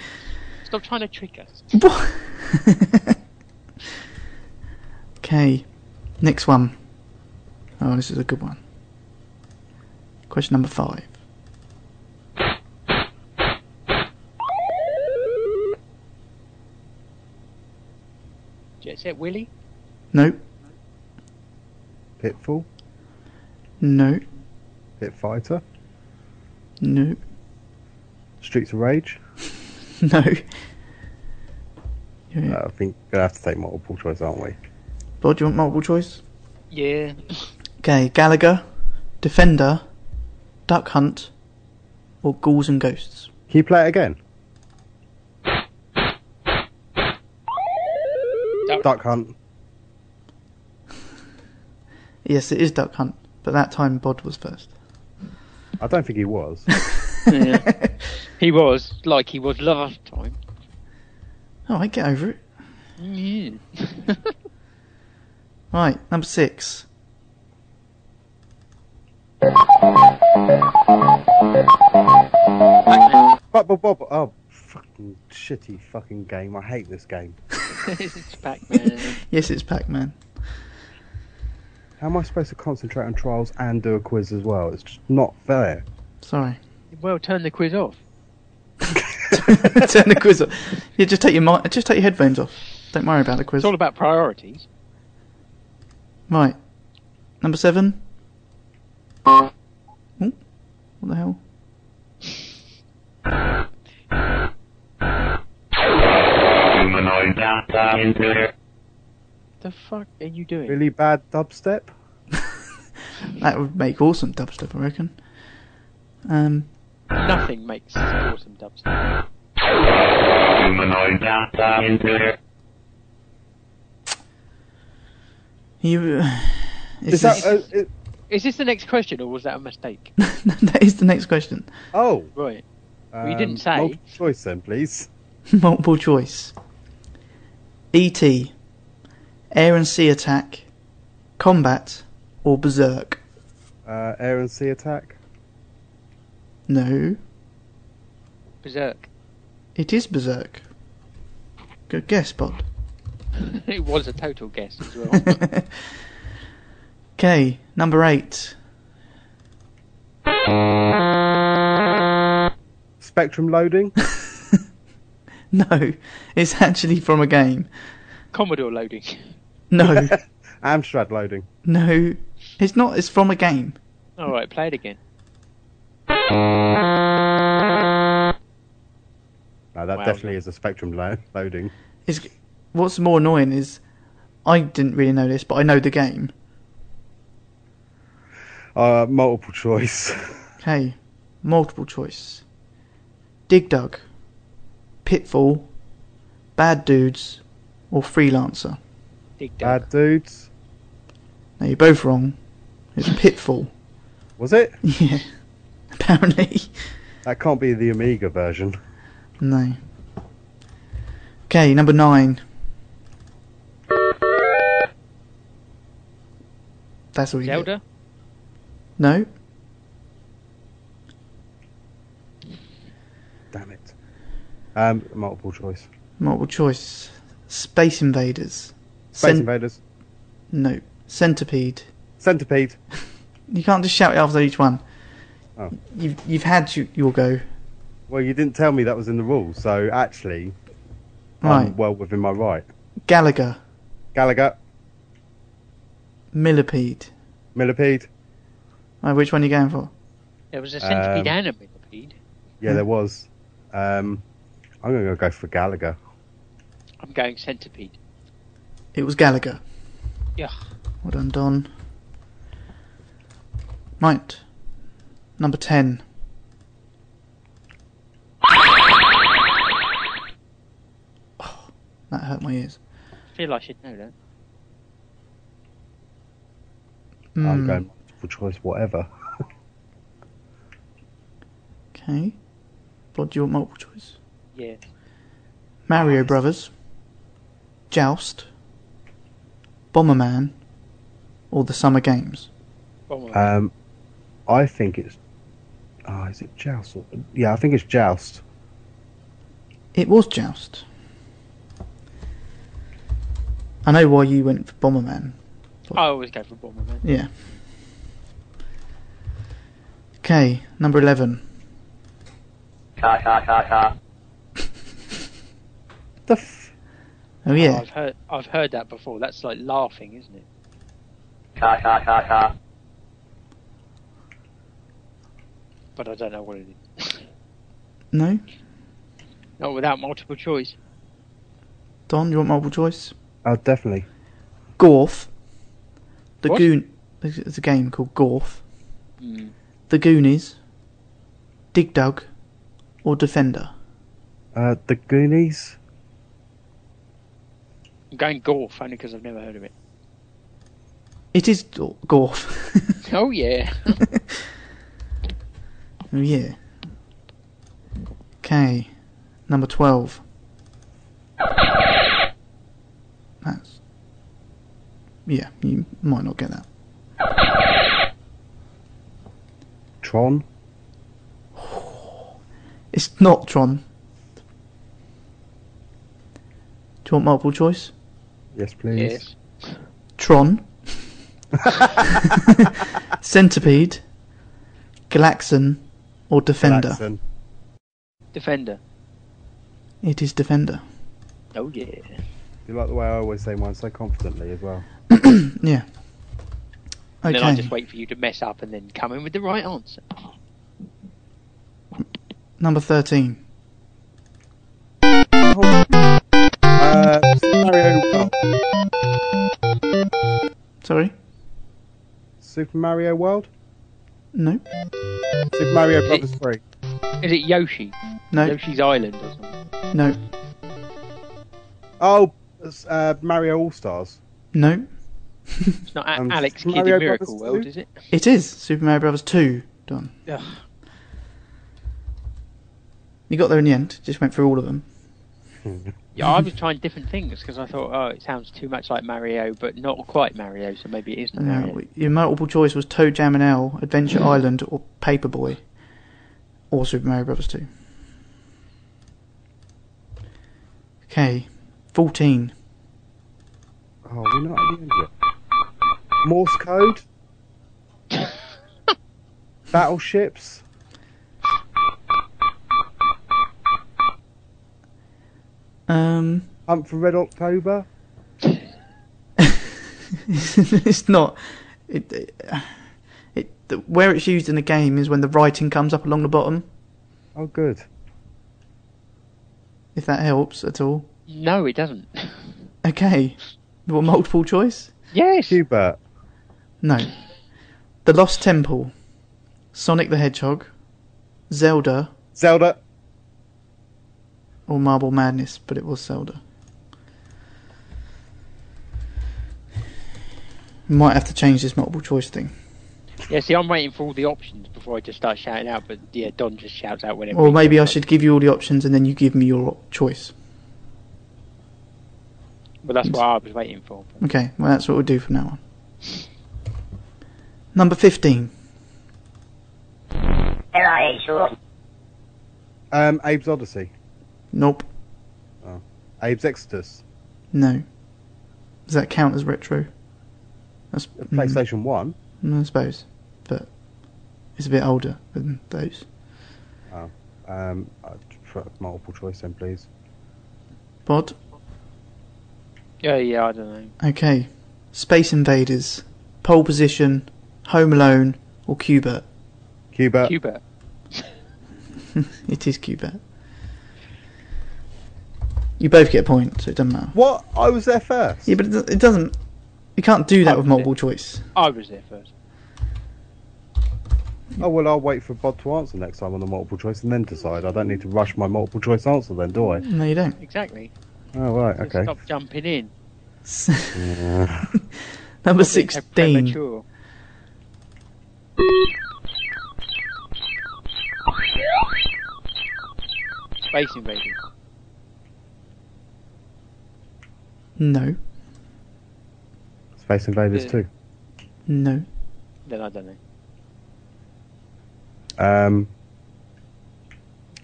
[SPEAKER 4] Stop trying to trick us.
[SPEAKER 3] okay, next one. Oh, this is a good one. Question number five.
[SPEAKER 4] Jet Set Willy?
[SPEAKER 3] Nope,
[SPEAKER 5] Pitfall?
[SPEAKER 3] no,
[SPEAKER 5] Pit Fighter?
[SPEAKER 3] no, [laughs]
[SPEAKER 5] Streets of Rage?
[SPEAKER 3] no. Yeah.
[SPEAKER 5] Uh, I think we're going to have to take multiple choice, aren't we?
[SPEAKER 3] Bod, do you want multiple choice?
[SPEAKER 4] Yeah.
[SPEAKER 3] Okay, Gallagher, Defender, Duck Hunt, or Ghouls and Ghosts.
[SPEAKER 5] Can you play it again?
[SPEAKER 4] Duck-
[SPEAKER 5] Duck Hunt.
[SPEAKER 3] Yes, it is Duck Hunt, but that time Bod was first.
[SPEAKER 5] I don't think he was. [laughs]
[SPEAKER 4] Yeah. He was, like he was last time.
[SPEAKER 3] [laughs] All right, get over it.
[SPEAKER 4] Mm.
[SPEAKER 3] Right, number six.
[SPEAKER 5] Bubble Bobble. Oh, fucking shitty fucking game. I hate this game.
[SPEAKER 4] [laughs] it's Pac-Man.
[SPEAKER 3] [laughs] Yes, it's Pac-Man.
[SPEAKER 5] How am I supposed to concentrate on trials and do a quiz as well? It's just not fair.
[SPEAKER 3] Sorry.
[SPEAKER 4] Well, turn the quiz off.
[SPEAKER 3] [laughs] [laughs] Turn the quiz off. Yeah, just take your mi- just take your headphones off. Don't worry about the quiz.
[SPEAKER 4] It's all about priorities.
[SPEAKER 3] Right, number seven. Oh, what the hell?
[SPEAKER 2] Humanoid data intruder.
[SPEAKER 4] The fuck are you doing?
[SPEAKER 5] Really bad dubstep?
[SPEAKER 3] That would make awesome dubstep, I reckon. Um,
[SPEAKER 4] Nothing makes awesome dubstep.
[SPEAKER 2] Humanoid data intruder.
[SPEAKER 3] [sighs] you.
[SPEAKER 5] Is
[SPEAKER 3] It's
[SPEAKER 5] that.
[SPEAKER 3] just-
[SPEAKER 5] Uh, it-
[SPEAKER 4] Is this the next question, or was that a mistake?
[SPEAKER 3] [laughs] that is the next question. [laughs]
[SPEAKER 5] oh!
[SPEAKER 4] Right.
[SPEAKER 5] Um,
[SPEAKER 4] you didn't say.
[SPEAKER 5] multiple choice then, please.
[SPEAKER 3] Multiple choice. E.T. Air and Sea Attack, Combat, or Berserk?
[SPEAKER 5] Uh, air and sea attack?
[SPEAKER 3] No,
[SPEAKER 4] Berserk. [laughs]
[SPEAKER 3] it is Berserk. Good guess, Bod.
[SPEAKER 4] it was a total guess as well.
[SPEAKER 3] [laughs] okay, number eight. [laughs]
[SPEAKER 5] Spectrum
[SPEAKER 4] [laughs]
[SPEAKER 5] loading?
[SPEAKER 3] No, it's actually from a game.
[SPEAKER 4] Commodore loading.
[SPEAKER 3] No,
[SPEAKER 5] Amstrad loading.
[SPEAKER 3] no, it's not. It's from a game.
[SPEAKER 4] All right, play it again.
[SPEAKER 5] No, that
[SPEAKER 4] Wow.
[SPEAKER 5] definitely is a spectrum lo- loading.
[SPEAKER 3] It's, what's more annoying is I didn't really know this, but I know the game.
[SPEAKER 5] Uh, multiple
[SPEAKER 4] [laughs]
[SPEAKER 5] choice.
[SPEAKER 3] Okay, multiple choice. Dig Dug, Pitfall, Bad Dudes, or Freelancer.
[SPEAKER 4] Dig dug.
[SPEAKER 5] Bad dudes.
[SPEAKER 3] Now you're both wrong. It's Pitfall. [laughs]
[SPEAKER 5] Was it?
[SPEAKER 3] yeah, apparently.
[SPEAKER 5] That can't be the Amiga version.
[SPEAKER 3] No. Okay, number nine. That's all you get.
[SPEAKER 4] Zelda.
[SPEAKER 3] No,
[SPEAKER 5] Damn it. Um, multiple choice.
[SPEAKER 3] multiple choice. Space Invaders.
[SPEAKER 5] Space
[SPEAKER 3] Cen-
[SPEAKER 5] Invaders.
[SPEAKER 3] No, Centipede.
[SPEAKER 5] Centipede.
[SPEAKER 3] You can't just shout it after each one.
[SPEAKER 5] Oh.
[SPEAKER 3] You've you've had you, your go.
[SPEAKER 5] Well, you didn't tell me that was in the rules, so actually,
[SPEAKER 3] Right,
[SPEAKER 5] I'm well within my right.
[SPEAKER 3] Gallagher,
[SPEAKER 5] Gallagher,
[SPEAKER 3] Millipede.
[SPEAKER 5] Millipede.
[SPEAKER 3] Right, which one are you going for?
[SPEAKER 4] There was a centipede
[SPEAKER 5] Um,
[SPEAKER 4] and a millipede.
[SPEAKER 3] Hmm.
[SPEAKER 5] Yeah, there was. Um, I'm going to go for Gallagher.
[SPEAKER 4] I'm going centipede.
[SPEAKER 3] It was Gallagher.
[SPEAKER 4] Yeah.
[SPEAKER 3] Well done, Don. Right, number ten. Oh, that hurt my ears.
[SPEAKER 4] I feel I should know that.
[SPEAKER 5] I'm
[SPEAKER 3] Hmm,
[SPEAKER 5] going multiple choice, whatever.
[SPEAKER 3] Okay. What do you want multiple choice?
[SPEAKER 4] Yeah.
[SPEAKER 3] Mario Brothers, Joust, Bomberman, or the Summer Games.
[SPEAKER 4] Bomberman.
[SPEAKER 5] Um, I think it's. Oh, is it Joust? or- Yeah, I think it's Joust.
[SPEAKER 3] It was Joust. I know why you went for Bomberman.
[SPEAKER 4] I always go for Bomberman.
[SPEAKER 3] Yeah. Okay, number 11.
[SPEAKER 2] Ha ha ha ha.
[SPEAKER 5] The f-
[SPEAKER 3] Oh, yeah.
[SPEAKER 4] I've heard I've heard that before. That's like laughing, isn't it?
[SPEAKER 2] Ha ha ha ha.
[SPEAKER 4] But I don't know what it is.
[SPEAKER 3] No?
[SPEAKER 4] Not without multiple choice.
[SPEAKER 3] Don, you want multiple choice?
[SPEAKER 5] oh, definitely.
[SPEAKER 3] Gorf. The
[SPEAKER 4] What?
[SPEAKER 3] Goon. There's there's a game called Gorf.
[SPEAKER 4] Mm.
[SPEAKER 3] The Goonies. Dig Dug. Or Defender.
[SPEAKER 5] Uh, the Goonies.
[SPEAKER 4] I'm going golf only because I've never heard of it.
[SPEAKER 3] It is Gor- Gorf. [laughs]
[SPEAKER 4] Oh yeah.
[SPEAKER 3] Oh yeah. Okay, number twelve. That's yeah. You might not get that.
[SPEAKER 5] Tron.
[SPEAKER 3] It's not Tron. Do you want multiple choice?
[SPEAKER 5] Yes, please.
[SPEAKER 4] yes.
[SPEAKER 3] Tron. Centipede. Galaxon, or Defender.
[SPEAKER 5] Relaxing.
[SPEAKER 4] Defender.
[SPEAKER 3] It is Defender.
[SPEAKER 4] Oh yeah.
[SPEAKER 5] You like the way I always say mine so confidently as well.
[SPEAKER 3] Yeah.
[SPEAKER 4] And then I
[SPEAKER 3] Okay.
[SPEAKER 4] just wait for you to mess up and then come in with the right answer.
[SPEAKER 3] Number thirteen.
[SPEAKER 5] Uh, Mario, oh,
[SPEAKER 3] Sorry.
[SPEAKER 5] Super Mario World?
[SPEAKER 3] No.
[SPEAKER 5] Super Mario Brothers 3.
[SPEAKER 4] Is it Yoshi?
[SPEAKER 3] No.
[SPEAKER 4] Yoshi's Island or something?
[SPEAKER 3] No.
[SPEAKER 5] Oh, it's, uh, Mario All Stars.
[SPEAKER 3] No.
[SPEAKER 4] It's not A-
[SPEAKER 5] Um,
[SPEAKER 4] Alex Kidd
[SPEAKER 5] Mario
[SPEAKER 4] in Miracle
[SPEAKER 5] Brothers
[SPEAKER 4] World,
[SPEAKER 5] two?
[SPEAKER 4] is it?
[SPEAKER 3] It is Super Mario Brothers 2, Don.
[SPEAKER 4] Yeah.
[SPEAKER 3] You got there in the end. Just went through all of them.
[SPEAKER 4] Yeah, I was trying different things because I thought, oh, it sounds too much like Mario, but not quite Mario, so maybe it isn't
[SPEAKER 3] Now,
[SPEAKER 4] Mario.
[SPEAKER 3] your multiple Uh, choice was Toe Jam and L, Adventure Island, or Paperboy, or Super Mario Brothers 2. Okay, 14.
[SPEAKER 5] Oh, we're not at the end yet. Morse [laughs] code? Battleships?
[SPEAKER 3] Um, [laughs]
[SPEAKER 5] Hunt for Red October?
[SPEAKER 3] it's not. It, it, uh, it, the- where it's used in the game is when the writing comes up along the bottom,
[SPEAKER 5] Oh, good.
[SPEAKER 3] if that helps at all.
[SPEAKER 4] No, it doesn't. [laughs]
[SPEAKER 3] Okay. What, multiple choice?
[SPEAKER 4] Yes.
[SPEAKER 5] Hubert.
[SPEAKER 3] No. The Lost Temple, Sonic the Hedgehog, Zelda,
[SPEAKER 5] Zelda.
[SPEAKER 3] or Marble Madness, but it was Zelda. Might have to change this multiple choice thing.
[SPEAKER 4] Yeah, see, I'm waiting for all the options before I just start shouting out, but yeah, Don just shouts out whenever.
[SPEAKER 3] Or
[SPEAKER 4] he
[SPEAKER 3] maybe I
[SPEAKER 4] comes up.
[SPEAKER 3] should give you all the options and then you give me your op- choice.
[SPEAKER 4] Well, that's what I was waiting for.
[SPEAKER 3] Okay, well, that's what we'll do from now on. Number 15.
[SPEAKER 5] Um, Abe's Odyssey.
[SPEAKER 3] Nope.
[SPEAKER 5] Abe's Exodus.
[SPEAKER 3] No. Does that count as retro? That's, mm,
[SPEAKER 5] PlayStation 1.
[SPEAKER 3] I suppose. But it's a bit older than those.
[SPEAKER 5] Um, I'd prefer multiple choice then, please.
[SPEAKER 3] Bod?
[SPEAKER 4] Yeah, yeah, I don't know.
[SPEAKER 3] Okay. Space Invaders. Pole Position. Home Alone. Or Cubert.
[SPEAKER 5] Hubert.
[SPEAKER 4] Hubert.
[SPEAKER 3] It is Cubert. You both get a point, so it doesn't matter.
[SPEAKER 5] What? I was there first.
[SPEAKER 3] Yeah, but it do- it doesn't. You can't do that with multiple choice.
[SPEAKER 4] I was there first.
[SPEAKER 5] Oh, well, I'll wait for Bod to answer next time on the multiple choice and then decide. I don't need to rush my multiple choice answer then, do I?
[SPEAKER 3] No, you don't. [laughs]
[SPEAKER 4] Exactly.
[SPEAKER 5] Oh, right,
[SPEAKER 4] So
[SPEAKER 5] okay.
[SPEAKER 4] Stop jumping in.
[SPEAKER 3] Number
[SPEAKER 4] Don't be so
[SPEAKER 3] 16.
[SPEAKER 4] premature. Space Invaders.
[SPEAKER 3] No.
[SPEAKER 5] Space Invaders
[SPEAKER 4] Yeah.
[SPEAKER 5] 2.
[SPEAKER 3] No.
[SPEAKER 4] Then I don't know.
[SPEAKER 5] Um,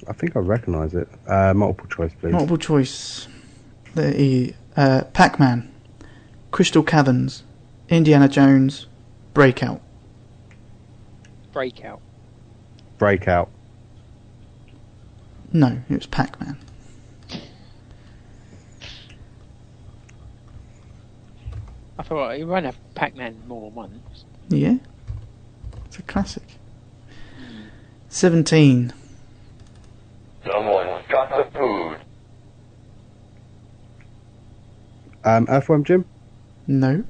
[SPEAKER 5] I think I recognise it. Uh, multiple choice, please.
[SPEAKER 3] Multiple choice. The uh, Pac-Man, Crystal Caverns, Indiana Jones, Breakout.
[SPEAKER 4] Breakout.
[SPEAKER 5] Breakout.
[SPEAKER 3] No, it was Pac-Man.
[SPEAKER 4] I thought you won't have Pac-Man more than once.
[SPEAKER 3] Yeah, it's a classic. Seventeen.
[SPEAKER 2] Someone's got the food.
[SPEAKER 5] Um, Earthworm Jim.
[SPEAKER 3] No,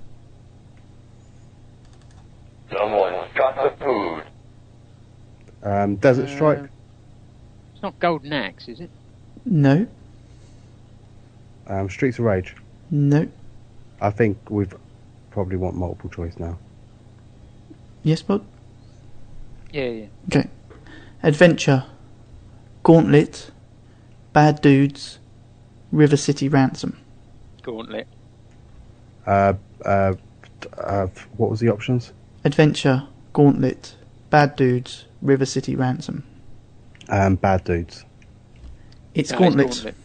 [SPEAKER 2] Someone's got the food.
[SPEAKER 5] Um, Desert
[SPEAKER 4] Uh,
[SPEAKER 5] Strike.
[SPEAKER 4] It's not Golden Axe, is it?
[SPEAKER 3] no,
[SPEAKER 5] Um, Streets of Rage.
[SPEAKER 3] no.
[SPEAKER 5] I think we've probably want multiple choice now.
[SPEAKER 3] Yes, Bod.
[SPEAKER 4] Yeah, yeah.
[SPEAKER 3] Adventure, Gauntlet, Bad Dudes, River City Ransom.
[SPEAKER 4] Gauntlet.
[SPEAKER 5] Uh, uh, uh, what was the options?
[SPEAKER 3] Adventure, Gauntlet, Bad Dudes, River City Ransom.
[SPEAKER 5] Um, Bad Dudes.
[SPEAKER 3] It's
[SPEAKER 4] No,
[SPEAKER 3] Gauntlet.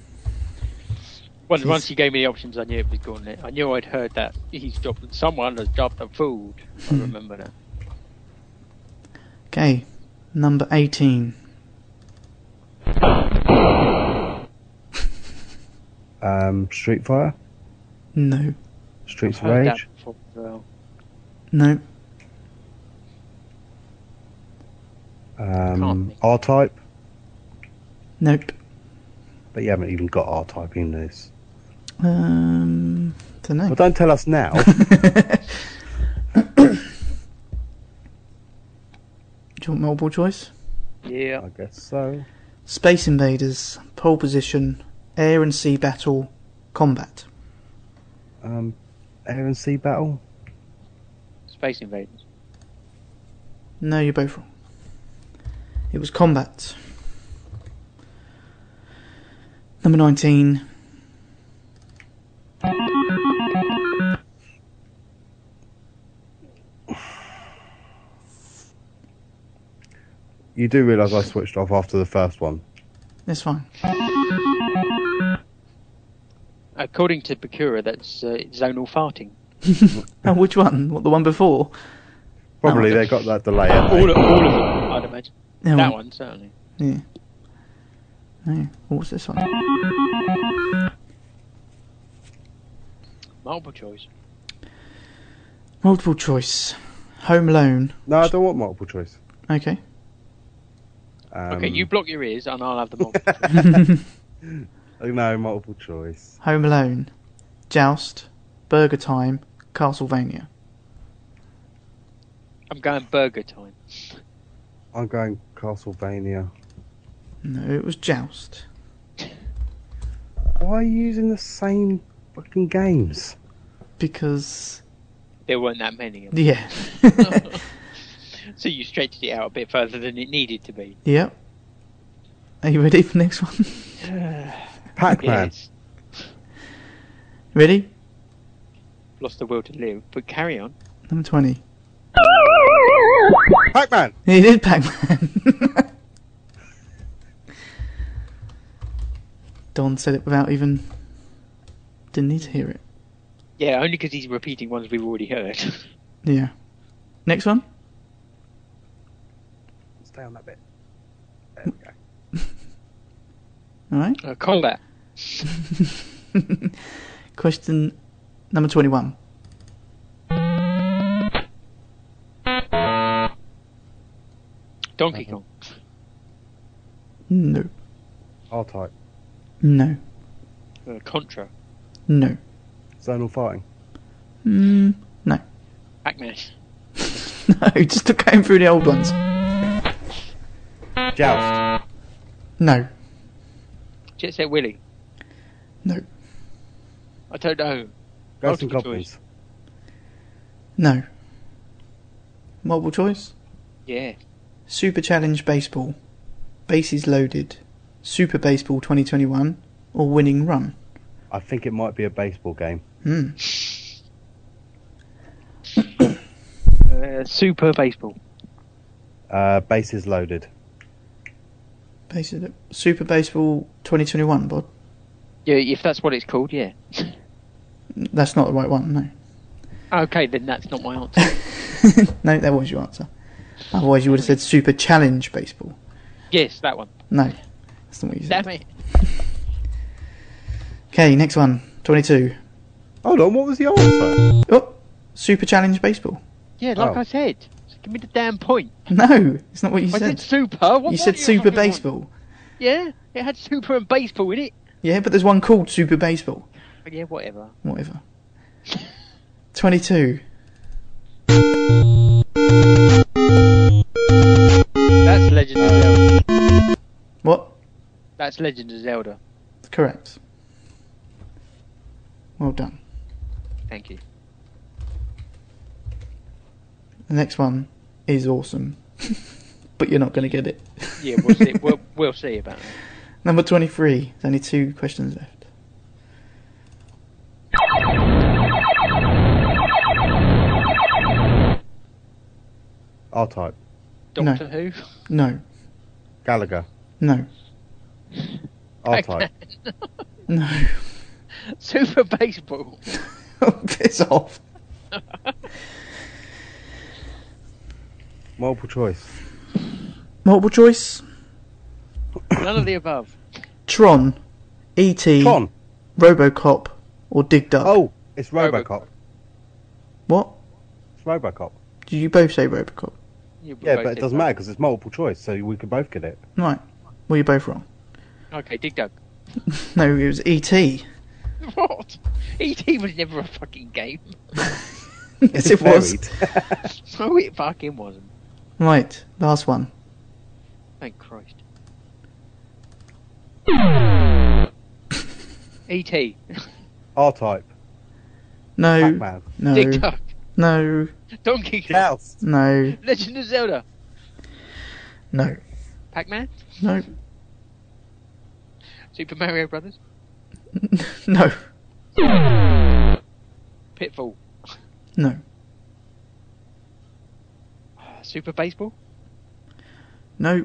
[SPEAKER 4] Once,
[SPEAKER 3] Jeez.
[SPEAKER 4] once you gave me the options, I knew it was Gauntlet. I knew I'd heard that he's dropped. Someone has dropped the food. I remember that.
[SPEAKER 3] Okay, number eighteen.
[SPEAKER 5] Um, Street Fighter.
[SPEAKER 3] No,
[SPEAKER 5] Streets of
[SPEAKER 4] Heard that
[SPEAKER 5] Rage.
[SPEAKER 4] before as well.
[SPEAKER 3] no,
[SPEAKER 5] Um,
[SPEAKER 4] think.
[SPEAKER 5] R Type.
[SPEAKER 3] nope.
[SPEAKER 5] But you haven't even got R Type in this.
[SPEAKER 3] Um, don't know.
[SPEAKER 5] Well, don't tell us
[SPEAKER 4] [laughs]
[SPEAKER 5] now.
[SPEAKER 3] Do you want multiple choice?
[SPEAKER 4] Yeah.
[SPEAKER 5] I guess so.
[SPEAKER 3] Space Invaders, Pole Position, Air and Sea Battle, Combat.
[SPEAKER 5] Um, Air and Sea Battle.
[SPEAKER 4] Space Invaders.
[SPEAKER 3] No, you're both wrong. It was Combat. Number 19.
[SPEAKER 5] You do realise I switched off after the first one.
[SPEAKER 3] That's fine. [laughs]
[SPEAKER 4] According to Bakura, that's uh, zonal farting.
[SPEAKER 3] Oh, which one? What, the one before?
[SPEAKER 5] Probably
[SPEAKER 3] Oh.
[SPEAKER 5] they got that delay. haven't they?
[SPEAKER 4] All, of- all of them, I'd imagine.
[SPEAKER 3] No,
[SPEAKER 4] That one, certainly.
[SPEAKER 3] No. What was this one?
[SPEAKER 4] Multiple choice.
[SPEAKER 3] Multiple choice. Home Alone.
[SPEAKER 5] No, I don't want multiple choice.
[SPEAKER 3] Okay. [laughs]
[SPEAKER 5] Um,
[SPEAKER 4] Okay, you block your ears and I'll have the
[SPEAKER 5] [laughs]
[SPEAKER 4] multiple. choice.
[SPEAKER 5] No, multiple choice.
[SPEAKER 3] Home Alone. Joust. Burger Time, Castlevania.
[SPEAKER 4] I'm going burger time.
[SPEAKER 5] I'm going Castlevania.
[SPEAKER 3] No, it was Joust.
[SPEAKER 5] Why are you using the same fucking games?
[SPEAKER 3] Because.
[SPEAKER 4] There weren't that many of them.
[SPEAKER 3] Yeah. [laughs]
[SPEAKER 4] so you stretched it out a bit further than it needed to be.
[SPEAKER 3] yep. Are you ready for the next one? [laughs]
[SPEAKER 5] Pac-Man.
[SPEAKER 4] Yes.
[SPEAKER 3] ready?
[SPEAKER 4] Lost the will to live, but carry on.
[SPEAKER 3] Number 20.
[SPEAKER 5] Pac-Man.
[SPEAKER 3] It is Pac Man. [laughs] Don said it without even. Didn't need to hear it.
[SPEAKER 4] Yeah, only because he's repeating ones we've already heard. [laughs]
[SPEAKER 3] Yeah. Next one?
[SPEAKER 5] Stay on that bit. There we [laughs] go.
[SPEAKER 3] Alright.
[SPEAKER 4] Uh, combat.
[SPEAKER 3] [laughs] Question number 21.
[SPEAKER 4] Donkey Kong.
[SPEAKER 3] No.
[SPEAKER 5] R-Type.
[SPEAKER 3] No.
[SPEAKER 4] Uh, Contra.
[SPEAKER 3] No.
[SPEAKER 5] Zonal fighting.
[SPEAKER 3] Mm, [laughs] no.
[SPEAKER 4] Pac-Man.
[SPEAKER 3] No, [laughs] just going through the old ones.
[SPEAKER 5] Joust.
[SPEAKER 3] No.
[SPEAKER 4] Jet Set Willy.
[SPEAKER 3] No.
[SPEAKER 4] I don't know.
[SPEAKER 5] Ghosts and
[SPEAKER 4] Multiple
[SPEAKER 5] Goblins.
[SPEAKER 4] choice.
[SPEAKER 3] No. Multiple choice.
[SPEAKER 4] Yeah.
[SPEAKER 3] Super Challenge Baseball. Bases loaded. Super Baseball 2021. Or winning run.
[SPEAKER 5] I think it might be a baseball game.
[SPEAKER 3] Hmm.
[SPEAKER 4] Uh, Super Baseball.
[SPEAKER 5] Uh, bases loaded.
[SPEAKER 3] Bases lo- Super Baseball 2021, Bod.
[SPEAKER 4] Yeah, if that's what it's called, yeah.
[SPEAKER 3] That's not the right one, no. [laughs]
[SPEAKER 4] Okay, then that's not my answer.
[SPEAKER 5] [laughs]
[SPEAKER 3] no, that was your answer. Otherwise, you would have said Super Challenge Baseball.
[SPEAKER 4] yes, that one.
[SPEAKER 3] No, that's not what you said.
[SPEAKER 4] Damn it.
[SPEAKER 3] Okay, next one. 22.
[SPEAKER 5] Hold on, what was the answer?
[SPEAKER 3] Oh, Super Challenge Baseball.
[SPEAKER 4] Yeah, like
[SPEAKER 5] Oh.
[SPEAKER 4] I said. Give me the damn point.
[SPEAKER 3] No, it's not what you
[SPEAKER 4] I
[SPEAKER 3] said.
[SPEAKER 4] said super. What
[SPEAKER 3] you
[SPEAKER 4] more
[SPEAKER 3] said
[SPEAKER 4] do
[SPEAKER 3] Super
[SPEAKER 4] fucking want?
[SPEAKER 3] Baseball.
[SPEAKER 4] Yeah, it had super and baseball in it.
[SPEAKER 3] Yeah, but there's one called Super Baseball.
[SPEAKER 4] Yeah, whatever. [laughs]
[SPEAKER 3] Whatever. 22.
[SPEAKER 4] That's Legend of Zelda.
[SPEAKER 3] What?
[SPEAKER 4] That's Legend of Zelda.
[SPEAKER 3] Correct. Well done.
[SPEAKER 4] Thank you.
[SPEAKER 3] The next one is awesome. [laughs] but you're not going to get it.
[SPEAKER 4] Yeah, we'll
[SPEAKER 3] [laughs]
[SPEAKER 4] see. we'll, we'll see about that.
[SPEAKER 3] Number 23. There's only two questions left.
[SPEAKER 5] R-Type.
[SPEAKER 3] [laughs] No.
[SPEAKER 4] Doctor Who.
[SPEAKER 3] No.
[SPEAKER 5] Gallagher.
[SPEAKER 3] No.
[SPEAKER 4] [laughs]
[SPEAKER 5] R-Type.
[SPEAKER 3] No.
[SPEAKER 4] [laughs]
[SPEAKER 3] [laughs]
[SPEAKER 4] Super baseball.
[SPEAKER 3] Piss off.
[SPEAKER 5] Multiple choice.
[SPEAKER 3] Multiple choice.
[SPEAKER 4] None of the above.
[SPEAKER 3] Tron, E.T.,
[SPEAKER 5] Con.
[SPEAKER 3] Robocop, or Dig Dug.
[SPEAKER 5] Oh, it's
[SPEAKER 4] Robocop.
[SPEAKER 5] Robocop.
[SPEAKER 3] What?
[SPEAKER 5] It's Robocop.
[SPEAKER 3] Did you both say Robocop?
[SPEAKER 4] You
[SPEAKER 5] Yeah,
[SPEAKER 4] both
[SPEAKER 5] but it
[SPEAKER 4] said
[SPEAKER 5] doesn't
[SPEAKER 4] that.
[SPEAKER 5] matter because it's multiple choice, so we could both get it.
[SPEAKER 3] Right. Well, you're both wrong.
[SPEAKER 4] Okay, dig dug.
[SPEAKER 3] No, it was E E.T.
[SPEAKER 4] What? E.T. was never a fucking [laughs] game.
[SPEAKER 3] [laughs] yes, it was.
[SPEAKER 5] Buried.
[SPEAKER 4] No, it fucking wasn't.
[SPEAKER 3] Right, last one.
[SPEAKER 4] Thank Christ. E.T.
[SPEAKER 5] R-Type.
[SPEAKER 3] No,
[SPEAKER 5] Pac-Man.
[SPEAKER 3] no,
[SPEAKER 4] Dig dug.
[SPEAKER 3] no,
[SPEAKER 4] Donkey Kong.
[SPEAKER 5] Joust.
[SPEAKER 3] no,
[SPEAKER 4] Legend of Zelda.
[SPEAKER 3] no,
[SPEAKER 4] Pac-Man.
[SPEAKER 3] no,
[SPEAKER 4] Super Mario Brothers.
[SPEAKER 3] [laughs] no,
[SPEAKER 4] Pitfall.
[SPEAKER 3] no,
[SPEAKER 4] Uh, Super Baseball.
[SPEAKER 3] no.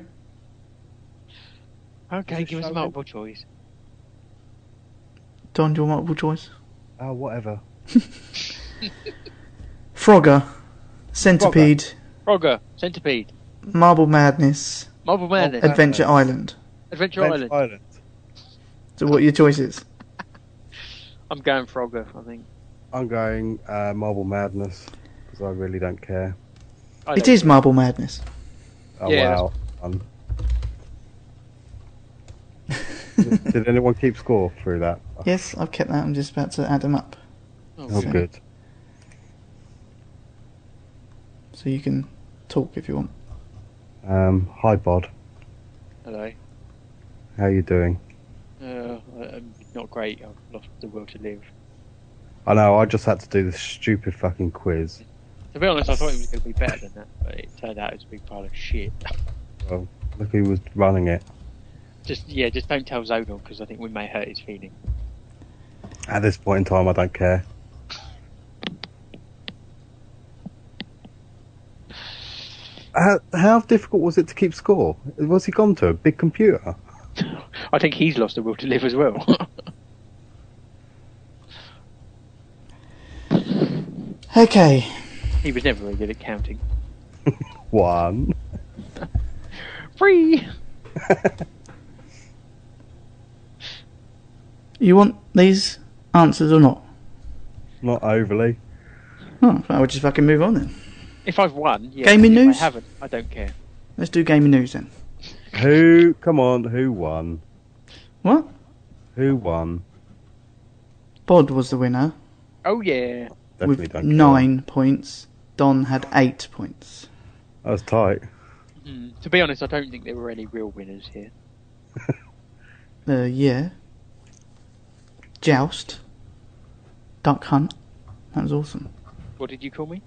[SPEAKER 4] Okay,
[SPEAKER 5] Is it
[SPEAKER 4] give us
[SPEAKER 5] Shogun?
[SPEAKER 4] multiple choice.
[SPEAKER 3] Don, your multiple choice.
[SPEAKER 5] Oh, whatever.
[SPEAKER 3] Frogger, Centipede,
[SPEAKER 4] Frogger. Centipede.
[SPEAKER 3] Marble Madness,
[SPEAKER 4] Marble Madness.
[SPEAKER 5] Ad-
[SPEAKER 3] Adventure Island.
[SPEAKER 4] Adventure
[SPEAKER 5] Island.
[SPEAKER 4] Island.
[SPEAKER 5] Island.
[SPEAKER 3] So, what are your choices?
[SPEAKER 4] I'm going Frogger, I think.
[SPEAKER 5] I'm going uh, Marble Madness because I really don't care.
[SPEAKER 4] I
[SPEAKER 3] It
[SPEAKER 4] don't-
[SPEAKER 3] is Marble Madness.
[SPEAKER 4] [laughs]
[SPEAKER 5] Oh,
[SPEAKER 4] Yeah.
[SPEAKER 5] wow. Um, did anyone keep score through that?
[SPEAKER 3] yes, I've kept that. I'm just about to add them up.
[SPEAKER 5] Oh,
[SPEAKER 3] So-
[SPEAKER 5] good.
[SPEAKER 3] So you can talk if you want.
[SPEAKER 5] Um, hi, Bod.
[SPEAKER 4] Hello.
[SPEAKER 5] How you doing?
[SPEAKER 4] Uh, I- I'm not great. I've lost the will to live.
[SPEAKER 5] I know. I just had to do this stupid fucking quiz.
[SPEAKER 4] To be honest, I thought it was going to be better than that, but it turned out it was a big pile of shit.
[SPEAKER 5] Look who was running it.
[SPEAKER 4] Just yeah, just don't tell Zodal because I think we may hurt his feelings.
[SPEAKER 5] At this point in time, I don't care. How, how difficult was it to keep score? Was he gone to a big computer?
[SPEAKER 4] I think he's lost the will to live as well. [laughs]
[SPEAKER 3] Okay.
[SPEAKER 4] he was never very good at counting.
[SPEAKER 5] One. [laughs]
[SPEAKER 4] Free.
[SPEAKER 3] You want these answers or not?
[SPEAKER 5] Not overly.
[SPEAKER 3] Oh, I would just fucking move on then.
[SPEAKER 4] If I've won, yeah.
[SPEAKER 3] Gaming
[SPEAKER 4] if
[SPEAKER 3] news?
[SPEAKER 4] I haven't. I don't care.
[SPEAKER 3] Let's do gaming news then.
[SPEAKER 5] Who? Come on. Who won?
[SPEAKER 3] What?
[SPEAKER 5] Who won?
[SPEAKER 3] Bod was the winner
[SPEAKER 4] Oh yeah.
[SPEAKER 5] Definitely
[SPEAKER 3] with
[SPEAKER 5] don't care.
[SPEAKER 3] nine points. Don had eight points.
[SPEAKER 5] That was tight.
[SPEAKER 4] Mm. To be honest, I don't think there were any real winners here.
[SPEAKER 3] Uh, yeah. Joust. Duck hunt. That was awesome.
[SPEAKER 4] What did you call me?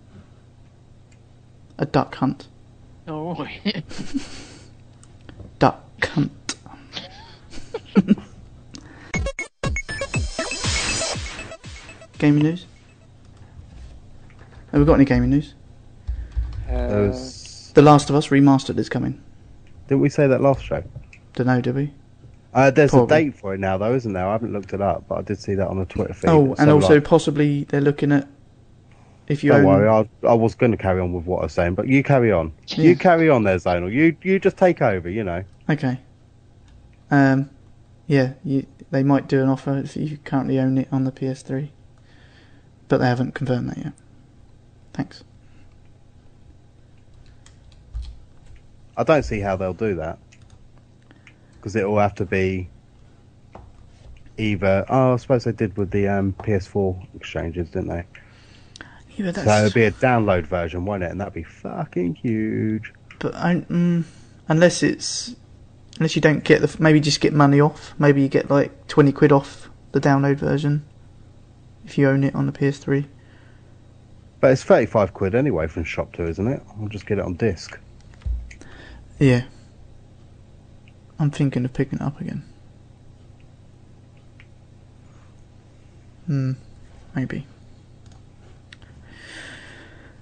[SPEAKER 3] A duck hunt.
[SPEAKER 4] Oh, right.
[SPEAKER 3] Duck hunt. [laughs] gaming news? Have we got any gaming news?
[SPEAKER 5] That
[SPEAKER 4] uh,
[SPEAKER 5] was-
[SPEAKER 3] The Last of Us Remastered is coming.
[SPEAKER 5] Didn't we say that last show?
[SPEAKER 3] Dunno, do we?
[SPEAKER 5] Uh, there's
[SPEAKER 3] Probably.
[SPEAKER 5] a date for it now, though, isn't there? I haven't looked it up, but I did see that on the Twitter feed.
[SPEAKER 3] Oh,
[SPEAKER 5] It's
[SPEAKER 3] and
[SPEAKER 5] something
[SPEAKER 3] also
[SPEAKER 5] like-
[SPEAKER 3] possibly they're looking at if you
[SPEAKER 5] Don't
[SPEAKER 3] own.
[SPEAKER 5] worry, I, I was going to carry on with what I was saying, but you carry on.
[SPEAKER 3] Yeah.
[SPEAKER 5] You carry on there, Zonal. You you just take over, you know.
[SPEAKER 3] Okay. Um, yeah, you, they might do an offer if you currently own it on the PS3, but they haven't confirmed that yet. Thanks.
[SPEAKER 5] I don't see how they'll do that. Because it will have to be either. Oh, I suppose they did with the um, PS4 exchanges, didn't they?
[SPEAKER 3] Yeah, but
[SPEAKER 5] So it'll
[SPEAKER 3] that's,
[SPEAKER 5] be a download version, won't it? And that'd be fucking huge.
[SPEAKER 3] but I, mm, unless it's unless you don't get the f- maybe just get money off. Maybe you get like twenty quid off the download version if you own it on the PS3.
[SPEAKER 5] But it's 35 quid anyway from Shop 2, isn't it? I'll just get it on disc.
[SPEAKER 3] Yeah. I'm thinking of picking it up again. Hmm, maybe.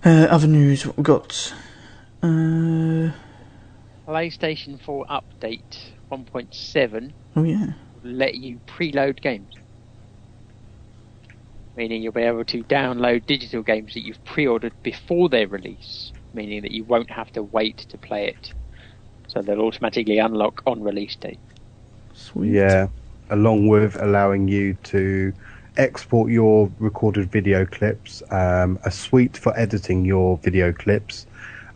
[SPEAKER 3] Uh, other news, what we got? Uh,
[SPEAKER 4] PlayStation 4 update 1.7
[SPEAKER 3] oh yeah.
[SPEAKER 4] will let you preload games, meaning you'll be able to download digital games that you've pre-ordered before their release, meaning that you won't have to wait to play it. So they'll automatically unlock on release date.
[SPEAKER 3] Sweet.
[SPEAKER 5] Yeah, along with allowing you to export your recorded video clips, um, a suite for editing your video clips,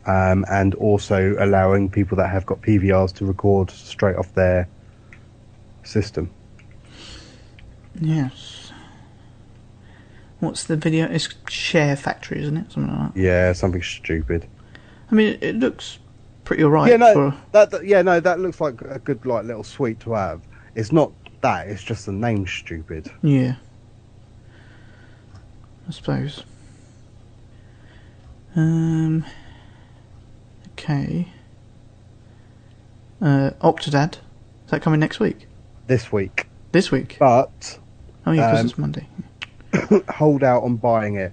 [SPEAKER 5] um, and also allowing people that have got PVRs to record straight off their system.
[SPEAKER 3] Yes. What's the video? It's Share Factory, isn't it? Something like that.
[SPEAKER 5] Yeah, something stupid.
[SPEAKER 3] I mean, it, it looks pretty alright.
[SPEAKER 5] yeah, no,
[SPEAKER 3] for,
[SPEAKER 5] that, that- yeah, no, that looks like a good like little suite to have. It's not that; it's just the name stupid.
[SPEAKER 3] yeah. I suppose. Um. Okay. Uh, Octodad. Is that coming next week?
[SPEAKER 5] This week,
[SPEAKER 3] This week?
[SPEAKER 5] but
[SPEAKER 3] Oh yeah, 'cause
[SPEAKER 5] um,
[SPEAKER 3] it's Monday.
[SPEAKER 5] hold out on buying it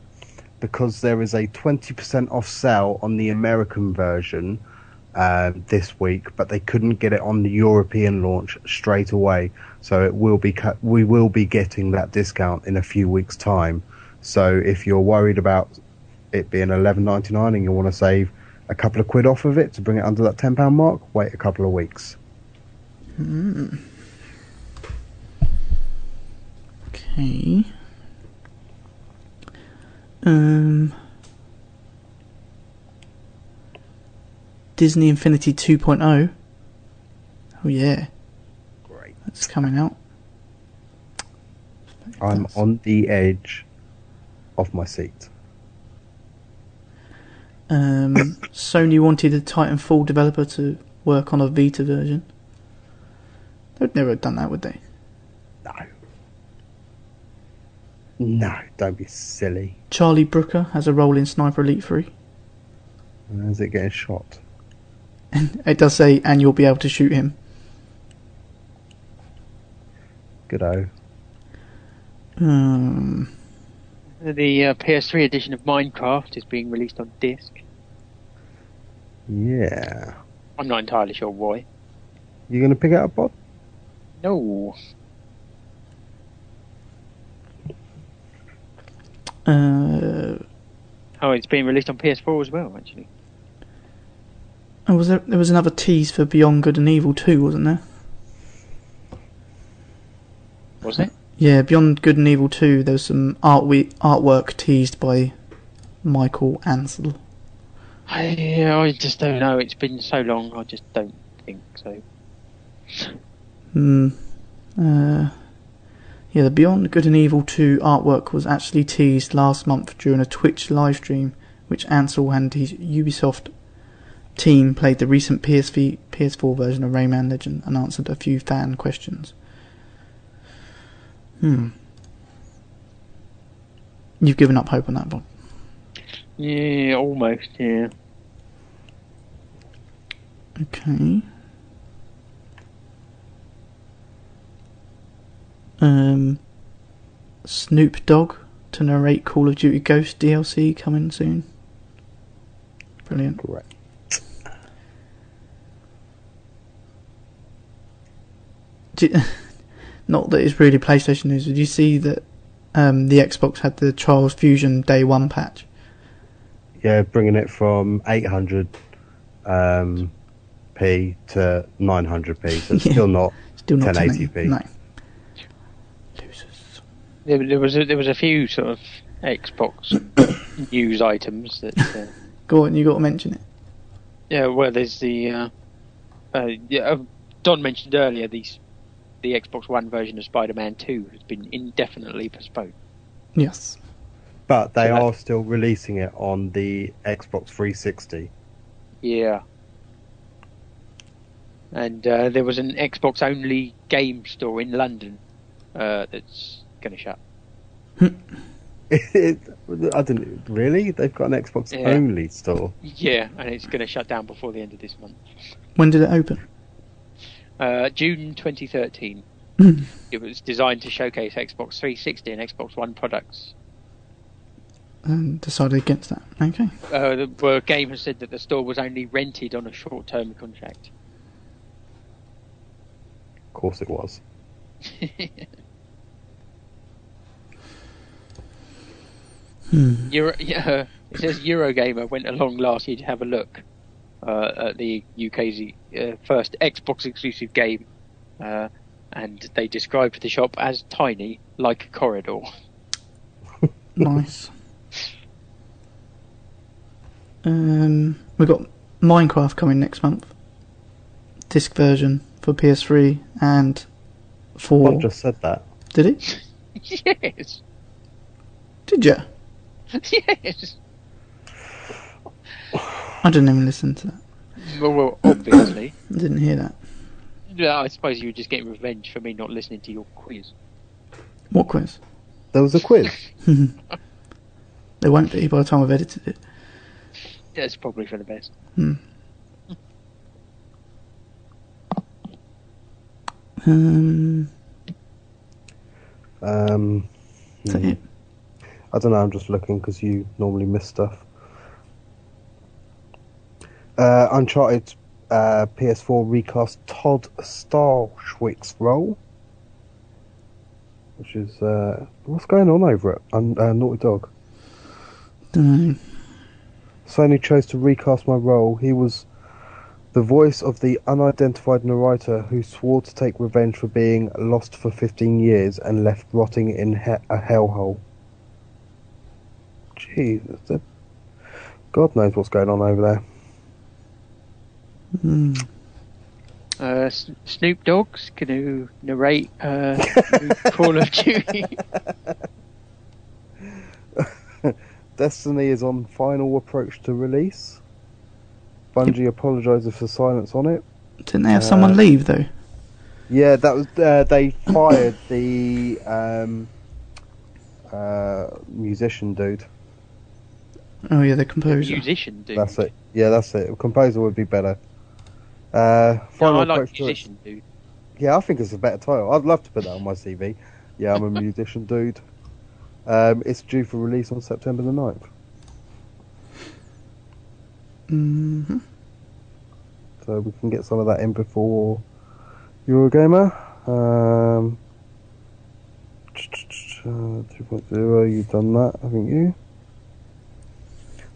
[SPEAKER 5] because there is a 20% off sale on the American version um, this week, but they couldn't get it on the European launch straight away. So it will be cut. We will be getting that discount in a few weeks' time. So if you're worried about it being 11.99 and you want to save a couple of quid off of it to bring it under that 10 pound mark, wait a couple of weeks.
[SPEAKER 3] Okay. Um. Disney Infinity 2.0. Oh yeah,
[SPEAKER 5] Great.
[SPEAKER 3] that's coming out.
[SPEAKER 5] I'm
[SPEAKER 3] That's-
[SPEAKER 5] on the edge. off my seat.
[SPEAKER 3] Um, Sony wanted a Titanfall developer to work on a Vita version. They would never have done that, would they?
[SPEAKER 5] No. No, don't be silly.
[SPEAKER 3] Charlie Brooker has a role in Sniper Elite 3.
[SPEAKER 5] Where's it getting shot?
[SPEAKER 3] It does say, and you'll be able to shoot him.
[SPEAKER 5] Good o.
[SPEAKER 3] Um,
[SPEAKER 4] The uh, PS3 edition of Minecraft is being released on disc.
[SPEAKER 5] Yeah.
[SPEAKER 4] I'm not entirely sure why.
[SPEAKER 5] You gonna pick it up, Bob?
[SPEAKER 4] No.
[SPEAKER 3] uh,
[SPEAKER 4] Oh, it's being released on PS4 as well, actually.
[SPEAKER 3] and was there, there was another tease for Beyond Good and Evil 2, wasn't there?
[SPEAKER 4] Was it?
[SPEAKER 3] Yeah, Beyond Good and Evil 2, there was some art we- artwork teased by Michael Ansel.
[SPEAKER 4] I, yeah, I just don't know. It's been so long. I just don't think so.
[SPEAKER 3] Hmm. Uh, yeah, the Beyond Good and Evil 2 artwork was actually teased last month during a Twitch livestream, which Ansel and his Ubisoft team played the recent PSV, PS4 version of Rayman Legend and answered a few fan questions. Hmm. You've given up hope on that, Bob.
[SPEAKER 4] Yeah, almost. Yeah.
[SPEAKER 3] Okay. Um, Snoop Dogg to narrate Call of Duty Ghost DLC coming soon. Brilliant.
[SPEAKER 5] Correct.
[SPEAKER 3] Do you- [laughs] not that it's really PlayStation news. Did you see that um, the Xbox had the Trials Fusion Day One patch?
[SPEAKER 5] Yeah, bringing it from 800 um, p to 900 p. So it's
[SPEAKER 3] Yeah.
[SPEAKER 5] still not.
[SPEAKER 3] Still not
[SPEAKER 5] 1080p.
[SPEAKER 3] No. Losers.
[SPEAKER 4] There, there was a, there was a few sort of Xbox [coughs] news items that. Uh,
[SPEAKER 3] Go on, you got to mention it.
[SPEAKER 4] yeah, well, there's the. Uh, uh, yeah, uh, Don mentioned earlier these. The Xbox One version of Spider-Man 2 has been indefinitely postponed.
[SPEAKER 3] Yes.
[SPEAKER 5] But they
[SPEAKER 4] So that-
[SPEAKER 5] are still releasing it on the Xbox 360.
[SPEAKER 4] Yeah. And uh, there was an Xbox only game store in London uh, that's going to shut.
[SPEAKER 5] It, [laughs] I didn't really. They've got an Xbox
[SPEAKER 4] Yeah.
[SPEAKER 5] only store.
[SPEAKER 4] Yeah, and it's going to shut down before the end of this month.
[SPEAKER 3] When did it open?
[SPEAKER 4] Uh, June 2013. it was designed to showcase Xbox 360 and Xbox One products.
[SPEAKER 3] And decided against that. Okay.
[SPEAKER 4] Uh, the the game has said that the store was only rented on a short term contract.
[SPEAKER 5] Of course it was.
[SPEAKER 4] Euro, yeah, it says Eurogamer went along last year to have a look uh, at the UK's uh, first Xbox exclusive game, uh, and they described the shop as tiny, like a corridor. [laughs]
[SPEAKER 3] Nice. um, we've got Minecraft coming next month. Disc version for PS3 and for.
[SPEAKER 5] Bob just said that.
[SPEAKER 3] Did it?
[SPEAKER 4] yes,
[SPEAKER 3] Did you?
[SPEAKER 4] yes.
[SPEAKER 3] I didn't even listen to that.
[SPEAKER 4] Well, well obviously. [coughs]
[SPEAKER 3] I didn't hear that.
[SPEAKER 4] No, I suppose you were just getting revenge for me not listening to your quiz.
[SPEAKER 3] What quiz?
[SPEAKER 5] There was a quiz.
[SPEAKER 3] There won't be by the time I've edited it.
[SPEAKER 4] That's probably for the best.
[SPEAKER 3] Um,
[SPEAKER 5] Um,
[SPEAKER 3] is that it?
[SPEAKER 5] I don't know. I'm just looking because you normally miss stuff. Uh, Uncharted uh, PS4 recast Todd Starschwick's role, which is uh, what's going on over at Un- uh, Naughty Dog.
[SPEAKER 3] Dunno.
[SPEAKER 5] Sony chose to recast my role. He was the voice of the unidentified narrator who swore to take revenge for being lost for 15 years and left rotting in he- a hellhole. Jesus, that- God knows what's going on over there.
[SPEAKER 3] Mm.
[SPEAKER 4] Uh, S- Snoop Dogg's going to
[SPEAKER 5] [laughs]
[SPEAKER 4] narrate uh, Call of Duty.
[SPEAKER 5] Destiny is on final approach to release. Bungie apologises for silence on it.
[SPEAKER 3] Didn't they have someone
[SPEAKER 5] Uh,
[SPEAKER 3] leave though?
[SPEAKER 5] Yeah, that was uh, they fired the um, uh, musician dude.
[SPEAKER 3] Oh yeah, the composer.
[SPEAKER 4] musician dude.
[SPEAKER 5] That's it. Yeah, that's it. Composer would be better. Uh,
[SPEAKER 4] No,
[SPEAKER 5] final
[SPEAKER 4] I like
[SPEAKER 5] approach to it.
[SPEAKER 4] musician dude.
[SPEAKER 5] Yeah, I think it's a better title. I'd love to put that on my CV. Yeah,
[SPEAKER 4] [laughs]
[SPEAKER 5] I'm a musician dude. Um, it's due for release on September the 9th.
[SPEAKER 3] hmm
[SPEAKER 5] so we can get some of that in before Eurogamer. Um, 2.0, you've done that, haven't you?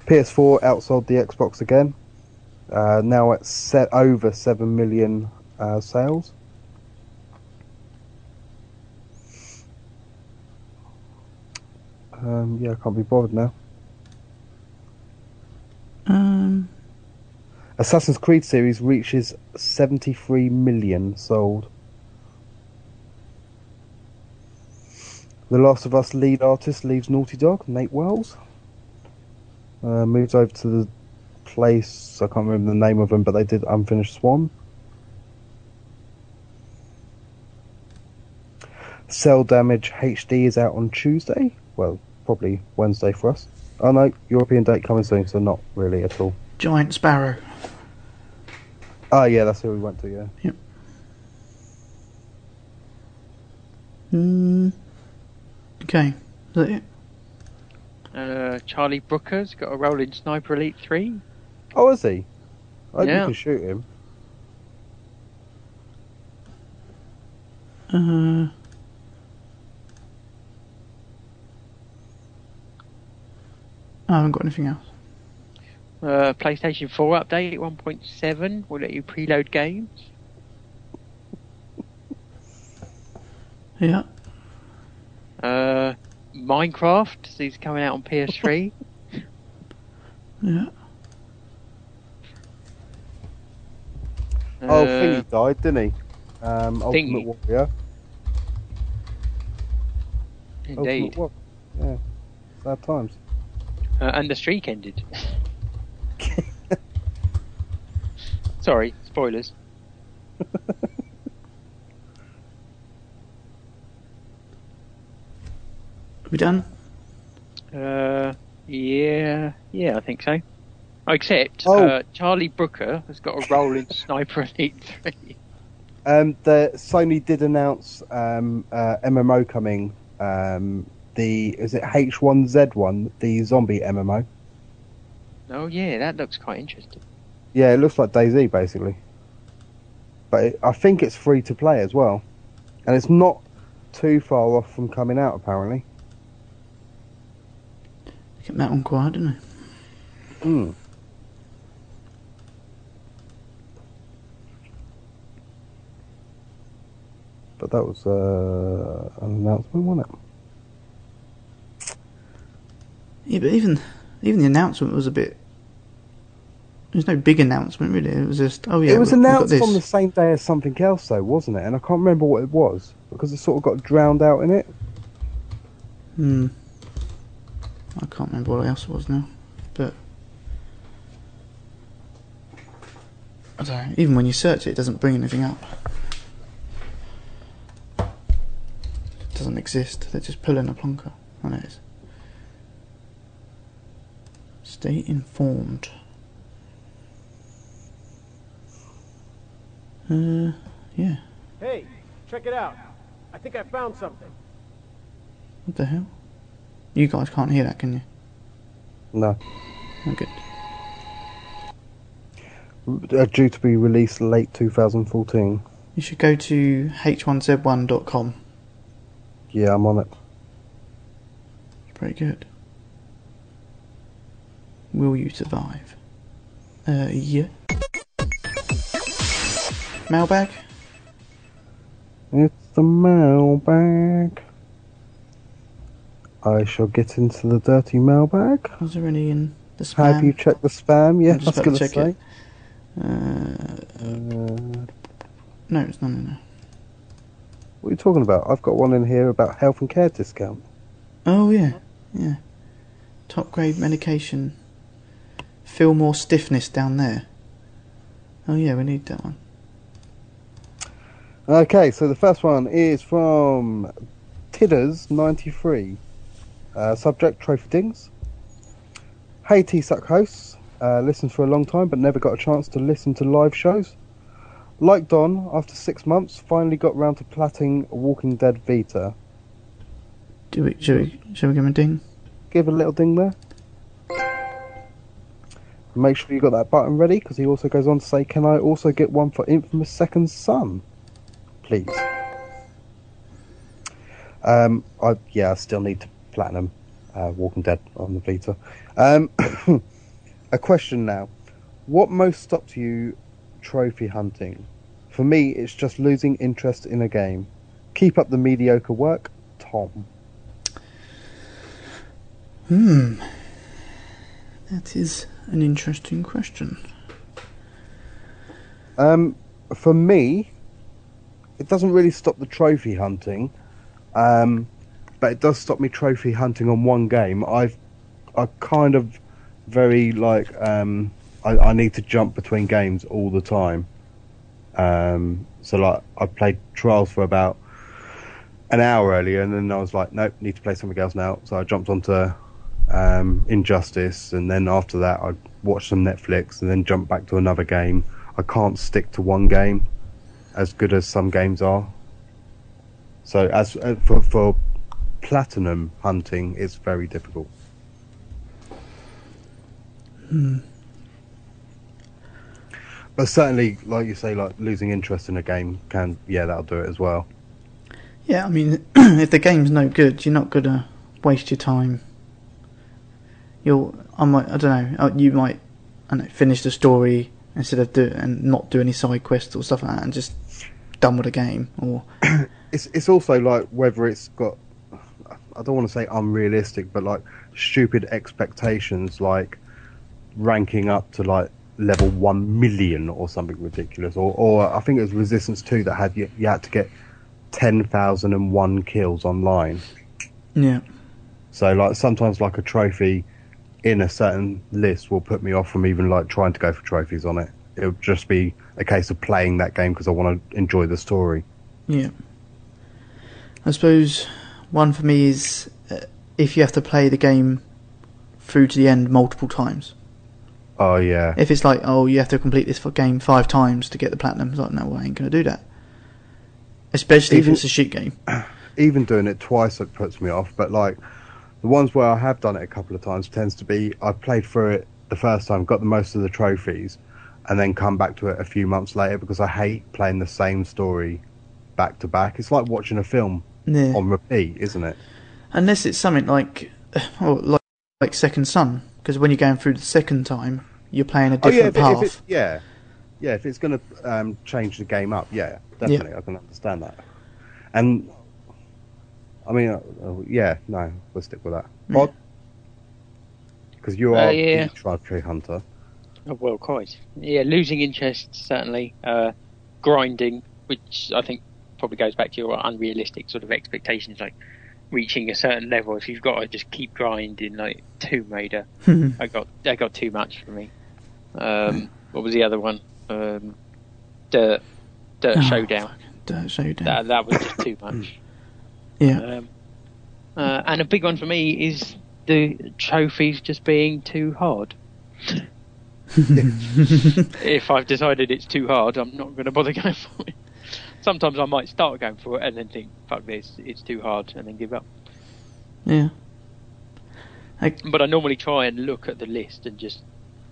[SPEAKER 5] PS4 outsold the Xbox again. Uh, now at set over 7 million uh, sales. Um, yeah, I can't be bothered now.
[SPEAKER 3] Um,
[SPEAKER 5] Assassin's Creed series reaches 73 million sold. The Last of Us lead artist leaves Naughty Dog, Nate Wells. Uh, moves over to the place, I can't remember the name of them, but they did Unfinished Swan. Cell Damage HD is out on Tuesday. Well, probably Wednesday for us. Oh no, European date coming soon, so not really at all.
[SPEAKER 3] giant sparrow.
[SPEAKER 5] Oh yeah, that's who we went to. Yeah,
[SPEAKER 3] Mm. Okay, is that it?
[SPEAKER 4] Uh, Charlie Brooker's got a role in Sniper Elite Three.
[SPEAKER 5] Oh, is he? I hope
[SPEAKER 4] Yeah.
[SPEAKER 5] you can shoot him.
[SPEAKER 3] Uh, I haven't got anything else.
[SPEAKER 4] Uh, PlayStation Four update 1.7 will let you preload games.
[SPEAKER 3] Yeah.
[SPEAKER 4] Uh, Minecraft is coming out
[SPEAKER 5] [laughs]
[SPEAKER 4] on PS3.
[SPEAKER 3] Yeah.
[SPEAKER 5] oh,
[SPEAKER 4] Uh,
[SPEAKER 5] Thingy died, didn't he? Um, Ultimate
[SPEAKER 4] Thingy.
[SPEAKER 5] Warrior.
[SPEAKER 4] indeed.
[SPEAKER 5] Ultimate Warrior. Yeah, sad times.
[SPEAKER 4] Uh, and the
[SPEAKER 5] [laughs]
[SPEAKER 4] streak ended. Sorry, spoilers.
[SPEAKER 3] We done?
[SPEAKER 4] Uh, yeah, yeah, I think so. Except
[SPEAKER 5] Oh.
[SPEAKER 4] uh, Charlie Brooker has got a role in [laughs] Sniper Elite Three.
[SPEAKER 5] Um, the Sony did announce um, uh, MMO coming. Um, the is it H1Z1, the zombie MMO?
[SPEAKER 4] Oh yeah, that looks quite interesting.
[SPEAKER 5] Yeah, it looks like DayZ basically, but it, I think it's free to play as well, and it's not too far off from coming out apparently.
[SPEAKER 3] Kept that one quiet, didn't we?
[SPEAKER 5] Hmm. But that was uh, an announcement, wasn't it?
[SPEAKER 3] Yeah, but even even the announcement was a bit. There's no big announcement really. It was just oh yeah.
[SPEAKER 5] it was
[SPEAKER 3] we- we've got
[SPEAKER 5] announced
[SPEAKER 3] this.
[SPEAKER 5] on the same day as something else, though, wasn't it? And I can't remember what it was because it sort of got drowned out in it.
[SPEAKER 3] Hmm. I can't remember what else it was now, but I don't know. Even when you search it, it doesn't bring anything up. It doesn't exist. They're just pulling a plonker. I know it is. Stay informed. Uh, yeah.
[SPEAKER 6] Hey, check it out. I think I found something.
[SPEAKER 3] What the hell? You guys can't hear that, can you?
[SPEAKER 5] No,
[SPEAKER 3] Oh, good.
[SPEAKER 5] Uh, due to be released late 2014.
[SPEAKER 3] You should go to h1z1.com.
[SPEAKER 5] Yeah, I'm on it.
[SPEAKER 3] It's pretty good. Will you survive? Uh, yeah. Mailbag?
[SPEAKER 5] It's the mailbag. I shall get into the dirty mailbag.
[SPEAKER 3] Was there any in the spam?
[SPEAKER 5] Have you checked the spam? Yeah,
[SPEAKER 3] I'm
[SPEAKER 5] I
[SPEAKER 3] just
[SPEAKER 5] was
[SPEAKER 3] about
[SPEAKER 5] going
[SPEAKER 3] to
[SPEAKER 5] to
[SPEAKER 3] check
[SPEAKER 5] say.
[SPEAKER 3] it. Uh,
[SPEAKER 5] Uh,
[SPEAKER 3] no, it's none in there.
[SPEAKER 5] What are you talking about? I've got one in here about health and care discount.
[SPEAKER 3] Oh, yeah. Yeah. Top grade medication. Feel more stiffness down there. Oh yeah, we need that one.
[SPEAKER 5] Okay, so the first one is from Tidders93. Uh, subject Trophy Dings. Hey, T Suck hosts. Uh, listened for a long time but never got a chance to listen to live shows. Like Don, after six months, finally got round to platting Walking Dead Vita.
[SPEAKER 3] Do we? Should we? Should we give him a ding?
[SPEAKER 5] Give a little ding there. Make sure you got that button ready because he also goes on to say, Can I also get one for Infamous Second Son? Please. Um, I, yeah, I still need to platinum uh, Walking Dead on the Vita. Um, [coughs] a question now. What most stops you trophy hunting? For me, it's just losing interest in a game. Keep up the mediocre work, Tom.
[SPEAKER 3] Hmm. That is an interesting question.
[SPEAKER 5] Um, for me, it doesn't really stop the trophy hunting, um, but it does stop me trophy hunting on one game. I've, I kind of very like um, I, I need to jump between games all the time. Um, so like I played trials for about an hour earlier, and then I was like, nope, need to play something else now. So I jumped onto um, Injustice, and then after that, I watched some Netflix, and then jumped back to another game. I can't stick to one game, as good as some games are. So as uh, for for platinum hunting, it's very difficult. But certainly, like you say, like losing interest in a game can, yeah, that'll do it as well.
[SPEAKER 3] Yeah, I mean, [clears throat] if the game's no good, you're not gonna waste your time. You'll, I might, I don't know, uh, you might, I don't know, finish the story instead of do and not do any side quests or stuff like that, and just done with the game. Or
[SPEAKER 5] it's it's also like whether it's got I don't want to say unrealistic, but like stupid expectations, like ranking up to like level one million or something ridiculous, or or I think it was Resistance Two that had you, you had to get ten thousand and one kills online.
[SPEAKER 3] yeah,
[SPEAKER 5] So like sometimes like a trophy in a certain list will put me off from even like trying to go for trophies on it. It'll just be a case of playing that game because I want to enjoy the story.
[SPEAKER 3] yeah. I suppose one for me is uh, if you have to play the game through to the end multiple times.
[SPEAKER 5] Oh yeah.
[SPEAKER 3] If it's like, oh, you have to complete this f- game five times to get the platinum, it's like, no, well, I ain't gonna do that. Especially
[SPEAKER 5] Even-
[SPEAKER 3] if it's a shit game.
[SPEAKER 5] even doing it twice it puts me off but like the ones where i have done it a couple of times tends to be i played through it the first time got the most of the trophies and then come back to it a few months later because i hate playing the same story back to back it's like watching a film
[SPEAKER 3] Yeah.
[SPEAKER 5] on repeat isn't it
[SPEAKER 3] Unless it's something like, [sighs] or like, like Second Son, because when you're going through the second time, you're playing a different
[SPEAKER 5] Oh, yeah,
[SPEAKER 3] path.
[SPEAKER 5] if, it's yeah yeah if it's going to um, change the game up yeah definitely i can understand that and i mean uh, uh, yeah no we'll stick with that
[SPEAKER 3] Mm.
[SPEAKER 5] Bod? because you
[SPEAKER 4] Uh,
[SPEAKER 5] are
[SPEAKER 4] yeah.
[SPEAKER 5] the trophy hunter
[SPEAKER 4] Oh, well, quite. Yeah, losing interest certainly. Uh, grinding, which I think probably goes back to your unrealistic sort of expectations, like reaching a certain level. If you've got to just keep grinding, like Tomb Raider, I got I got too much for me. [laughs] Um, what was the other one? Um, Dirt, Dirt
[SPEAKER 3] Oh,
[SPEAKER 4] Showdown.
[SPEAKER 3] [laughs] Don't show you down.
[SPEAKER 4] That that was just too much.
[SPEAKER 3] yeah.
[SPEAKER 4] Um, uh, and a big one for me is the trophies just being too hard.
[SPEAKER 3] [laughs]
[SPEAKER 4] if I've decided it's too hard, I'm not going to bother going [laughs] for it. Sometimes I might start going for it and then think, "Fuck this, it's too hard," and then give up.
[SPEAKER 3] yeah.
[SPEAKER 4] But I normally try and look at the list and just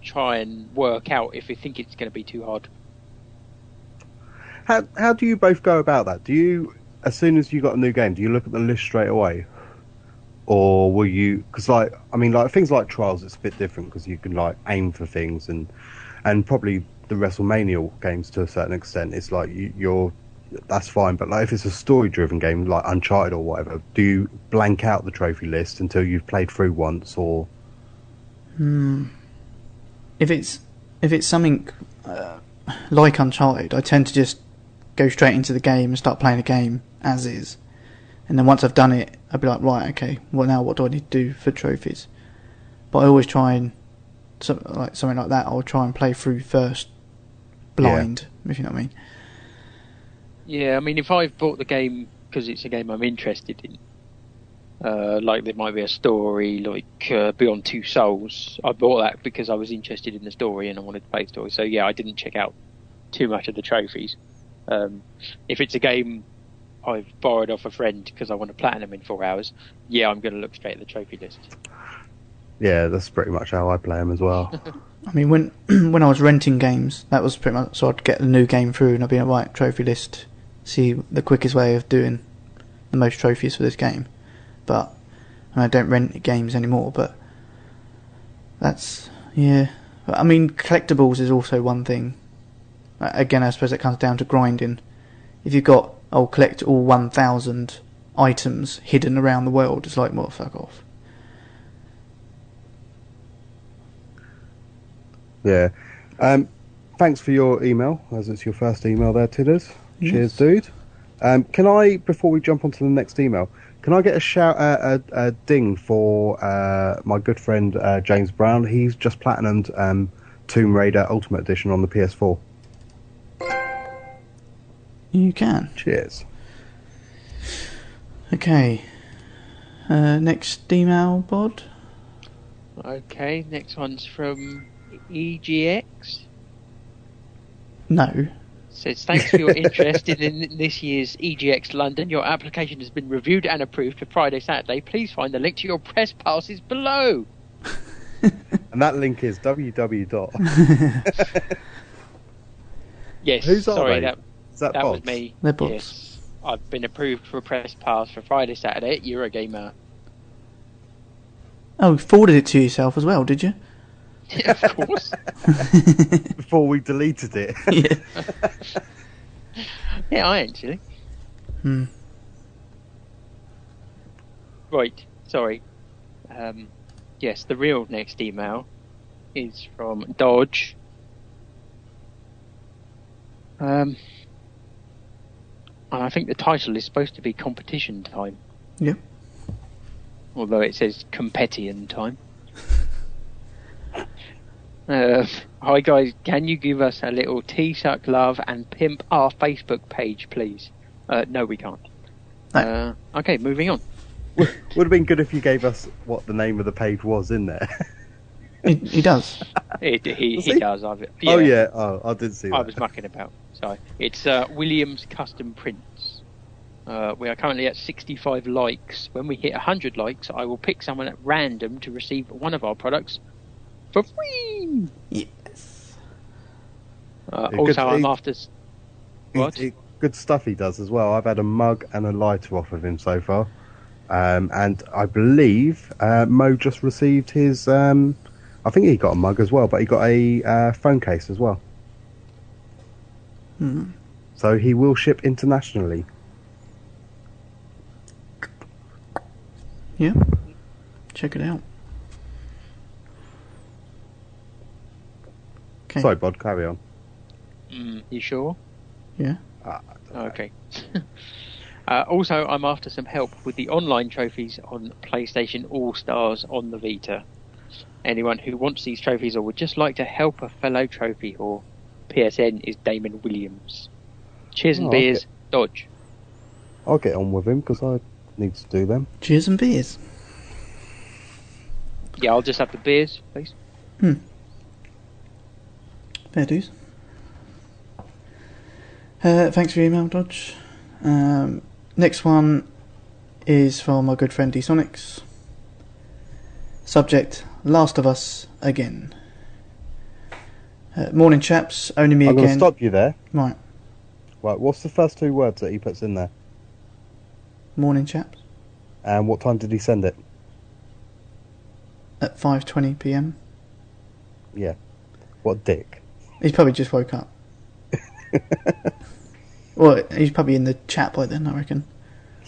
[SPEAKER 4] try and work out if I think it's going to be too hard.
[SPEAKER 5] How how do you both go about that? Do you as soon as you got a new game, do you look at the list straight away, or will you? Because like I mean, like things like trials, it's a bit different because you can like aim for things and and probably the WrestleMania games to a certain extent. It's like you, you're that's fine, but like if it's a story-driven game like Uncharted or whatever, do you blank out the trophy list until you've played through once or?
[SPEAKER 3] If it's if it's something uh, like Uncharted, I tend to just go straight into the game and start playing the game as is. And then once I've done it, I'll be like, right, okay, well now what do I need to do for trophies? But I always try and so, like something like that. I'll try and play through first, blind, if you know what I mean.
[SPEAKER 4] Yeah, I mean, if I've bought the game because it's a game I'm interested in, uh, like there might be a story like uh, Beyond Two Souls, I bought that because I was interested in the story and I wanted to play the story. So yeah, I didn't check out too much of the trophies. Um, if it's a game I've borrowed off a friend because I want to platinum in four hours, yeah, I'm going to look straight at the trophy list.
[SPEAKER 5] Yeah, that's pretty much how I play them as well.
[SPEAKER 3] I mean, when [clears throat] when I was renting games, that was pretty much so I'd get the new game through and I'd be like, right, trophy list, see the quickest way of doing the most trophies for this game. But and I don't rent games anymore. But that's yeah. But, I mean, collectibles is also one thing. Uh, Again, I suppose that comes down to grinding. If you've got I'll collect all one thousand items hidden around the world, it's like, well, fuck off.
[SPEAKER 5] Yeah. Um, thanks for your email, as it's your first email there, Tidders. Cheers, dude. Um, can I, before we jump on to the next email, can I get a shout, uh, a, a ding for uh, my good friend uh, James Brown? He's just platinumed um, Tomb Raider Ultimate Edition on the PS4.
[SPEAKER 3] You can.
[SPEAKER 5] Cheers.
[SPEAKER 3] Okay. Uh, next email, Bod.
[SPEAKER 4] Okay, next one's from E EGX.
[SPEAKER 3] No.
[SPEAKER 4] Says thanks for your interest in, in this year's EGX London. Your application has been reviewed and approved for Friday, Saturday. Please find the link to your press passes below.
[SPEAKER 5] And that link is www.
[SPEAKER 4] [laughs]
[SPEAKER 5] dot.
[SPEAKER 4] Yes,
[SPEAKER 5] Who's that,
[SPEAKER 4] sorry,
[SPEAKER 5] mate?
[SPEAKER 4] that,
[SPEAKER 5] Is that
[SPEAKER 4] that was
[SPEAKER 5] Bob's?
[SPEAKER 4] me.
[SPEAKER 3] They're bots.
[SPEAKER 4] Yes, I've been approved for a press pass for Friday, Saturday at Eurogamer.
[SPEAKER 3] Oh, you forwarded it to yourself as well, did you?
[SPEAKER 4] [laughs] of course.
[SPEAKER 5] Before we deleted it. [laughs]
[SPEAKER 3] yeah.
[SPEAKER 4] [laughs] Yeah, I actually.
[SPEAKER 3] Hmm.
[SPEAKER 4] Right, sorry. Um, yes, the real next email is from Dodge. Um, and I think the title is supposed to be Competition Time.
[SPEAKER 3] Yeah.
[SPEAKER 4] Although it says Competition Time. Uh, hi guys, can you give us a little tea suck love and pimp our Facebook page, please? Uh, no, we can't.
[SPEAKER 3] No.
[SPEAKER 4] Uh, okay, moving on.
[SPEAKER 5] Would have been good if you gave us what the name of the page was in there. [laughs]
[SPEAKER 3] He, he does.
[SPEAKER 4] He, he, he
[SPEAKER 5] he?
[SPEAKER 4] does. I've,
[SPEAKER 5] Oh, yeah. Oh, I did see that.
[SPEAKER 4] I was mucking about. Sorry. It's uh, Williams Custom Prints. Uh, we are currently at 65 likes. When we hit 100 likes, I will pick someone at random to receive one of our products for free.
[SPEAKER 3] Yes.
[SPEAKER 4] Uh,
[SPEAKER 5] Yeah, good
[SPEAKER 4] also, I'm
[SPEAKER 5] thing.
[SPEAKER 4] after. s-
[SPEAKER 5] He-
[SPEAKER 4] What?
[SPEAKER 5] he- good stuff he does as well. I've had a mug and a lighter off of him so far. Um, and I believe uh, Mo just received his. Um, I think he got a mug as well, but he got a uh, phone case as well.
[SPEAKER 3] Hmm.
[SPEAKER 5] So he will ship internationally.
[SPEAKER 3] Yeah. Check it out. Okay.
[SPEAKER 5] Sorry, Bod, carry on.
[SPEAKER 4] Mm, you sure? Ah,
[SPEAKER 3] Yeah.
[SPEAKER 4] Okay. [laughs] uh, also, I'm after some help with the online trophies on PlayStation All Stars on the Vita. Anyone who wants these trophies or would just like to help a fellow trophy or PSN is Damon Williams. Cheers and
[SPEAKER 5] Oh, okay.
[SPEAKER 4] beers, Dodge.
[SPEAKER 5] I'll get on with him because I need to do them.
[SPEAKER 3] Cheers and beers.
[SPEAKER 4] Yeah, I'll just have the beers, please.
[SPEAKER 3] Fair dues. Uh, thanks for your email, Dodge. Um, next one is from my good friend Sonics. Subject: Last of Us again. Uh, morning, chaps. Only me
[SPEAKER 5] I'm going to
[SPEAKER 3] again.
[SPEAKER 5] stop you there.
[SPEAKER 3] Right.
[SPEAKER 5] Right, what's the first two words that he puts in there?
[SPEAKER 3] Morning, chaps.
[SPEAKER 5] And what time did he send it?
[SPEAKER 3] At 5:20 p.m.
[SPEAKER 5] What dick?
[SPEAKER 3] He's probably just woke up. well, he's probably in the chat by then, I reckon.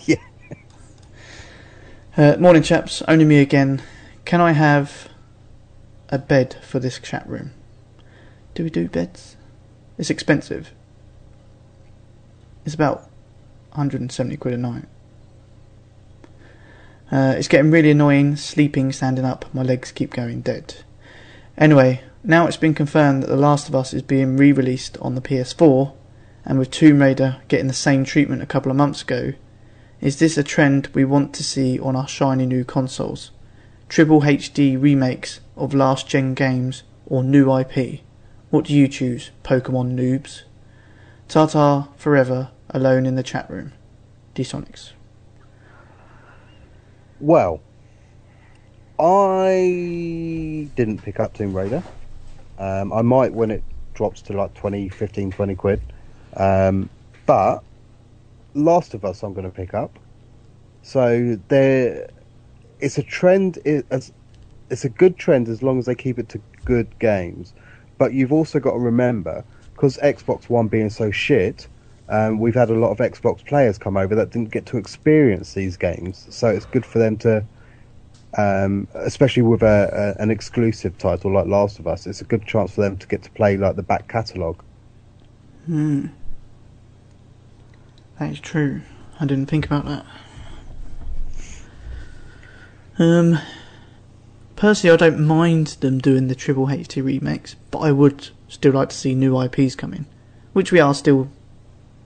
[SPEAKER 5] Yeah.
[SPEAKER 3] Uh, morning, chaps. Only me again. Can I have a bed for this chat room? Do we do beds? It's expensive. It's about 170 quid a night. Uh, it's getting really annoying, sleeping, standing up, my legs keep going dead. Anyway, now it's been confirmed that The Last of Us is being re released on the PS4, and with Tomb Raider getting the same treatment a couple of months ago, is this a trend we want to see on our shiny new consoles? Triple HD remakes of last gen games or new IP? What do you choose, Pokemon noobs? Tata forever, alone in the chat room. Dsonics.
[SPEAKER 5] Well, I didn't pick up Tomb Raider. Um, I might when it drops to like 20, 15, 20 quid. Um, but Last of Us, I'm going to pick up. So there, it's a trend. It, as it's a good trend as long as they keep it to good games. But you've also got to remember, because Xbox One being so shit, um, we've had a lot of Xbox players come over that didn't get to experience these games. So it's good for them to, um, especially with a, a, an exclusive title like Last of Us, it's a good chance for them to get to play like the back catalogue.
[SPEAKER 3] Hmm. That is true. I didn't think about that. Um, personally, I don't mind them doing the triple HD remakes, but I would still like to see new IPs come in, which we are still.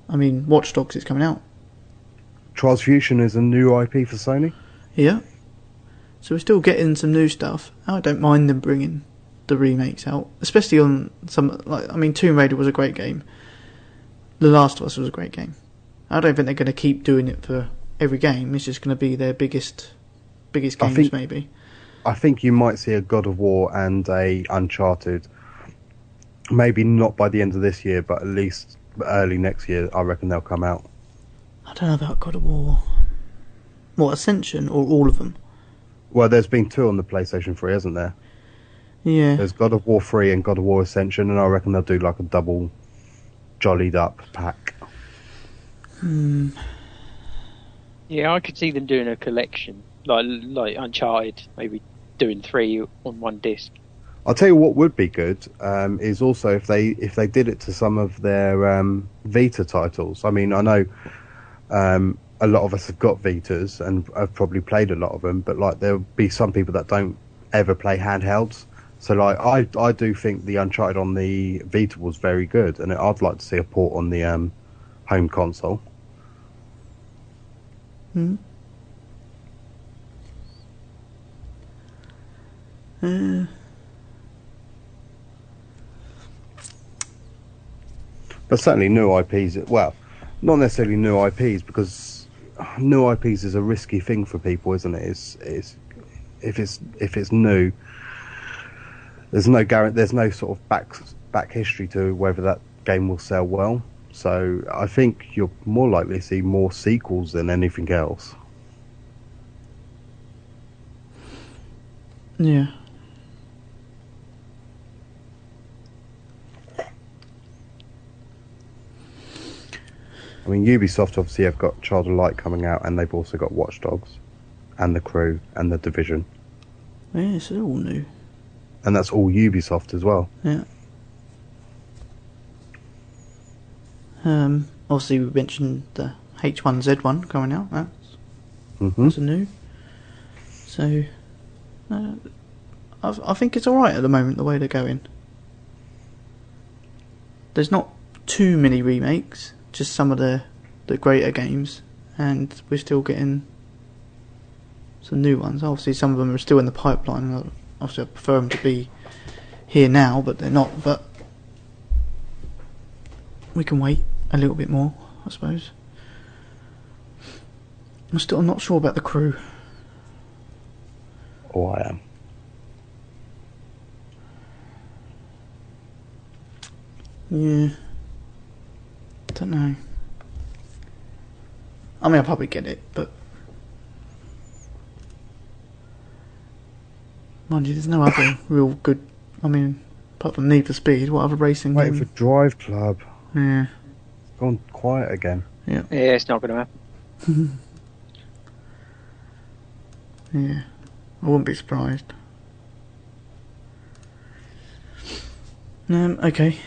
[SPEAKER 3] I mean, Watch Dogs is coming out.
[SPEAKER 5] Transfusion is a new IP for Sony.
[SPEAKER 3] Yeah. So we're still getting some new stuff. I don't mind them bringing the remakes out, especially on some like I mean, Tomb Raider was a great game. The Last of Us was a great game. I don't think they're going to keep doing it for every game. It's just going to be their biggest, biggest
[SPEAKER 5] I
[SPEAKER 3] games
[SPEAKER 5] think-
[SPEAKER 3] maybe.
[SPEAKER 5] I think you might see a God of War and a Uncharted. Maybe not by the end of this year, but at least early next year, I reckon they'll come out.
[SPEAKER 3] I don't know about God of War. What Ascension or all of them?
[SPEAKER 5] Well, there's been two on the PlayStation 3, hasn't there?
[SPEAKER 3] Yeah.
[SPEAKER 5] There's God of War 3 and God of War Ascension, and I reckon they'll do like a double jollied up pack.
[SPEAKER 4] Yeah, I could see them doing a collection, like like Uncharted, maybe doing three on one disc.
[SPEAKER 5] I'll tell you what would be good um, is also if they if they did it to some of their um, Vita titles. I mean, I know um, a lot of us have got Vitas and have probably played a lot of them, but like there'll be some people that don't ever play handhelds. So like I I do think the Uncharted on the Vita was very good, and I'd like to see a port on the um, home console.
[SPEAKER 3] Hmm. Uh,
[SPEAKER 5] But certainly new IPs. Well, not necessarily new IPs because new IPs is a risky thing for people, isn't it? It's, it's if it's if it's new, there's no guarantee. There's no sort of back back history to whether that game will sell well. So I think you're more likely to see more sequels than anything else.
[SPEAKER 3] yeah.
[SPEAKER 5] I mean, Ubisoft obviously have got Child of Light coming out, and they've also got Watch Dogs, and The Crew, and The Division,
[SPEAKER 3] Yeah, it's all new.
[SPEAKER 5] and that's all Ubisoft as well.
[SPEAKER 3] Um, obviously, we mentioned the H1Z1 coming out. That's
[SPEAKER 5] hmm
[SPEAKER 3] that's new. So, uh, I, I think it's alright at the moment the way they're going. There's not too many remakes, just some of the, the greater games, and we're still getting some new ones. Obviously, some of them are still in the pipeline. and Obviously, I prefer them to be here now, but they're not. But we can wait a little bit more, I suppose. I'm still not sure about the crew.
[SPEAKER 5] Oh, I am.
[SPEAKER 3] Yeah. Don't know. I mean, I probably get it, but. Mind you, there's no other real good. I mean, apart from Need for Speed, what other racing
[SPEAKER 5] Waiting for
[SPEAKER 3] game?
[SPEAKER 5] Drive Club.
[SPEAKER 3] Yeah.
[SPEAKER 5] Gone quiet again.
[SPEAKER 4] Yeah, it's not going to happen.
[SPEAKER 3] Yeah. I wouldn't be surprised. Um, okay.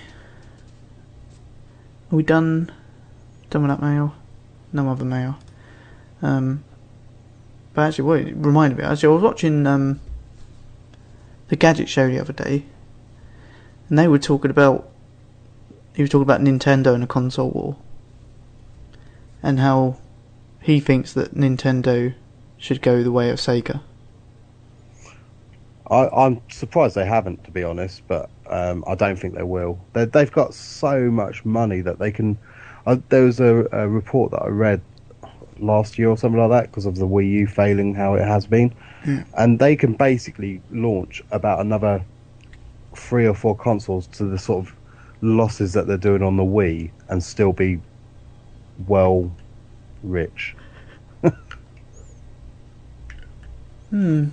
[SPEAKER 3] Are we done? Done with that mail? No other mail. Um, But actually, what it reminded me, actually, I was watching um, the Gadget Show the other day, and they were talking about he was talking about Nintendo and the console war, and how he thinks that Nintendo should go the way of Sega.
[SPEAKER 5] I, I'm surprised they haven't, to be honest, but um, I don't think they will. They, they've got so much money that they can. I, there was a, a report that I read last year or something like that because of the Wii U failing how it has been, and they can basically launch about another three or four consoles to the sort of losses that they're doing on the Wii and still be well rich.
[SPEAKER 3] Hmm.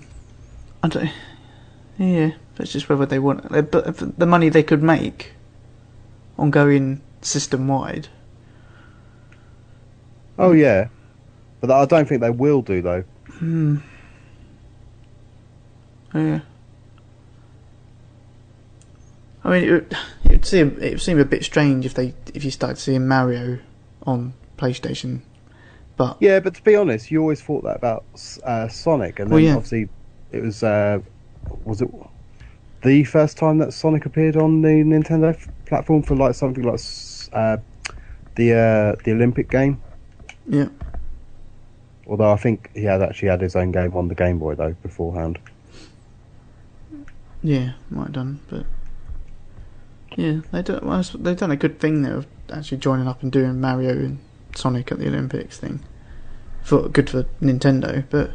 [SPEAKER 3] I don't. Yeah, that's just whether they want. they- But if the money they could make on going system wide.
[SPEAKER 5] Oh yeah, but I don't think they will do though.
[SPEAKER 3] Yeah. I mean, it would, it would seem it would seem a bit strange if they if you started seeing Mario on PlayStation, but
[SPEAKER 5] Yeah, but to be honest, you always thought that about uh, Sonic, and then
[SPEAKER 3] Well, yeah.
[SPEAKER 5] obviously it was uh, was it the first time that Sonic appeared on the Nintendo f- platform for like something like s- uh, the uh, the Olympic game.
[SPEAKER 3] yeah,
[SPEAKER 5] Although I think he had actually had his own game on the Game Boy though beforehand.
[SPEAKER 3] yeah, might have done, but yeah, they don't well, that's- they've done a good thing there of actually joining up and doing Mario and Sonic at the Olympics thing. For good for Nintendo, but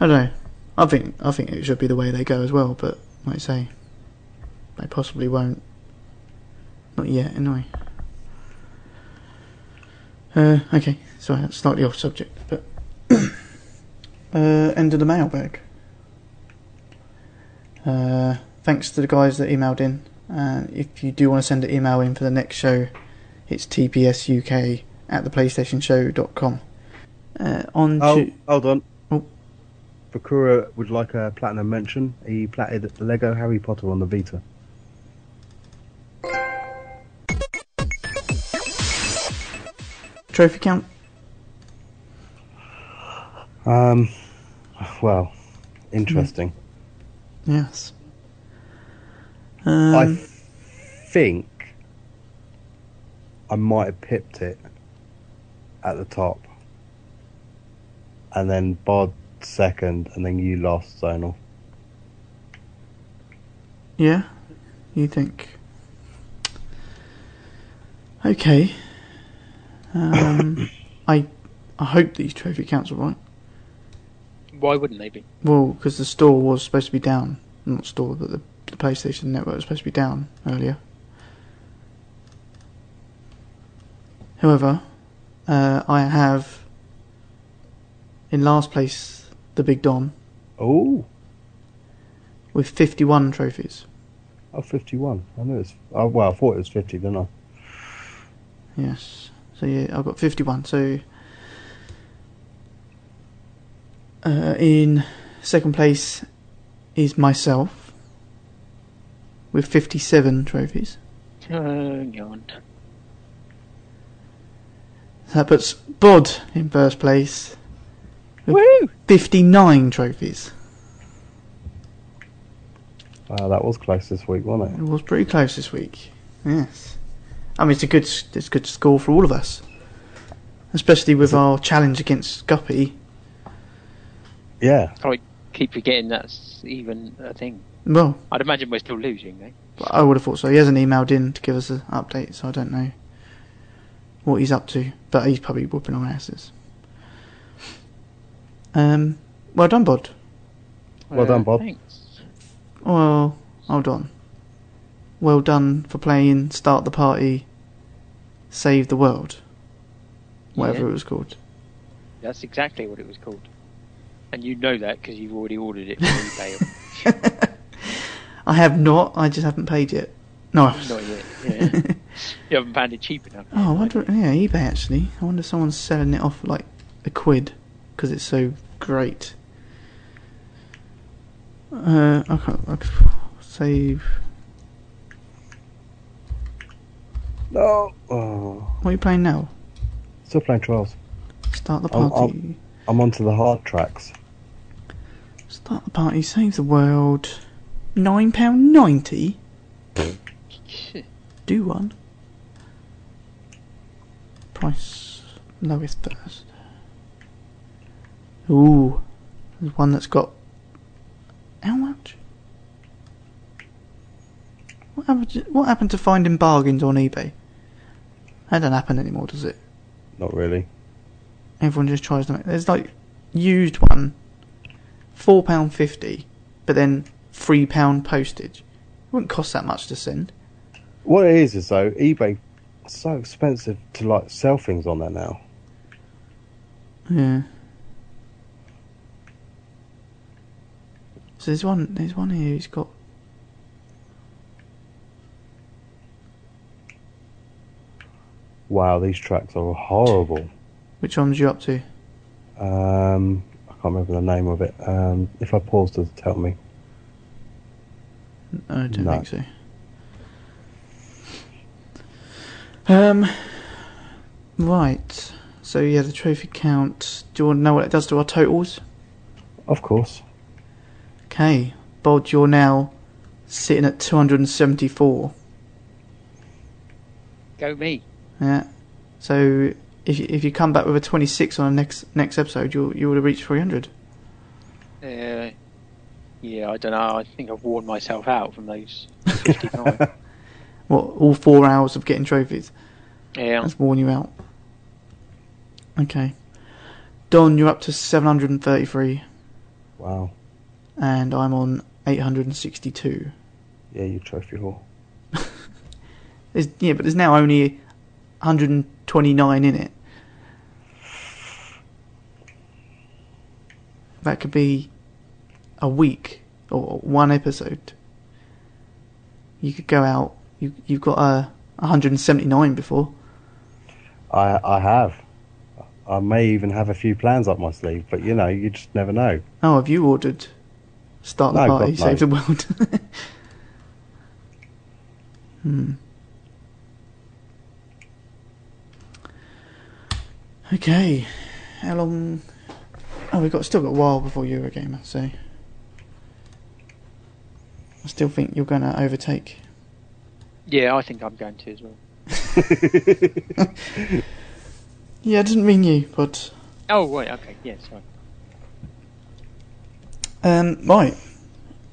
[SPEAKER 3] I don't know. I think I think it should be the way they go as well, but like I say, they possibly won't. Not yet, anyway. Uh, okay, sorry, that's slightly off subject, but [coughs] uh, end of the mailbag. Uh, thanks to the guys that emailed in. And if you do want to send an email in for the next show, it's tpsuk at theplaystationshow.com. Uh, on
[SPEAKER 5] Oh,
[SPEAKER 3] to
[SPEAKER 5] hold on.
[SPEAKER 3] Oh.
[SPEAKER 5] Bakura would like a platinum mention. He platted Lego Harry Potter on the Vita.
[SPEAKER 3] trophy count.
[SPEAKER 5] Um, well, interesting.
[SPEAKER 3] Yes. Um,
[SPEAKER 5] I th- think I might have pipped it at the top, and then Bod second, and then you lost Zonal.
[SPEAKER 3] Yeah, you think? Okay. Um, [coughs] I I hope these trophy counts are right.
[SPEAKER 4] Why wouldn't they be?
[SPEAKER 3] Well, because the store was supposed to be down, not store, but the, the PlayStation Network was supposed to be down earlier. However, uh, I have in last place the Big Dom
[SPEAKER 5] Oh,
[SPEAKER 3] with 51 trophies.
[SPEAKER 5] oh, 51. I knew it was. Oh, well, I thought it was 50, didn't I?
[SPEAKER 3] Yes. So yeah, I've got 51. So uh, in second place is myself with 57 trophies.
[SPEAKER 4] Hang on.
[SPEAKER 3] That puts Bod in first place. with 59 trophies.
[SPEAKER 5] Wow, that was close this week, wasn't
[SPEAKER 3] It was pretty close this week. Yes. I mean, it's a good s- it's a good score for all of us, especially with our challenge against Guppy.
[SPEAKER 5] it? Yeah.
[SPEAKER 4] Keep forgetting that's even a thing.
[SPEAKER 3] Well,
[SPEAKER 4] I'd imagine we're still losing, eh?
[SPEAKER 3] I would have thought so. He hasn't emailed in to give us an update, so I don't know what he's up to. But he's probably whooping our asses. Um, well done, Bod.
[SPEAKER 5] Well done, Bob.
[SPEAKER 4] Thanks.
[SPEAKER 3] Well, hold on. Well done for playing Start the Party, Save the World, whatever
[SPEAKER 4] Yeah.
[SPEAKER 3] it was called. [laughs]
[SPEAKER 4] That's exactly what it was called. And you know that because you've already ordered it from eBay.
[SPEAKER 5] [laughs]
[SPEAKER 3] I have not. I just haven't paid yet. No. [laughs]
[SPEAKER 4] Not yet. Yeah. you haven't found it cheap enough.
[SPEAKER 3] Oh, I wonder. Yeah, eBay actually. I wonder if someone's selling it off for like a quid because it's so great. Uh, I can't. I can save.
[SPEAKER 5] No. Oh,
[SPEAKER 3] What are you playing now?
[SPEAKER 5] Oh, still playing Trials.
[SPEAKER 3] Start the
[SPEAKER 5] I'll- I'll-
[SPEAKER 3] party.
[SPEAKER 5] I'm onto the hard tracks.
[SPEAKER 3] Start the party, save the world. Nine pound ninety. Do one. Price lowest first. Ooh, there's one that's got how much? What happened? To, what happened to finding bargains on eBay? That doesn't happen anymore, does it?
[SPEAKER 5] Not really.
[SPEAKER 3] Everyone just tries to make. There's like used one, four pound fifty, but then three pound postage. It wouldn't cost that much to send.
[SPEAKER 5] What it is is though, eBay so expensive to like sell things on there now.
[SPEAKER 3] Yeah. So there's one. There's one here who's got.
[SPEAKER 5] Wow, these tracks are horrible.
[SPEAKER 3] Which one's you up to?
[SPEAKER 5] Um, I can't remember the name of it. Um, if I pause, does it tell me?
[SPEAKER 3] No, Oh, I don't
[SPEAKER 5] No.
[SPEAKER 3] think so. Um, right. So yeah, the trophy count. Do you want to know what it does to our totals?
[SPEAKER 5] Of course.
[SPEAKER 3] Okay, Bod, you're now sitting at 274.
[SPEAKER 4] Go me.
[SPEAKER 3] Yeah. So if you, if you come back with a 26 on the next next episode, you you would have reached 300.
[SPEAKER 4] Uh, yeah, I don't know. I think I've worn myself out from those
[SPEAKER 5] [laughs]
[SPEAKER 4] 59.
[SPEAKER 3] What? All four hours of getting trophies.
[SPEAKER 4] yeah,
[SPEAKER 3] That's worn you out. Okay. Don, you're up to 733.
[SPEAKER 5] Wow.
[SPEAKER 3] and I'm on 862.
[SPEAKER 5] Yeah, you trophy whore.
[SPEAKER 3] There's, yeah, but there's now only 129 in it. That could be a week or one episode. You could go out. You you've got uh, a 179 before.
[SPEAKER 5] I I have. I may even have a few plans up my sleeve, but you know, you just never know.
[SPEAKER 3] Oh, have you ordered? Start the
[SPEAKER 5] No,
[SPEAKER 3] party,
[SPEAKER 5] God, no.
[SPEAKER 3] save the world. [laughs] hmm. Okay, how long? Oh, we've got still got a while before Eurogamer, so I still think you're going to overtake.
[SPEAKER 4] yeah, I think I'm going to as well.
[SPEAKER 3] Yeah, I didn't mean you, but
[SPEAKER 4] Oh, right, okay, yeah, sorry.
[SPEAKER 3] Um, right,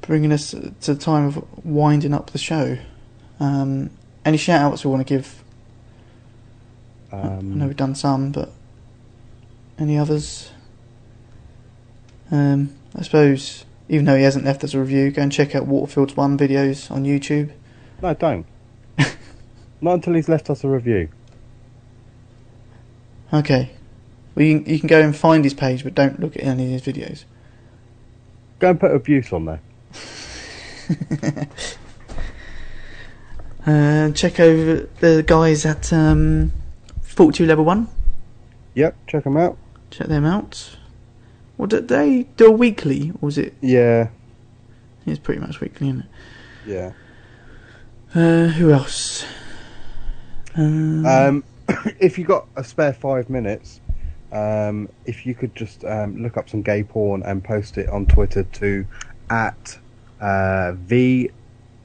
[SPEAKER 3] bringing us to the time of winding up the show. Um, any shout outs we want to give? I know
[SPEAKER 5] Um,
[SPEAKER 3] we've done some, but any others? Um, I suppose, even though he hasn't left us a review, go and check out Waterfield's One videos on YouTube.
[SPEAKER 5] no, don't. Not until he's left us a review.
[SPEAKER 3] Okay. Well, you, you can go and find his page, but don't look at any of his videos.
[SPEAKER 5] Go and put abuse on there.
[SPEAKER 3] Uh, check over the guys at um, 42 Level 1.
[SPEAKER 5] Yep, check him out.
[SPEAKER 3] Check them out. Well, did they do a weekly, or was it?
[SPEAKER 5] Yeah,
[SPEAKER 3] It's pretty much weekly, isn't it?
[SPEAKER 5] yeah.
[SPEAKER 3] Uh, who else? Um,
[SPEAKER 5] Um, [coughs] if you got a spare five minutes, um, if you could just um, look up some gay porn and post it on Twitter to at uh, v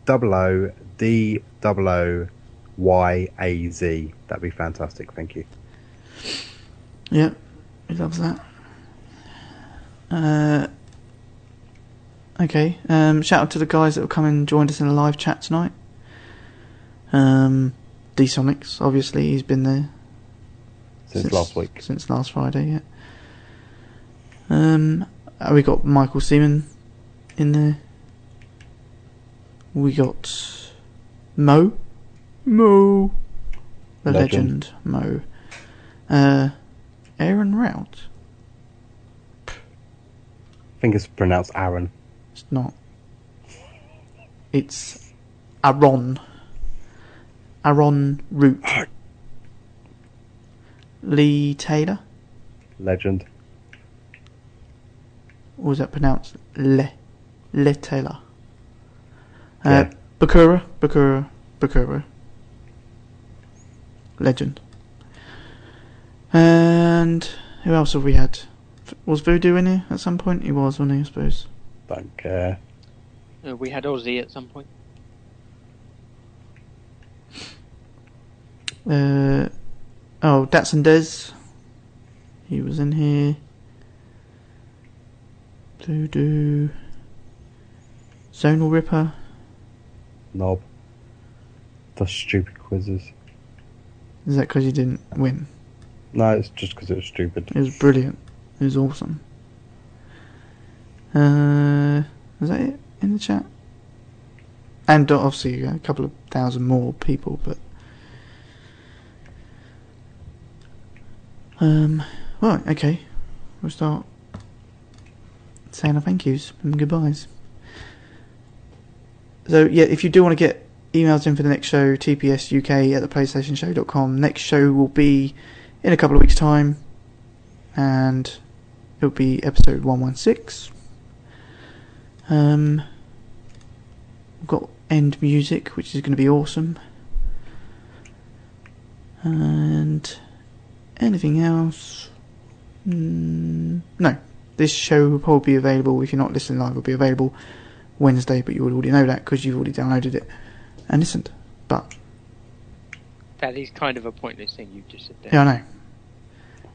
[SPEAKER 5] double o d double o y a z. That'd be fantastic. Thank you.
[SPEAKER 3] Yep, he loves that. Uh, okay, um, shout out to the guys that have come and joined us in a live chat tonight. Um, D Sonics, obviously, he's been there
[SPEAKER 5] Since, last week,
[SPEAKER 3] Since last Friday, yeah. Um, uh, we got Michael Seaman in there. We got Mo, Mo, the legend,
[SPEAKER 5] Legend.
[SPEAKER 3] Mo. Uh, Aaron Rout.
[SPEAKER 5] I think it's pronounced Aaron.
[SPEAKER 3] It's not. It's Aaron. Aaron Root. Lee Taylor.
[SPEAKER 5] Legend.
[SPEAKER 3] Or is that pronounced Le Le Taylor? Uh,
[SPEAKER 5] Yeah.
[SPEAKER 3] Bakura, Bakura, Bakura. Legend. And who else have we had? Was Voodoo in here at some point? He was, wasn't he? I suppose.
[SPEAKER 5] Don't care.
[SPEAKER 4] Uh, we had Aussie at some point.
[SPEAKER 3] Uh, oh, Datsun Des. He was in here. Voodoo. Zonal Ripper.
[SPEAKER 5] Knob. The stupid quizzes.
[SPEAKER 3] Is that because you didn't win?
[SPEAKER 5] No, it's just because it was stupid.
[SPEAKER 3] It was brilliant. It was awesome. Uh, was that it in the chat? And uh, obviously a couple of thousand more people, but um, right, okay, we'll start saying our thank yous and goodbyes. So yeah, if you do want to get emails in for the next show, tpsuk at the playstationshow.com. Next show will be in a couple of weeks' time and it'll be episode 116. Um, we've got end music, which is going to be awesome. And anything else? Mm, no. This show will probably be available, if you're not listening live, will be available Wednesday, but you would already know that because you've already downloaded it and listened. But,
[SPEAKER 4] That is kind of a pointless thing you just said there.
[SPEAKER 3] yeah, I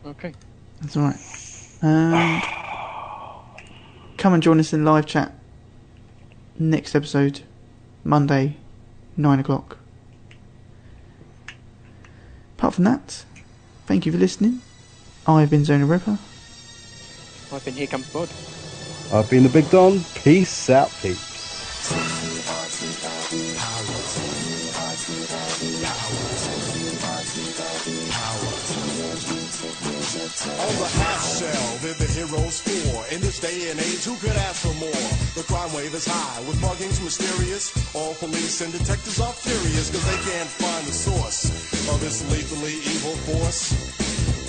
[SPEAKER 3] know.
[SPEAKER 4] Okay.
[SPEAKER 3] That's alright. And come and join us in live chat next episode, Monday, 9 o'clock. Apart from that, thank you for listening. I've been Zona Ripper.
[SPEAKER 4] I've been here comes Bod.
[SPEAKER 5] I've been the Big Don. Peace out, peeps.
[SPEAKER 7] On the half shell, they're the heroes for. In this day and age, who could ask for more? The crime wave is high, with muggings mysterious. All police and detectives are furious, cause they can't find the source of this lethally evil force.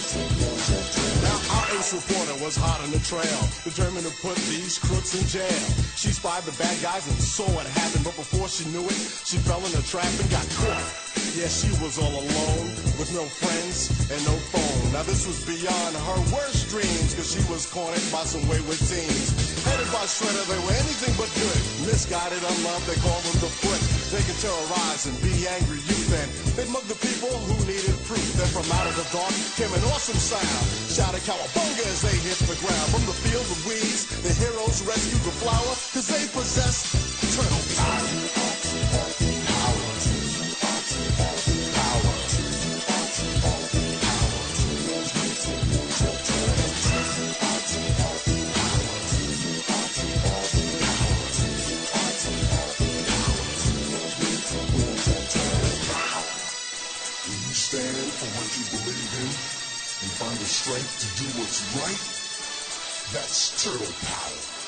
[SPEAKER 7] Now, our ace reporter was hot on the trail, determined to put these crooks in jail. She spied the bad guys and saw what happened, but before she knew it, she fell in a trap and got caught. Yeah, she was all alone, with no friends and no phone. Now, this was beyond her worst dreams, because she was cornered by some wayward teens. Headed by Shredder, they were anything but good. Misguided, unloved, they called them the foot. They could terrorize and be angry youth, and they mugged the people who needed proof. Then from out of the dark came an awesome sound. Shouted cowabunga as they hit the ground. From the fields of weeds, the heroes rescued the flower, cause they possessed turtle power. You stand in for what you believe in. You find the strength to do what's right. That's turtle power.